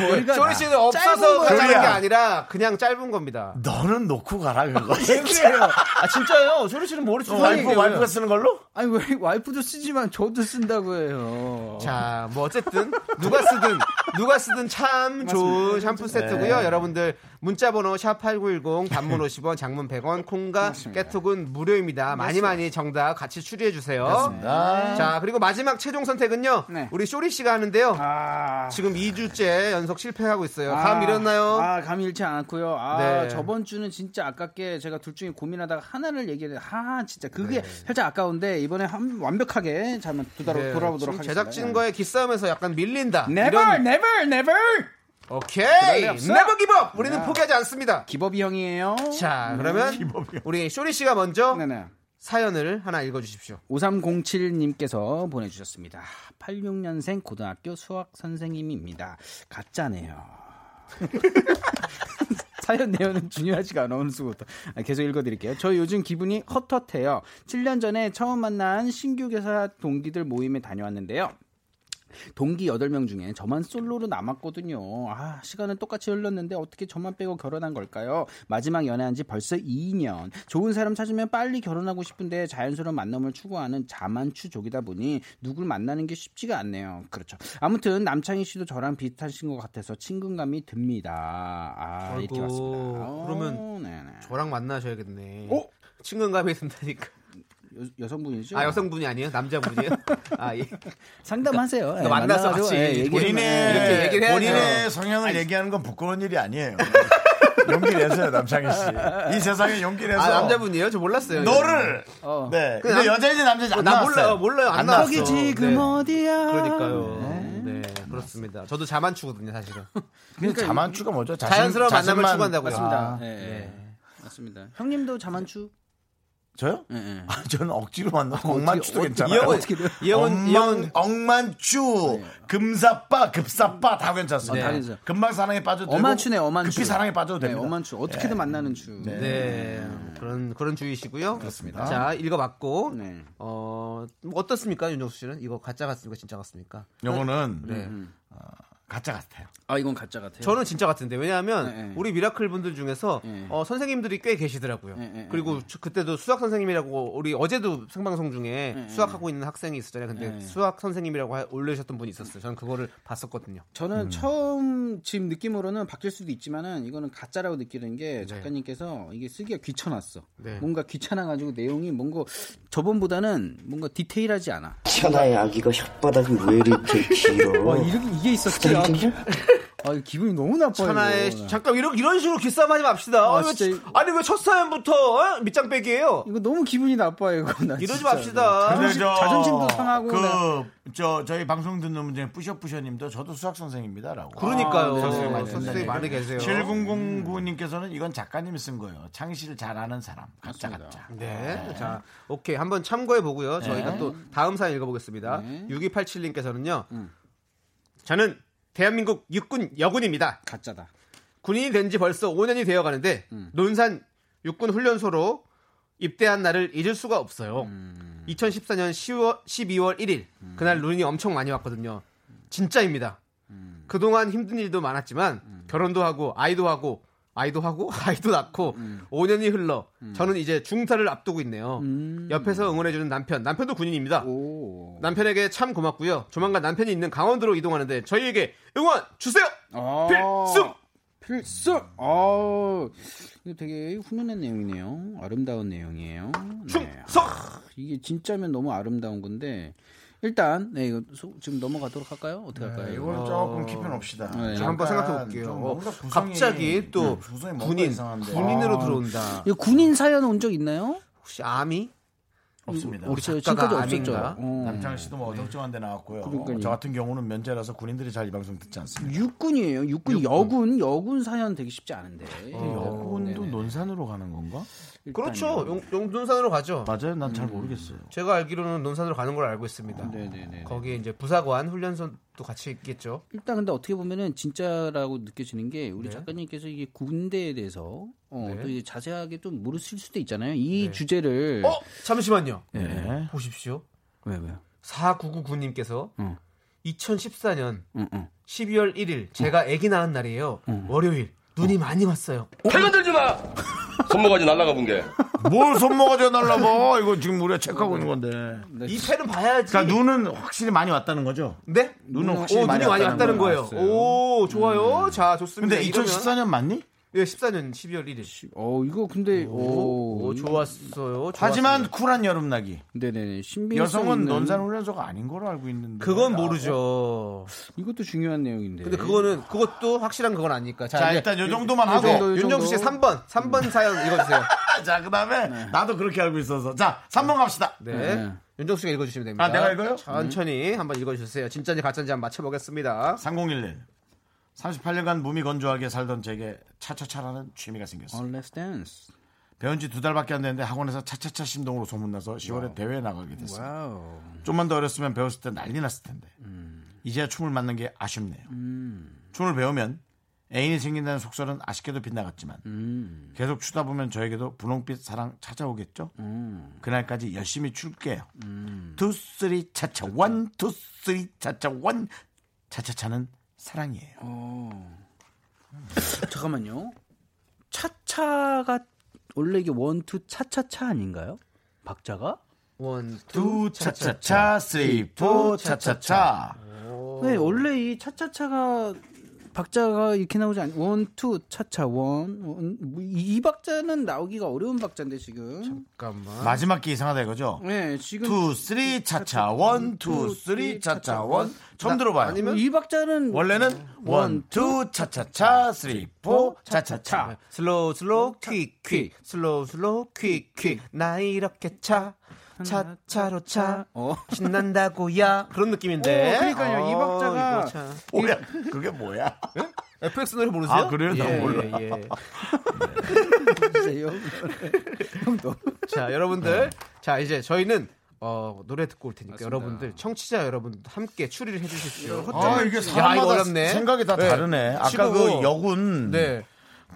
[SPEAKER 7] 머리가
[SPEAKER 2] 쇼리 씨는 없어서
[SPEAKER 7] 짧은 거예요.
[SPEAKER 2] 가자는 게
[SPEAKER 1] 거야.
[SPEAKER 2] 아니라 그냥 짧은 겁니다.
[SPEAKER 1] 너는 놓고 가라 그거.
[SPEAKER 2] 아 진짜요? 쇼리 씨는 머리
[SPEAKER 1] 어, 와이프 와이프가 쓰는 걸로?
[SPEAKER 7] 아니 왜 와이프도 쓰지만 저도 쓴다고 해요.
[SPEAKER 2] 자, 뭐 어쨌든 누가 쓰든 누가 쓰든 참 좋은 샴푸 세트
[SPEAKER 7] 네.
[SPEAKER 2] 깨톡이요. 여러분들 문자번호 샵8910 단문 50원, 장문 100원, 콩과 깨톡은 무료입니다. 많이 많이 정답 같이 추리해주세요. 자, 그리고 마지막 최종 선택은요.
[SPEAKER 7] 네.
[SPEAKER 2] 우리 쇼리 씨가 하는데요.
[SPEAKER 7] 아.
[SPEAKER 2] 지금 2주째 연속 실패하고 있어요. 아, 다음 밀었나요?
[SPEAKER 7] 아, 감 잃지 않았고요. 아,
[SPEAKER 2] 네.
[SPEAKER 7] 저번 주는 진짜 아깝게 제가 둘 중에 고민하다가 하나를 얘기했는데, 아, 진짜 그게 살짝 아까운데, 이번에 한- 완벽하게 잘 한번 두다로
[SPEAKER 2] 네,
[SPEAKER 7] 돌아보도록
[SPEAKER 2] 지금
[SPEAKER 7] 하겠습니다. 네.
[SPEAKER 2] 제작진과의 기싸움에서 약간 밀린다.
[SPEAKER 7] Never,
[SPEAKER 2] 이런-
[SPEAKER 7] never, never!
[SPEAKER 2] 오케이.
[SPEAKER 7] 리 없어. 아.
[SPEAKER 2] Never give up. 우리는
[SPEAKER 7] 야.
[SPEAKER 2] 포기하지 않습니다.
[SPEAKER 7] 기법이 형이에요.
[SPEAKER 2] 자, 그러면 우리 쇼리 씨가 먼저
[SPEAKER 7] 네네.
[SPEAKER 2] 사연을 하나 읽어주십시오.
[SPEAKER 7] 5307님께서 보내주셨습니다. 86년생 고등학교 수학 선생님입니다. 가짜네요. 사연 내용은 중요하지가 않아 어느 순간부터 아, 계속 읽어드릴게요. 저 요즘 기분이 헛헛해요. 7년 전에 처음 만난 신규 교사 동기들 모임에 다녀왔는데요. 동기 8명 중에 저만 솔로로 남았거든요. 아, 시간은 똑같이 흘렀는데 어떻게 저만 빼고 결혼한 걸까요? 마지막 연애한 지 벌써 2년. 좋은 사람 찾으면 빨리 결혼하고 싶은데 자연스러운 만남을 추구하는 자만추족이다 보니 누굴 만나는 게 쉽지가 않네요. 그렇죠. 아무튼 남창희 씨도 저랑 비슷하신 것 같아서 친근감이 듭니다. 아, 이렇게
[SPEAKER 2] 아이고,
[SPEAKER 7] 왔습니다. 어,
[SPEAKER 2] 그러면
[SPEAKER 7] 네네.
[SPEAKER 2] 저랑 만나셔야겠네.
[SPEAKER 7] 어?
[SPEAKER 2] 친근감이 든다니까.
[SPEAKER 7] 여, 성분이죠
[SPEAKER 2] 아 여성분이 아니에요? 남자분이에요? 아 예.
[SPEAKER 7] 상담하세요.
[SPEAKER 2] 만나서
[SPEAKER 7] 예, 만나가지고,
[SPEAKER 2] 같이 네.
[SPEAKER 7] 예, 얘기 좀 해요.
[SPEAKER 2] 이렇게
[SPEAKER 1] 본인의
[SPEAKER 2] 얘기를 해야죠.
[SPEAKER 1] 본인의 성향을 얘기하는 건 부끄러운 일이 아니에요. 용기를 내세요 남창희 씨. 이 세상에 용기를 내서
[SPEAKER 2] 아 남자분이에요? 저 몰랐어요.
[SPEAKER 1] 너를
[SPEAKER 7] 어.
[SPEAKER 1] 네.
[SPEAKER 2] 그
[SPEAKER 1] 근데
[SPEAKER 2] 남-
[SPEAKER 1] 여자인지 남자인지 안
[SPEAKER 2] 나
[SPEAKER 1] 나왔어요.
[SPEAKER 2] 몰라요. 몰라요. 안,
[SPEAKER 1] 안
[SPEAKER 2] 나왔어.
[SPEAKER 7] 거기 지금
[SPEAKER 2] 네.
[SPEAKER 7] 어디야?
[SPEAKER 2] 그러니까요. 네. 그렇습니다. 저도 자만추거든요, 사실은.
[SPEAKER 1] 그러니까 자만추가 뭐죠? 자신,
[SPEAKER 2] 자연스러운 만남을
[SPEAKER 1] 자신만-
[SPEAKER 2] 추구한다고요.
[SPEAKER 7] 맞습니다.
[SPEAKER 1] 아,
[SPEAKER 7] 예, 예. 맞습니다. 형님도 자만추?
[SPEAKER 1] 저요?
[SPEAKER 7] 예, 예.
[SPEAKER 1] 아, 저는 억지로 만나 억만추도 괜찮아요.
[SPEAKER 2] 이영은 이영은 이영은
[SPEAKER 1] 억만, 억만추, 금사빠, 급사빠 다 괜찮습니다.
[SPEAKER 7] 아, 다 괜찮아요.
[SPEAKER 1] 금방 사랑에 빠져도 되고,
[SPEAKER 7] 엄만추네, 엄만추.
[SPEAKER 1] 급히 사랑에 빠져도
[SPEAKER 7] 네,
[SPEAKER 1] 됩니다.
[SPEAKER 7] 엄만추. 어떻게든 만나는 추. 네.
[SPEAKER 2] 네. 그런 그런 주의시고요.
[SPEAKER 7] 그렇습니다.
[SPEAKER 2] 자, 읽어봤고
[SPEAKER 7] 네.
[SPEAKER 2] 어뭐 어떻습니까, 윤정수 씨는? 이거 가짜 같습니까, 진짜 같습니까?
[SPEAKER 1] 영어는
[SPEAKER 2] 네.
[SPEAKER 1] 가짜 같아요.
[SPEAKER 7] 아, 이건 가짜 같아요.
[SPEAKER 2] 예. 저는 진짜 같은데 왜냐하면
[SPEAKER 7] 네, 네.
[SPEAKER 2] 우리 미라클 분들 중에서
[SPEAKER 7] 네.
[SPEAKER 2] 어, 선생님들이 꽤 계시더라고요.
[SPEAKER 7] 네, 네,
[SPEAKER 2] 그리고 저- 그때도 수학 선생님이라고 우리 어제도 생방송 중에
[SPEAKER 7] 예,
[SPEAKER 2] 수학하고 있는 학생이 있었잖아요. 근데 수학 선생님이라고 하- 올려주셨던 분이 있었어요. 저는 그거를 봤었거든요.
[SPEAKER 7] 저는 처음 지금 느낌으로는 바뀔 수도 있지만은 이거는 가짜라고 느끼는 게 작가님께서 이게 쓰기가 귀찮았어.
[SPEAKER 2] 네.
[SPEAKER 7] 뭔가 귀찮아가지고 내용이 뭔가 저번보다는 뭔가 디테일하지 않아.
[SPEAKER 6] 천하의 아기가 혓바닥이 왜 이렇게 길어?
[SPEAKER 7] 와, 이렇게 이게 있었지. 아, 아, 기분이 너무 나빠요.
[SPEAKER 2] 천하의
[SPEAKER 7] 이거.
[SPEAKER 2] 잠깐 이런 이런 식으로 기싸움하지 맙시다.
[SPEAKER 7] 예. 아,
[SPEAKER 2] 아, 니
[SPEAKER 7] 진짜 이-
[SPEAKER 2] 왜첫 사연부터 어? 밑장 빼기예요?
[SPEAKER 7] 이거 너무 기분이 나빠요. 이거 나
[SPEAKER 2] 이러지
[SPEAKER 7] 진짜.
[SPEAKER 2] 맙시다.
[SPEAKER 7] 자존심-
[SPEAKER 1] 근데 저-
[SPEAKER 7] 자존심도 상하고 네. 내가-
[SPEAKER 1] 그, 저, 저희 방송 듣는 분 중에 뿌셔뿌셔님도 저도 수학선생입니다라고.
[SPEAKER 2] 그러니까요.
[SPEAKER 7] 아, 네.
[SPEAKER 2] 선생님 많이
[SPEAKER 7] 네.
[SPEAKER 2] 선생님 많이 계세요.
[SPEAKER 1] 7009님께서는 이건 작가님이 쓴 거예요. 창시를 잘 아는 사람. 가짜 가짜.
[SPEAKER 2] 네. 자, 오케이. 한번 참고해 보고요. 저희가 또 다음 사연 읽어보겠습니다. 6287님께서는요. 저는 대한민국 육군 여군입니다.
[SPEAKER 7] 가짜다.
[SPEAKER 2] 군인이 된 지 벌써 5년이 되어 가는데
[SPEAKER 7] 음.
[SPEAKER 2] 논산 육군 훈련소로 입대한 날을 잊을 수가 없어요.
[SPEAKER 7] 음.
[SPEAKER 2] 2014년 10월, 12월 1일 그날 눈이 엄청 많이 왔거든요. 진짜입니다.
[SPEAKER 7] 음.
[SPEAKER 2] 그동안 힘든 일도 많았지만 결혼도 하고 아이도 하고 아이도 하고 아이도 낳고
[SPEAKER 7] 음.
[SPEAKER 2] 5년이 흘러 저는 이제 중사를 앞두고 있네요. 옆에서 응원해주는 남편, 남편도 군인입니다.
[SPEAKER 7] 음. 오.
[SPEAKER 2] 남편에게 참 고맙고요. 조만간 남편이 있는 강원도로 이동하는데 저희에게 응원 주세요.
[SPEAKER 7] 아.
[SPEAKER 2] 필승!
[SPEAKER 7] 필승! 아, 이거 되게 훈훈한 내용이네요. 아름다운 내용이에요. 네.
[SPEAKER 2] 충성!
[SPEAKER 7] 이게 진짜면 너무 아름다운 건데 일단 네, 이거 소- 지금 넘어가도록 할까요? 어떻게
[SPEAKER 2] 네,
[SPEAKER 7] 할까요?
[SPEAKER 1] 이걸 조금 깊이 놉시다.
[SPEAKER 7] 네.
[SPEAKER 1] 약간
[SPEAKER 2] 좀 한번 생각해 볼게요.
[SPEAKER 1] 좀 뭔가
[SPEAKER 2] 어,
[SPEAKER 1] 구성이- 네,
[SPEAKER 2] 갑자기 또
[SPEAKER 1] 구성이 뭔가
[SPEAKER 2] 군인
[SPEAKER 1] 이상한데.
[SPEAKER 2] 군인으로
[SPEAKER 1] 아,
[SPEAKER 2] 들어온다.
[SPEAKER 7] 이거 군인 사연 온 적 있나요?
[SPEAKER 2] 혹시 아미?
[SPEAKER 1] 없습니다.
[SPEAKER 2] 우리
[SPEAKER 7] 없어요.
[SPEAKER 2] 네, 작가가 네.
[SPEAKER 7] 지금까지 없었죠.
[SPEAKER 2] 아닌가?
[SPEAKER 7] 어.
[SPEAKER 1] 남창희 씨도 뭐 어정쩡한 데 나왔고요.
[SPEAKER 7] 그러니까요.
[SPEAKER 1] 저 같은 경우는 면제라서 군인들이 잘 이 방송 듣지 않습니다.
[SPEAKER 7] 육군이에요. 육군, 여군 여군 사연 되게 쉽지 않은데.
[SPEAKER 2] 어.
[SPEAKER 1] 여군도
[SPEAKER 2] 네,
[SPEAKER 1] 논산으로 가는 건가?
[SPEAKER 7] 일단
[SPEAKER 2] 그렇죠. 용, 용둔산으로 가죠.
[SPEAKER 1] 맞아요. 난
[SPEAKER 2] 음.
[SPEAKER 1] 잘 모르겠어요.
[SPEAKER 2] 제가 알기로는 논산으로 가는 걸 알고 있습니다.
[SPEAKER 7] 네네네.
[SPEAKER 2] 거기에 이제 부사관 훈련소도 같이 있겠죠.
[SPEAKER 7] 일단 근데 어떻게 보면은 진짜라고 느껴지는 게 우리 작가님께서 이게 군대에 대해서 어,
[SPEAKER 2] 네.
[SPEAKER 7] 또 이제 자세하게 좀 모르실 수도 있잖아요. 이 주제를
[SPEAKER 2] 어, 잠시만요.
[SPEAKER 1] 네.
[SPEAKER 2] 보십시오.
[SPEAKER 7] 왜 왜요?
[SPEAKER 2] 4999님께서
[SPEAKER 7] 응.
[SPEAKER 2] 2014년
[SPEAKER 7] 응, 응.
[SPEAKER 2] 12월 1일 제가 아기 낳은 날이에요. 월요일. 눈이 많이 왔어요.
[SPEAKER 8] 패건 들지 마! 손모가지 날라가 본 게.
[SPEAKER 1] 뭘 손모가 전화를 봐. 이거 지금 우리가 체크하고 있는 건데.
[SPEAKER 2] 이 패는 봐야지.
[SPEAKER 1] 네. 그러니까 눈은 확실히 많이 왔다는 거죠. 어,
[SPEAKER 2] 네?
[SPEAKER 1] 눈은 확실히
[SPEAKER 2] 오,
[SPEAKER 1] 많이,
[SPEAKER 2] 눈이 많이 왔다는
[SPEAKER 1] 거예요. 어, 음.
[SPEAKER 2] 거예요. 네, 오, 좋아요. 자, 좋습니다.
[SPEAKER 1] 근데 2014년 맞니?
[SPEAKER 2] 예, 14년 12월 1일.
[SPEAKER 7] 어 이거 근데 오,
[SPEAKER 2] 오, 좋았어요.
[SPEAKER 1] 하지만 쿨한 여름나기.
[SPEAKER 7] 네네네 신빙성
[SPEAKER 1] 여성은
[SPEAKER 7] 있는-
[SPEAKER 1] 논산훈련소가 아닌 걸로 알고 있는데.
[SPEAKER 2] 그건 모르죠.
[SPEAKER 7] 이것도 중요한 내용인데.
[SPEAKER 2] 근데 그거는 그것도 확실한 그건 아니니까.
[SPEAKER 1] 자,
[SPEAKER 2] 이제
[SPEAKER 1] 일단 요 정도만
[SPEAKER 7] 요 정도,
[SPEAKER 1] 하고.
[SPEAKER 7] 요
[SPEAKER 2] 윤정수 씨
[SPEAKER 7] 정도.
[SPEAKER 2] 3번. 3번 사연 읽어 주세요.
[SPEAKER 1] 자, 그 다음에 나도 그렇게 알고 있어서. 자, 3번 갑시다.
[SPEAKER 2] 네.
[SPEAKER 7] 네.
[SPEAKER 2] 윤정수 씨가 읽어 주시면 됩니다.
[SPEAKER 1] 아, 내가 읽어요?
[SPEAKER 2] 천천히 한번 읽어 주세요. 진짜인지 가짜인지 한번 맞춰 보겠습니다.
[SPEAKER 1] 3011. 38년간 몸이 건조하게 살던 제게 차차차라는 취미가 생겼어요.
[SPEAKER 7] All Let's Dance.
[SPEAKER 1] 배운 지 두 달밖에 안 됐는데 학원에서 차차차 심동으로 소문나서 10월에 대회에 나가게 됐어요.
[SPEAKER 7] 와우. 음.
[SPEAKER 1] 좀만 더 어렸으면 배웠을 때 난리 났을 텐데. 이제야 춤을 맞는 게 아쉽네요. 춤을 배우면 애인이 생긴다는 속설은 아쉽게도 빗나갔지만
[SPEAKER 7] 음.
[SPEAKER 1] 계속 추다 보면 저에게도 분홍빛 사랑 찾아오겠죠?
[SPEAKER 7] 음.
[SPEAKER 1] 그날까지 열심히 출게요. 투, 쓰리, 차차, 원, 투, 쓰리, 차차, 원. 차차차는 사랑이에요.
[SPEAKER 7] 어, 잠깐만요. 차차가 원래 이게 원투 차차차 아닌가요? 박자가?
[SPEAKER 2] 원,
[SPEAKER 1] 투, 차차차, 쓰리, 포, 차차차.
[SPEAKER 7] 네, 원래 이 차차차가 박자가 이렇게 나오지 않. 원투 차차 원이 박자는 나오기가 어려운 박자인데 지금.
[SPEAKER 2] 잠깐만.
[SPEAKER 1] 마지막 게 이상하다 이거죠?
[SPEAKER 7] 네, 지금
[SPEAKER 1] 투 쓰리 차차 원 투 쓰리 차차 원 처음 들어봐요.
[SPEAKER 2] 아니면
[SPEAKER 7] 이 박자는
[SPEAKER 1] 원래는 원 투 차차차 쓰리 포 차차차.
[SPEAKER 2] 네. 슬로우 슬로우 퀵퀵 슬로우 슬로우 퀵퀵 나 이렇게 차 차차로 차
[SPEAKER 7] 어.
[SPEAKER 2] 신난다고야 그런 느낌인데 아,
[SPEAKER 7] 어, 그러니까요. 이 박자가-
[SPEAKER 2] 이거 참.
[SPEAKER 1] 뭐야? 그게 뭐야?
[SPEAKER 2] FX 노래 모르세요?
[SPEAKER 1] 아, 그래요? 나 몰라.
[SPEAKER 2] 예, 예.
[SPEAKER 7] 보세요.
[SPEAKER 1] 네.
[SPEAKER 2] 자 여러분들 자 이제 저희는 어, 노래 듣고 올 테니까 여러분들 청취자 여러분 함께 추리를 해주십시오.
[SPEAKER 1] 아 이게
[SPEAKER 2] 야, 이거
[SPEAKER 1] 사람마다
[SPEAKER 2] 어렵네.
[SPEAKER 1] 생각이 다
[SPEAKER 2] 네.
[SPEAKER 1] 다르네. 아까
[SPEAKER 2] 지금
[SPEAKER 1] 그 여군
[SPEAKER 2] 네.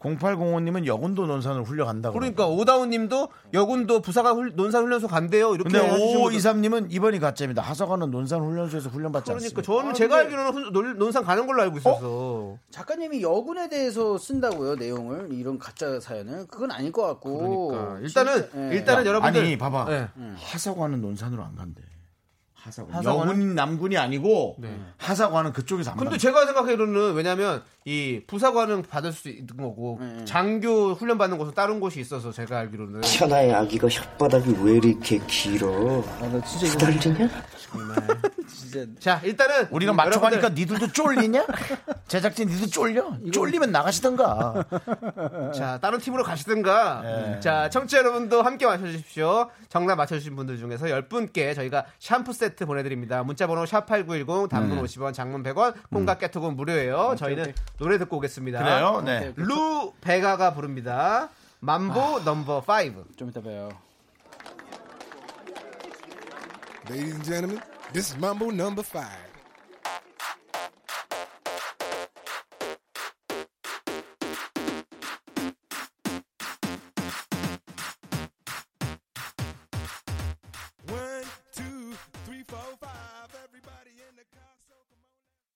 [SPEAKER 1] 0805님은 여군도 논산을 훈련한다고.
[SPEAKER 2] 그러니까 오다운님도 여군도 부사관 훌- 논산훈련소 간대요. 이렇게
[SPEAKER 1] 근데
[SPEAKER 2] 해주신 분도
[SPEAKER 1] 5523님은 이번이 가짜입니다. 하사관은 논산 훈련소에서 훈련받지
[SPEAKER 2] 그러니까
[SPEAKER 1] 않습니다.
[SPEAKER 2] 저는 제가 알기로는 훈- 논- 논산 가는 걸로 알고 있어서
[SPEAKER 7] 작가님이 여군에 대해서 쓴다고요 내용을 이런 가짜 사연을 그건 아닐 것 같고
[SPEAKER 2] 그러니까 일단은
[SPEAKER 7] 진짜, 예.
[SPEAKER 2] 일단은 여러분들
[SPEAKER 1] 아니 봐봐 음.
[SPEAKER 2] 네.
[SPEAKER 1] 하사관은 논산으로 안 간대. 하사관. 네.
[SPEAKER 2] 하사관은-
[SPEAKER 1] 여군 남군이 아니고 하사관은 그쪽에서 안
[SPEAKER 2] 근데
[SPEAKER 1] 간대.
[SPEAKER 2] 제가 생각하기로는 왜냐하면 이 부사관은 받을 수 있는 거고
[SPEAKER 1] 음,
[SPEAKER 2] 장교 훈련 받는 곳은 다른 곳이 있어서 제가 알기로는
[SPEAKER 6] 천하의 아기가 혓바닥이 왜 이렇게 길어?
[SPEAKER 7] 아, 나 진짜 이거
[SPEAKER 6] 후달리냐?
[SPEAKER 7] 진짜
[SPEAKER 2] 자 일단은
[SPEAKER 1] 우리가
[SPEAKER 2] 음,
[SPEAKER 1] 맞춰가니까
[SPEAKER 2] 여러분들,
[SPEAKER 1] 니들도 쫄리냐? 제작진 니들 쫄려? 쫄리면 나가시던가.
[SPEAKER 7] 네.
[SPEAKER 2] 자 다른 팀으로 가시든가 자 청취자 여러분도 함께 맞춰주십시오 정답 맞춰주신 분들 중에서 10분께 저희가 샴푸 세트 보내드립니다 문자번호 샵8910 단문
[SPEAKER 7] 네.
[SPEAKER 2] 50원 장문 100원
[SPEAKER 7] 음.
[SPEAKER 2] 콩과 깨톡은 무료예요 저희는 노래 듣고 오겠습니다
[SPEAKER 1] 그래요? 네.
[SPEAKER 2] 루 베가가 부릅니다 만보
[SPEAKER 7] 아.
[SPEAKER 2] 넘버 5
[SPEAKER 7] 좀 이따 봐요
[SPEAKER 9] Ladies and gentlemen, this is Mumble number five. One, two, three, four, five. Everybody in the car, so come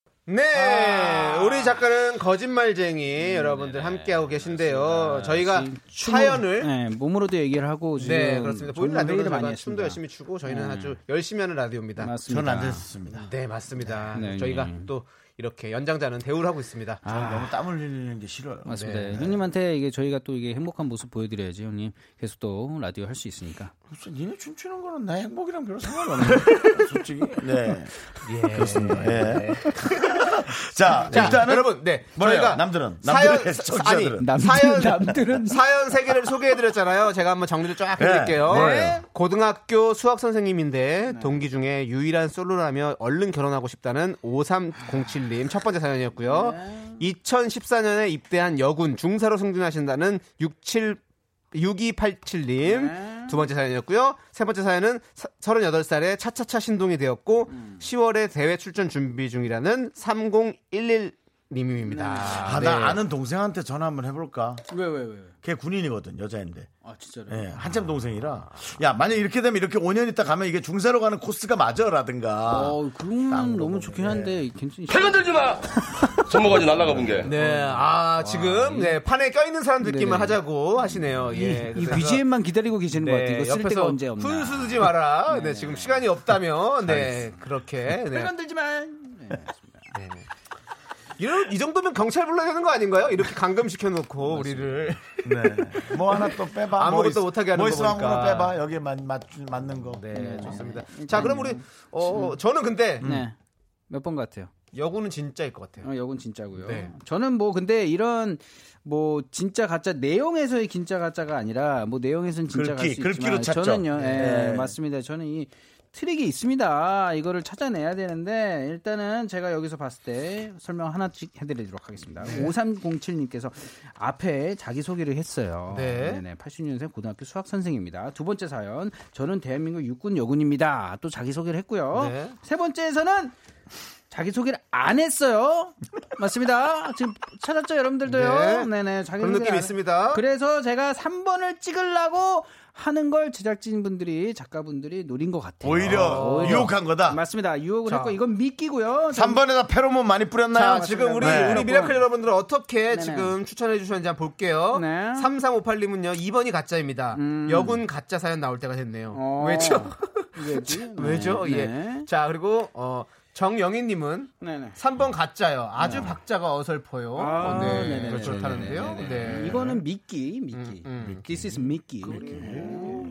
[SPEAKER 9] on.
[SPEAKER 2] 네,
[SPEAKER 7] 아.
[SPEAKER 2] 우리 작가는 거짓말쟁이 여러분들 함께하고 계신데요. 저희가
[SPEAKER 7] 음, 지금 춤으로-
[SPEAKER 2] 사연을 네,
[SPEAKER 7] 네, 몸으로도 얘기를 하고 지금
[SPEAKER 2] 그렇습니다. 보이는
[SPEAKER 7] 정말
[SPEAKER 2] 라디오는
[SPEAKER 7] 회의를
[SPEAKER 2] 저희가
[SPEAKER 7] 많이
[SPEAKER 2] 춤도
[SPEAKER 7] 했습니다 네.
[SPEAKER 2] 열심히 추고 저희는 아주 열심히 하는 라디오입니다.
[SPEAKER 7] 맞습니다
[SPEAKER 1] 저는 안 됐습니다.
[SPEAKER 2] 네, 맞습니다.
[SPEAKER 7] 네,
[SPEAKER 2] 저희가
[SPEAKER 7] 네. 아,
[SPEAKER 2] 또 이렇게 연장자는 대우를 하고 있습니다.
[SPEAKER 1] 너무 땀 흘리는 게 싫어요.
[SPEAKER 7] 맞습니다
[SPEAKER 2] 네.
[SPEAKER 7] 형님한테 이게 저희가 또 이게 행복한 모습 보여드려야지 형님 계속 또 라디오 할 수 있으니까
[SPEAKER 1] 글쎄, 니네 춤추는 거는 나의 행복이랑 별로 상관없네. 솔직히. 네. 그렇습니다. 예. 자,
[SPEAKER 2] 자,
[SPEAKER 1] 일단은
[SPEAKER 2] 여러분, 네,
[SPEAKER 1] 뭐예요?
[SPEAKER 2] 저희가
[SPEAKER 1] 남들은,
[SPEAKER 2] 사연
[SPEAKER 1] 남들은,
[SPEAKER 2] 사- 아니
[SPEAKER 1] 청취자들은.
[SPEAKER 2] 사연
[SPEAKER 7] 남들은, 남들은.
[SPEAKER 2] 사연 세 개를 소개해드렸잖아요. 제가 한번 정리를 쫙
[SPEAKER 1] 네,
[SPEAKER 2] 해드릴게요.
[SPEAKER 1] 뭐예요?
[SPEAKER 2] 고등학교 수학 선생님인데 동기 중에 유일한 솔로라며 얼른 결혼하고 싶다는 5307님 첫 번째 사연이었고요.
[SPEAKER 1] 네.
[SPEAKER 2] 2014년에 입대한 여군 중사로 승진하신다는 67 6287님
[SPEAKER 1] 네.
[SPEAKER 2] 두 번째 사연이었고요. 세 번째 사연은 사- 38살에 차차차 신동이 되었고
[SPEAKER 1] 음.
[SPEAKER 2] 10월에 대회 출전 준비 중이라는 네. 3011님입니다.
[SPEAKER 1] 아, 나 아는 동생한테 전화 한번 해볼까?
[SPEAKER 7] 왜 왜 왜
[SPEAKER 1] 걔 군인이거든, 여자인데.
[SPEAKER 7] 아 진짜로
[SPEAKER 2] 네.
[SPEAKER 1] 예, 한참 동생이라. 야, 만약 이렇게 되면 이렇게 5년 있다 가면 이게 중사로 가는 코스가 맞아라든가.
[SPEAKER 7] 어 그건 너무 좋긴 한데 괜찮
[SPEAKER 8] 퇴근들지 마
[SPEAKER 10] 손모가지 날라가 본 게.
[SPEAKER 7] 어,
[SPEAKER 2] 네, 아 지금 네 판에 껴있는 사람들끼리만 하자고 하시네요. 예,
[SPEAKER 7] 이
[SPEAKER 2] 그래서
[SPEAKER 7] BGM만 기다리고 계시는 것 같아요. 이거 쓸 데가 언제 없나.
[SPEAKER 2] 훈수 두지 마라. 네, 지금 시간이 없다면 네 그렇게 네.
[SPEAKER 7] 빨간 들지 마.
[SPEAKER 2] 이런 이 정도면 경찰 불러야 되는 거 아닌가요? 이렇게 감금시켜 놓고 우리를
[SPEAKER 1] 네. 뭐 하나 또 빼봐.
[SPEAKER 2] 아무것도
[SPEAKER 1] 뭐 있-
[SPEAKER 2] 못하게 하는
[SPEAKER 1] 뭐
[SPEAKER 2] 거
[SPEAKER 1] 있으면 아무거나
[SPEAKER 2] 보니까.
[SPEAKER 1] 빼봐. 여기에 맞, 맞, 맞는 거.
[SPEAKER 2] 네, 좋습니다. 자, 그럼 우리 어 저는 근데
[SPEAKER 7] 네. 몇 번 같아요?
[SPEAKER 2] 여구는 진짜일 것 같아요.
[SPEAKER 7] 어, 여군 진짜고요.
[SPEAKER 2] 네.
[SPEAKER 7] 저는 뭐 근데 이런 뭐 진짜 가짜 내용에서의 진짜 가짜가 아니라 뭐 내용에서는
[SPEAKER 11] 글귀,
[SPEAKER 7] 진짜 가짜 있지만
[SPEAKER 11] 글귀로 찾죠.
[SPEAKER 7] 저는요. 예,
[SPEAKER 11] 네.
[SPEAKER 7] 맞습니다. 저는 이 트릭이 있습니다. 이거를 찾아내야 되는데 일단은 제가 여기서 봤을 때 설명 하나씩 해드리도록 하겠습니다.
[SPEAKER 11] 네.
[SPEAKER 7] 5307님께서 앞에 자기 소개를 했어요.
[SPEAKER 2] 네.
[SPEAKER 7] 네네, 80년생 고등학교 수학 선생입니다. 두 번째 사연 저는 대한민국 육군 여군입니다. 또 자기 소개를 했고요.
[SPEAKER 2] 네.
[SPEAKER 7] 세 번째에서는 자기 소개를 안 했어요. 맞습니다. 지금 찾았죠, 여러분들도요.
[SPEAKER 2] 네.
[SPEAKER 7] 네, 네. 자기
[SPEAKER 2] 그런 느낌 있습니다.
[SPEAKER 7] 그래서 제가 3번을 찍으려고 하는 걸 제작진 분들이 작가분들이 노린 것 같아요.
[SPEAKER 11] 오히려 유혹한 거다.
[SPEAKER 7] 맞습니다. 유혹을
[SPEAKER 2] 자.
[SPEAKER 7] 했고 이건 미끼고요.
[SPEAKER 11] 3번에다 페로몬 많이 뿌렸나요?
[SPEAKER 2] 자, 지금 우리
[SPEAKER 11] 네.
[SPEAKER 2] 우리 미라클 여러분들은 어떻게
[SPEAKER 7] 네네.
[SPEAKER 2] 지금 추천해 주셨는지 한번 볼게요.
[SPEAKER 7] 네.
[SPEAKER 2] 3358님은요. 2번이 가짜입니다.
[SPEAKER 7] 음.
[SPEAKER 2] 여군 가짜 사연 나올 때가 됐네요.
[SPEAKER 7] 어.
[SPEAKER 2] 왜죠?
[SPEAKER 7] 이거지? 네,
[SPEAKER 2] 왜죠?
[SPEAKER 7] 네.
[SPEAKER 2] 예. 자, 그리고 어 정영희 님은
[SPEAKER 7] 네, 네.
[SPEAKER 2] 3번 가짜요. 아주 박자가 어설퍼요.
[SPEAKER 7] 아,
[SPEAKER 2] 어,
[SPEAKER 7] 네네네.
[SPEAKER 2] 네. 그렇다는데요. 네.
[SPEAKER 7] 이거는 미끼,
[SPEAKER 2] 음,
[SPEAKER 7] 미끼.
[SPEAKER 2] 음.
[SPEAKER 7] This is 미끼. 네. 이렇게.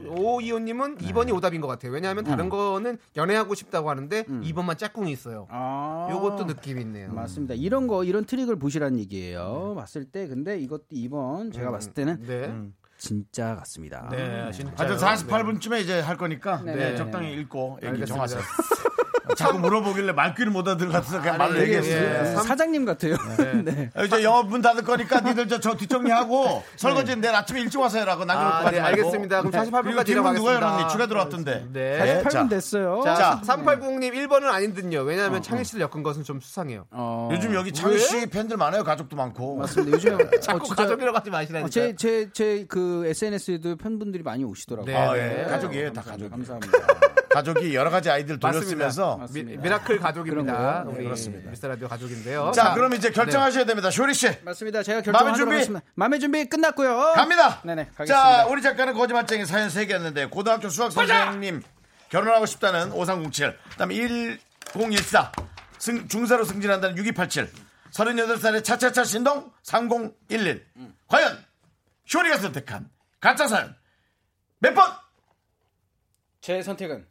[SPEAKER 2] 오이호님은
[SPEAKER 7] 네.
[SPEAKER 2] 2번이 오답인 것 같아요.
[SPEAKER 7] 음.
[SPEAKER 2] 왜냐하면 다른 거는 연애하고 싶다고 하는데 2번만 짝꿍이 있어요.
[SPEAKER 7] 아.
[SPEAKER 2] 요것도 느낌이 있네요. 음.
[SPEAKER 7] 맞습니다. 이런 거 이런 트릭을 보시라는 얘기예요. 봤을 때 근데 이것도 이번 제가 봤을 때는 음.
[SPEAKER 2] 네.
[SPEAKER 7] 진짜 같습니다.
[SPEAKER 2] 네, 진짜.
[SPEAKER 1] 하여튼 48분쯤에 이제 할 거니까 네, 적당히 읽고 얘기 좀 하세요.
[SPEAKER 2] 알겠습니다.
[SPEAKER 1] 자꾸 물어보길래 말귀를 못 알아들어서 그냥 말로
[SPEAKER 2] 되게
[SPEAKER 1] 얘기했어요.
[SPEAKER 2] 예.
[SPEAKER 7] 사장님 같아요. 네.
[SPEAKER 1] 아, 이제 영업문 닫을 거니까 니들 저, 저 뒷정리하고 설거지는 내일 아침에 일찍 와서 해라고 남겨놓고
[SPEAKER 2] 네. 아,
[SPEAKER 1] 가지
[SPEAKER 2] 네,
[SPEAKER 1] 말고.
[SPEAKER 2] 알겠습니다. 그럼 48 분까지
[SPEAKER 1] 그리고 뒷문 누가
[SPEAKER 2] 일어나겠습니다.
[SPEAKER 1] 열었니? 주가 들어왔던데.
[SPEAKER 2] 네.
[SPEAKER 1] 예,
[SPEAKER 7] 8분
[SPEAKER 1] 자,
[SPEAKER 7] 됐어요.
[SPEAKER 2] 자,
[SPEAKER 1] 자.
[SPEAKER 2] 3880님 1번은 아닌 듯요. 왜냐하면 창희 씨를 엮은 것은 좀 수상해요.
[SPEAKER 7] 어,
[SPEAKER 1] 요즘 여기 창희 씨 팬들 많아요. 가족도 많고.
[SPEAKER 7] 맞습니다. 요즘에 어,
[SPEAKER 2] 자꾸 가족이라고 하지 마시라니까.
[SPEAKER 7] 제제제그 SNS에도 팬분들이 많이 오시더라고요.
[SPEAKER 2] 네.
[SPEAKER 1] 아, 예.
[SPEAKER 2] 네.
[SPEAKER 1] 가족이에요. 다 가족.
[SPEAKER 7] 감사합니다. 감사합니다.
[SPEAKER 1] 가족이 여러 가지 아이들 돌려쓰면서.
[SPEAKER 2] 미, 라클 가족입니다.
[SPEAKER 7] 그런 거요.
[SPEAKER 2] 우리 미스터 라디오 가족인데요.
[SPEAKER 1] 자, 그럼 이제 결정하셔야 됩니다. 쇼리 씨.
[SPEAKER 7] 맞습니다. 제가
[SPEAKER 1] 마음의
[SPEAKER 7] 결정하도록
[SPEAKER 1] 준비.
[SPEAKER 7] 하겠습니다. 마음의 준비 끝났고요.
[SPEAKER 1] 갑니다.
[SPEAKER 7] 어? 네네. 가겠습니다.
[SPEAKER 1] 자, 우리 작가는 거짓말쟁이 사연 3개였는데 고등학교 수학 선생님 결혼하고 싶다는 5307. 그다음에 1014. 승, 중사로 승진한다는 6287. 38살의 차차차 신동 3011. 과연 쇼리가 선택한 가짜 사연 몇 번?
[SPEAKER 7] 제 선택은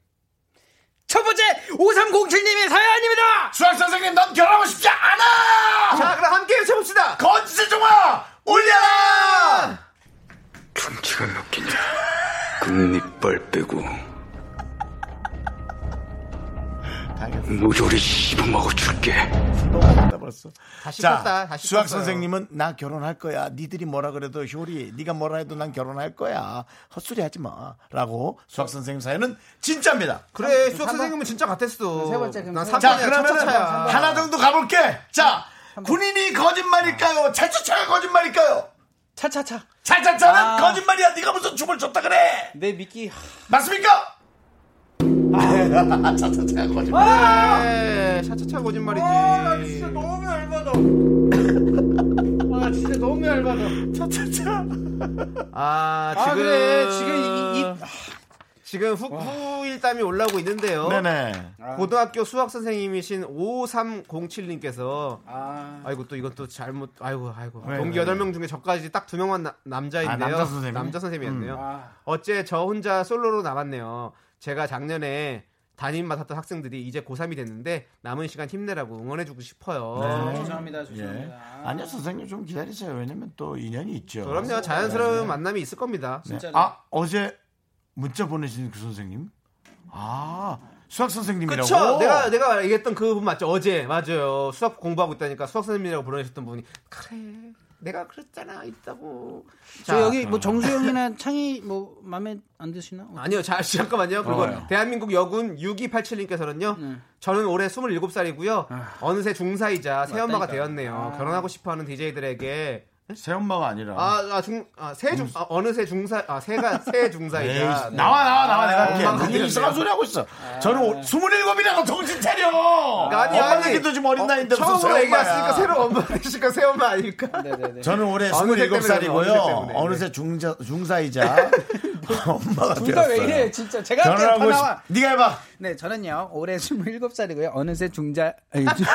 [SPEAKER 7] 첫 번째 5307님의 사연입니다.
[SPEAKER 1] 수학 선생님 넌 결혼하고 싶지 않아!
[SPEAKER 2] 자, 그럼 함께 외쳐봅시다.
[SPEAKER 1] 거짓의 종아 올려라!
[SPEAKER 8] 충치가 몇 개냐? 금이빨 빼고. 노조리 씹어먹어 줄게.
[SPEAKER 2] 다시 컸다.
[SPEAKER 1] 자,
[SPEAKER 2] 다시
[SPEAKER 1] 수학
[SPEAKER 2] 컸어요.
[SPEAKER 1] 선생님은 나 결혼할 거야. 니들이 뭐라 그래도 효리, 네가 뭐라 해도 난 결혼할 거야. 헛소리 하지 마. 라고 수학 선생님 사연은 진짜입니다.
[SPEAKER 2] 그래, 네, 수학 선생님은 진짜 같았어. 세 번째 난 3번이야.
[SPEAKER 1] 자, 그러면
[SPEAKER 2] 차차차야.
[SPEAKER 1] 하나 정도 가볼게. 자, 군인이 거짓말일까요? 차차차가 거짓말일까요?
[SPEAKER 7] 차차차.
[SPEAKER 1] 차차차는
[SPEAKER 7] 아.
[SPEAKER 1] 거짓말이야. 네가 무슨 춤을 췄다 그래.
[SPEAKER 7] 내 미끼.
[SPEAKER 1] 맞습니까? 차차차가 거짓말.
[SPEAKER 2] 네, 차차차 거짓말이지.
[SPEAKER 1] 너무 열받아.
[SPEAKER 2] 아, 진짜 너무 열받아.
[SPEAKER 1] 차차차.
[SPEAKER 2] 아, 지금
[SPEAKER 7] 그래. 지금 이- 이-
[SPEAKER 2] 지금 후, 후일담이 올라오고 있는데요.
[SPEAKER 1] 네네.
[SPEAKER 2] 고등학교 수학 선생님이신 5307님께서 아. 이고또 이건 또 잘못 아이고 아이고
[SPEAKER 1] 왜,
[SPEAKER 2] 동기
[SPEAKER 1] 왜,
[SPEAKER 2] 여덟 명 중에 저까지 딱 두 명만 나- 남자인데요.
[SPEAKER 1] 아, 남자 선생님? 음.
[SPEAKER 2] 이었네요
[SPEAKER 7] 아.
[SPEAKER 2] 어째 저 혼자 솔로로 남았네요. 제가 작년에 담임 맡았던 학생들이 이제 고3이 됐는데 남은 시간 힘내라고 응원해주고 싶어요.
[SPEAKER 7] 죄송합니다.
[SPEAKER 1] 예.
[SPEAKER 7] 죄송합니다.
[SPEAKER 1] 아니요, 선생님 좀 기다리세요. 왜냐면 또 인연이 있죠.
[SPEAKER 2] 그럼요 자연스러운 만남이 있을 겁니다.
[SPEAKER 1] 네. 아, 어제 문자 보내신 그 선생님? 아, 수학 선생님이라고?
[SPEAKER 2] 그쵸 내가 내가 얘기했던 그 분 맞죠 어제 맞아요 수학 공부하고 있다니까 수학 선생님이라고 불러내셨던 분이 그래 내가 그랬잖아 있다고
[SPEAKER 7] 저 여기 뭐 정수영이나 창희 뭐 마음에 안 드시나? 어.
[SPEAKER 2] 아니요, 자, 잠깐만요. 그리고
[SPEAKER 1] 어, 예.
[SPEAKER 2] 대한민국 여군 6287님께서는요. 저는 올해
[SPEAKER 1] 아.
[SPEAKER 2] 27살이고요. 어느새 중사이자 새엄마가 되었네요. 결혼하고 싶어하는 DJ들에게
[SPEAKER 1] 새엄마가 아니라. 음.
[SPEAKER 2] 아, 아, 중, 아, 새 중, 아, 어느 새 중사, 아, 새가, 새 중사이다.
[SPEAKER 1] 에이,
[SPEAKER 2] 네.
[SPEAKER 1] 나와 나와 나와
[SPEAKER 2] 아,
[SPEAKER 1] 내가
[SPEAKER 2] 엄마가
[SPEAKER 1] 이렇게
[SPEAKER 2] 그러네요. 아.
[SPEAKER 1] 이상한 소리 하고 있어. 저는 27이라고 정신 차려.
[SPEAKER 2] 아니,
[SPEAKER 1] 엄마
[SPEAKER 2] 아니.
[SPEAKER 1] 얘기도 좀 어린
[SPEAKER 2] 어,
[SPEAKER 1] 나이인데 무슨
[SPEAKER 2] 처음으로
[SPEAKER 1] 새엄마야.
[SPEAKER 2] 얘기했으니까 새로 엄마 되시니까 새 엄마 아닐까? 네네네.
[SPEAKER 1] 저는 올해
[SPEAKER 2] 어느 새 때문에
[SPEAKER 1] 27살이고요.
[SPEAKER 2] 그러네, 어느 새
[SPEAKER 1] 어느새 중자, 중사이자 엄마가 되었어요.
[SPEAKER 7] 둘다왜 이래 진짜 제가 할게요 다
[SPEAKER 1] 결혼하고 싶...
[SPEAKER 7] 나와
[SPEAKER 1] 네가 해봐.
[SPEAKER 7] 네 저는요 올해 27살이고요 어느새 중자 아니, 중-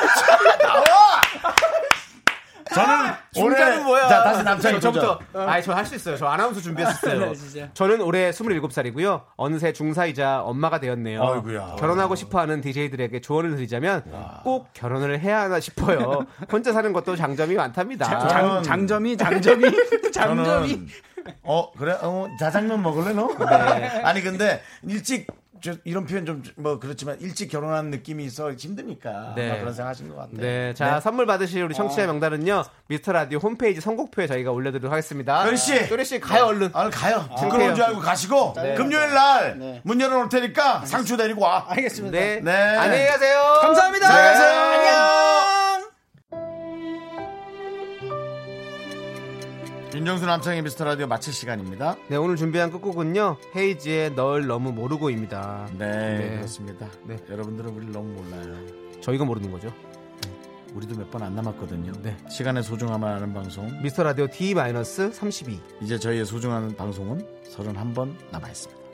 [SPEAKER 1] 저는 올해
[SPEAKER 2] 아, 중자는 뭐야?
[SPEAKER 1] 네. 자 다시 남창이
[SPEAKER 2] 저- 저부터.
[SPEAKER 1] 저부터
[SPEAKER 2] 아니, 저 할 수 있어요. 저 아나운서 준비했었어요.
[SPEAKER 7] 네, 진짜.
[SPEAKER 2] 저는 올해 27살이고요. 어느새 중사이자 엄마가 되었네요.
[SPEAKER 1] 아이고야.
[SPEAKER 2] 결혼하고 싶어 하는 DJ들에게 조언을 드리자면 꼭 결혼을 해야 하나 싶어요. 혼자 사는 것도 장점이 많답니다.
[SPEAKER 7] 장,
[SPEAKER 1] 저는-
[SPEAKER 7] 장점이 장점이 장점이
[SPEAKER 1] 저는 어 그래 어 자장면 먹을래 너?
[SPEAKER 2] 네.
[SPEAKER 1] 아니 근데 일찍 저 이런 표현 좀 뭐 그렇지만 일찍 결혼한 느낌이 있어 힘드니까
[SPEAKER 2] 네.
[SPEAKER 1] 아마 그런 생각하신 것 같아요.
[SPEAKER 2] 네, 자 선물 받으실 우리 청취자 명단은요 미스터 라디오 홈페이지 선곡표에 저희가 올려드리도록 하겠습니다.
[SPEAKER 1] 또리 씨.
[SPEAKER 2] 또리 씨 가요 얼른.
[SPEAKER 1] 아, 가요. 부끄러운 줄 알고 가시고
[SPEAKER 2] 네.
[SPEAKER 1] 금요일 날 문 열어놓을 테니까 상추 데리고 와.
[SPEAKER 7] 알겠습니다
[SPEAKER 2] 네.
[SPEAKER 1] 네.
[SPEAKER 2] 안녕히 가세요.
[SPEAKER 7] 감사합니다
[SPEAKER 1] 잘 가세요.
[SPEAKER 7] 안녕
[SPEAKER 1] 윤정수 남창의 미스터 라디오 마칠 시간입니다.
[SPEAKER 2] 네, 오늘 준비한 끝곡은요 헤이지의 널 너무 모르고입니다.
[SPEAKER 1] 네,
[SPEAKER 2] 네.
[SPEAKER 1] 그렇습니다.
[SPEAKER 2] 네.
[SPEAKER 1] 여러분들은 우리 너무 몰라요.
[SPEAKER 2] 저희가 모르는 거죠.
[SPEAKER 1] 우리도 몇 번 안 남았거든요. 시간의 소중함을 아는 방송.
[SPEAKER 2] 미스터 라디오 D 32
[SPEAKER 1] 이제 저희의 소중한 방송은 31번 남아 있습니다.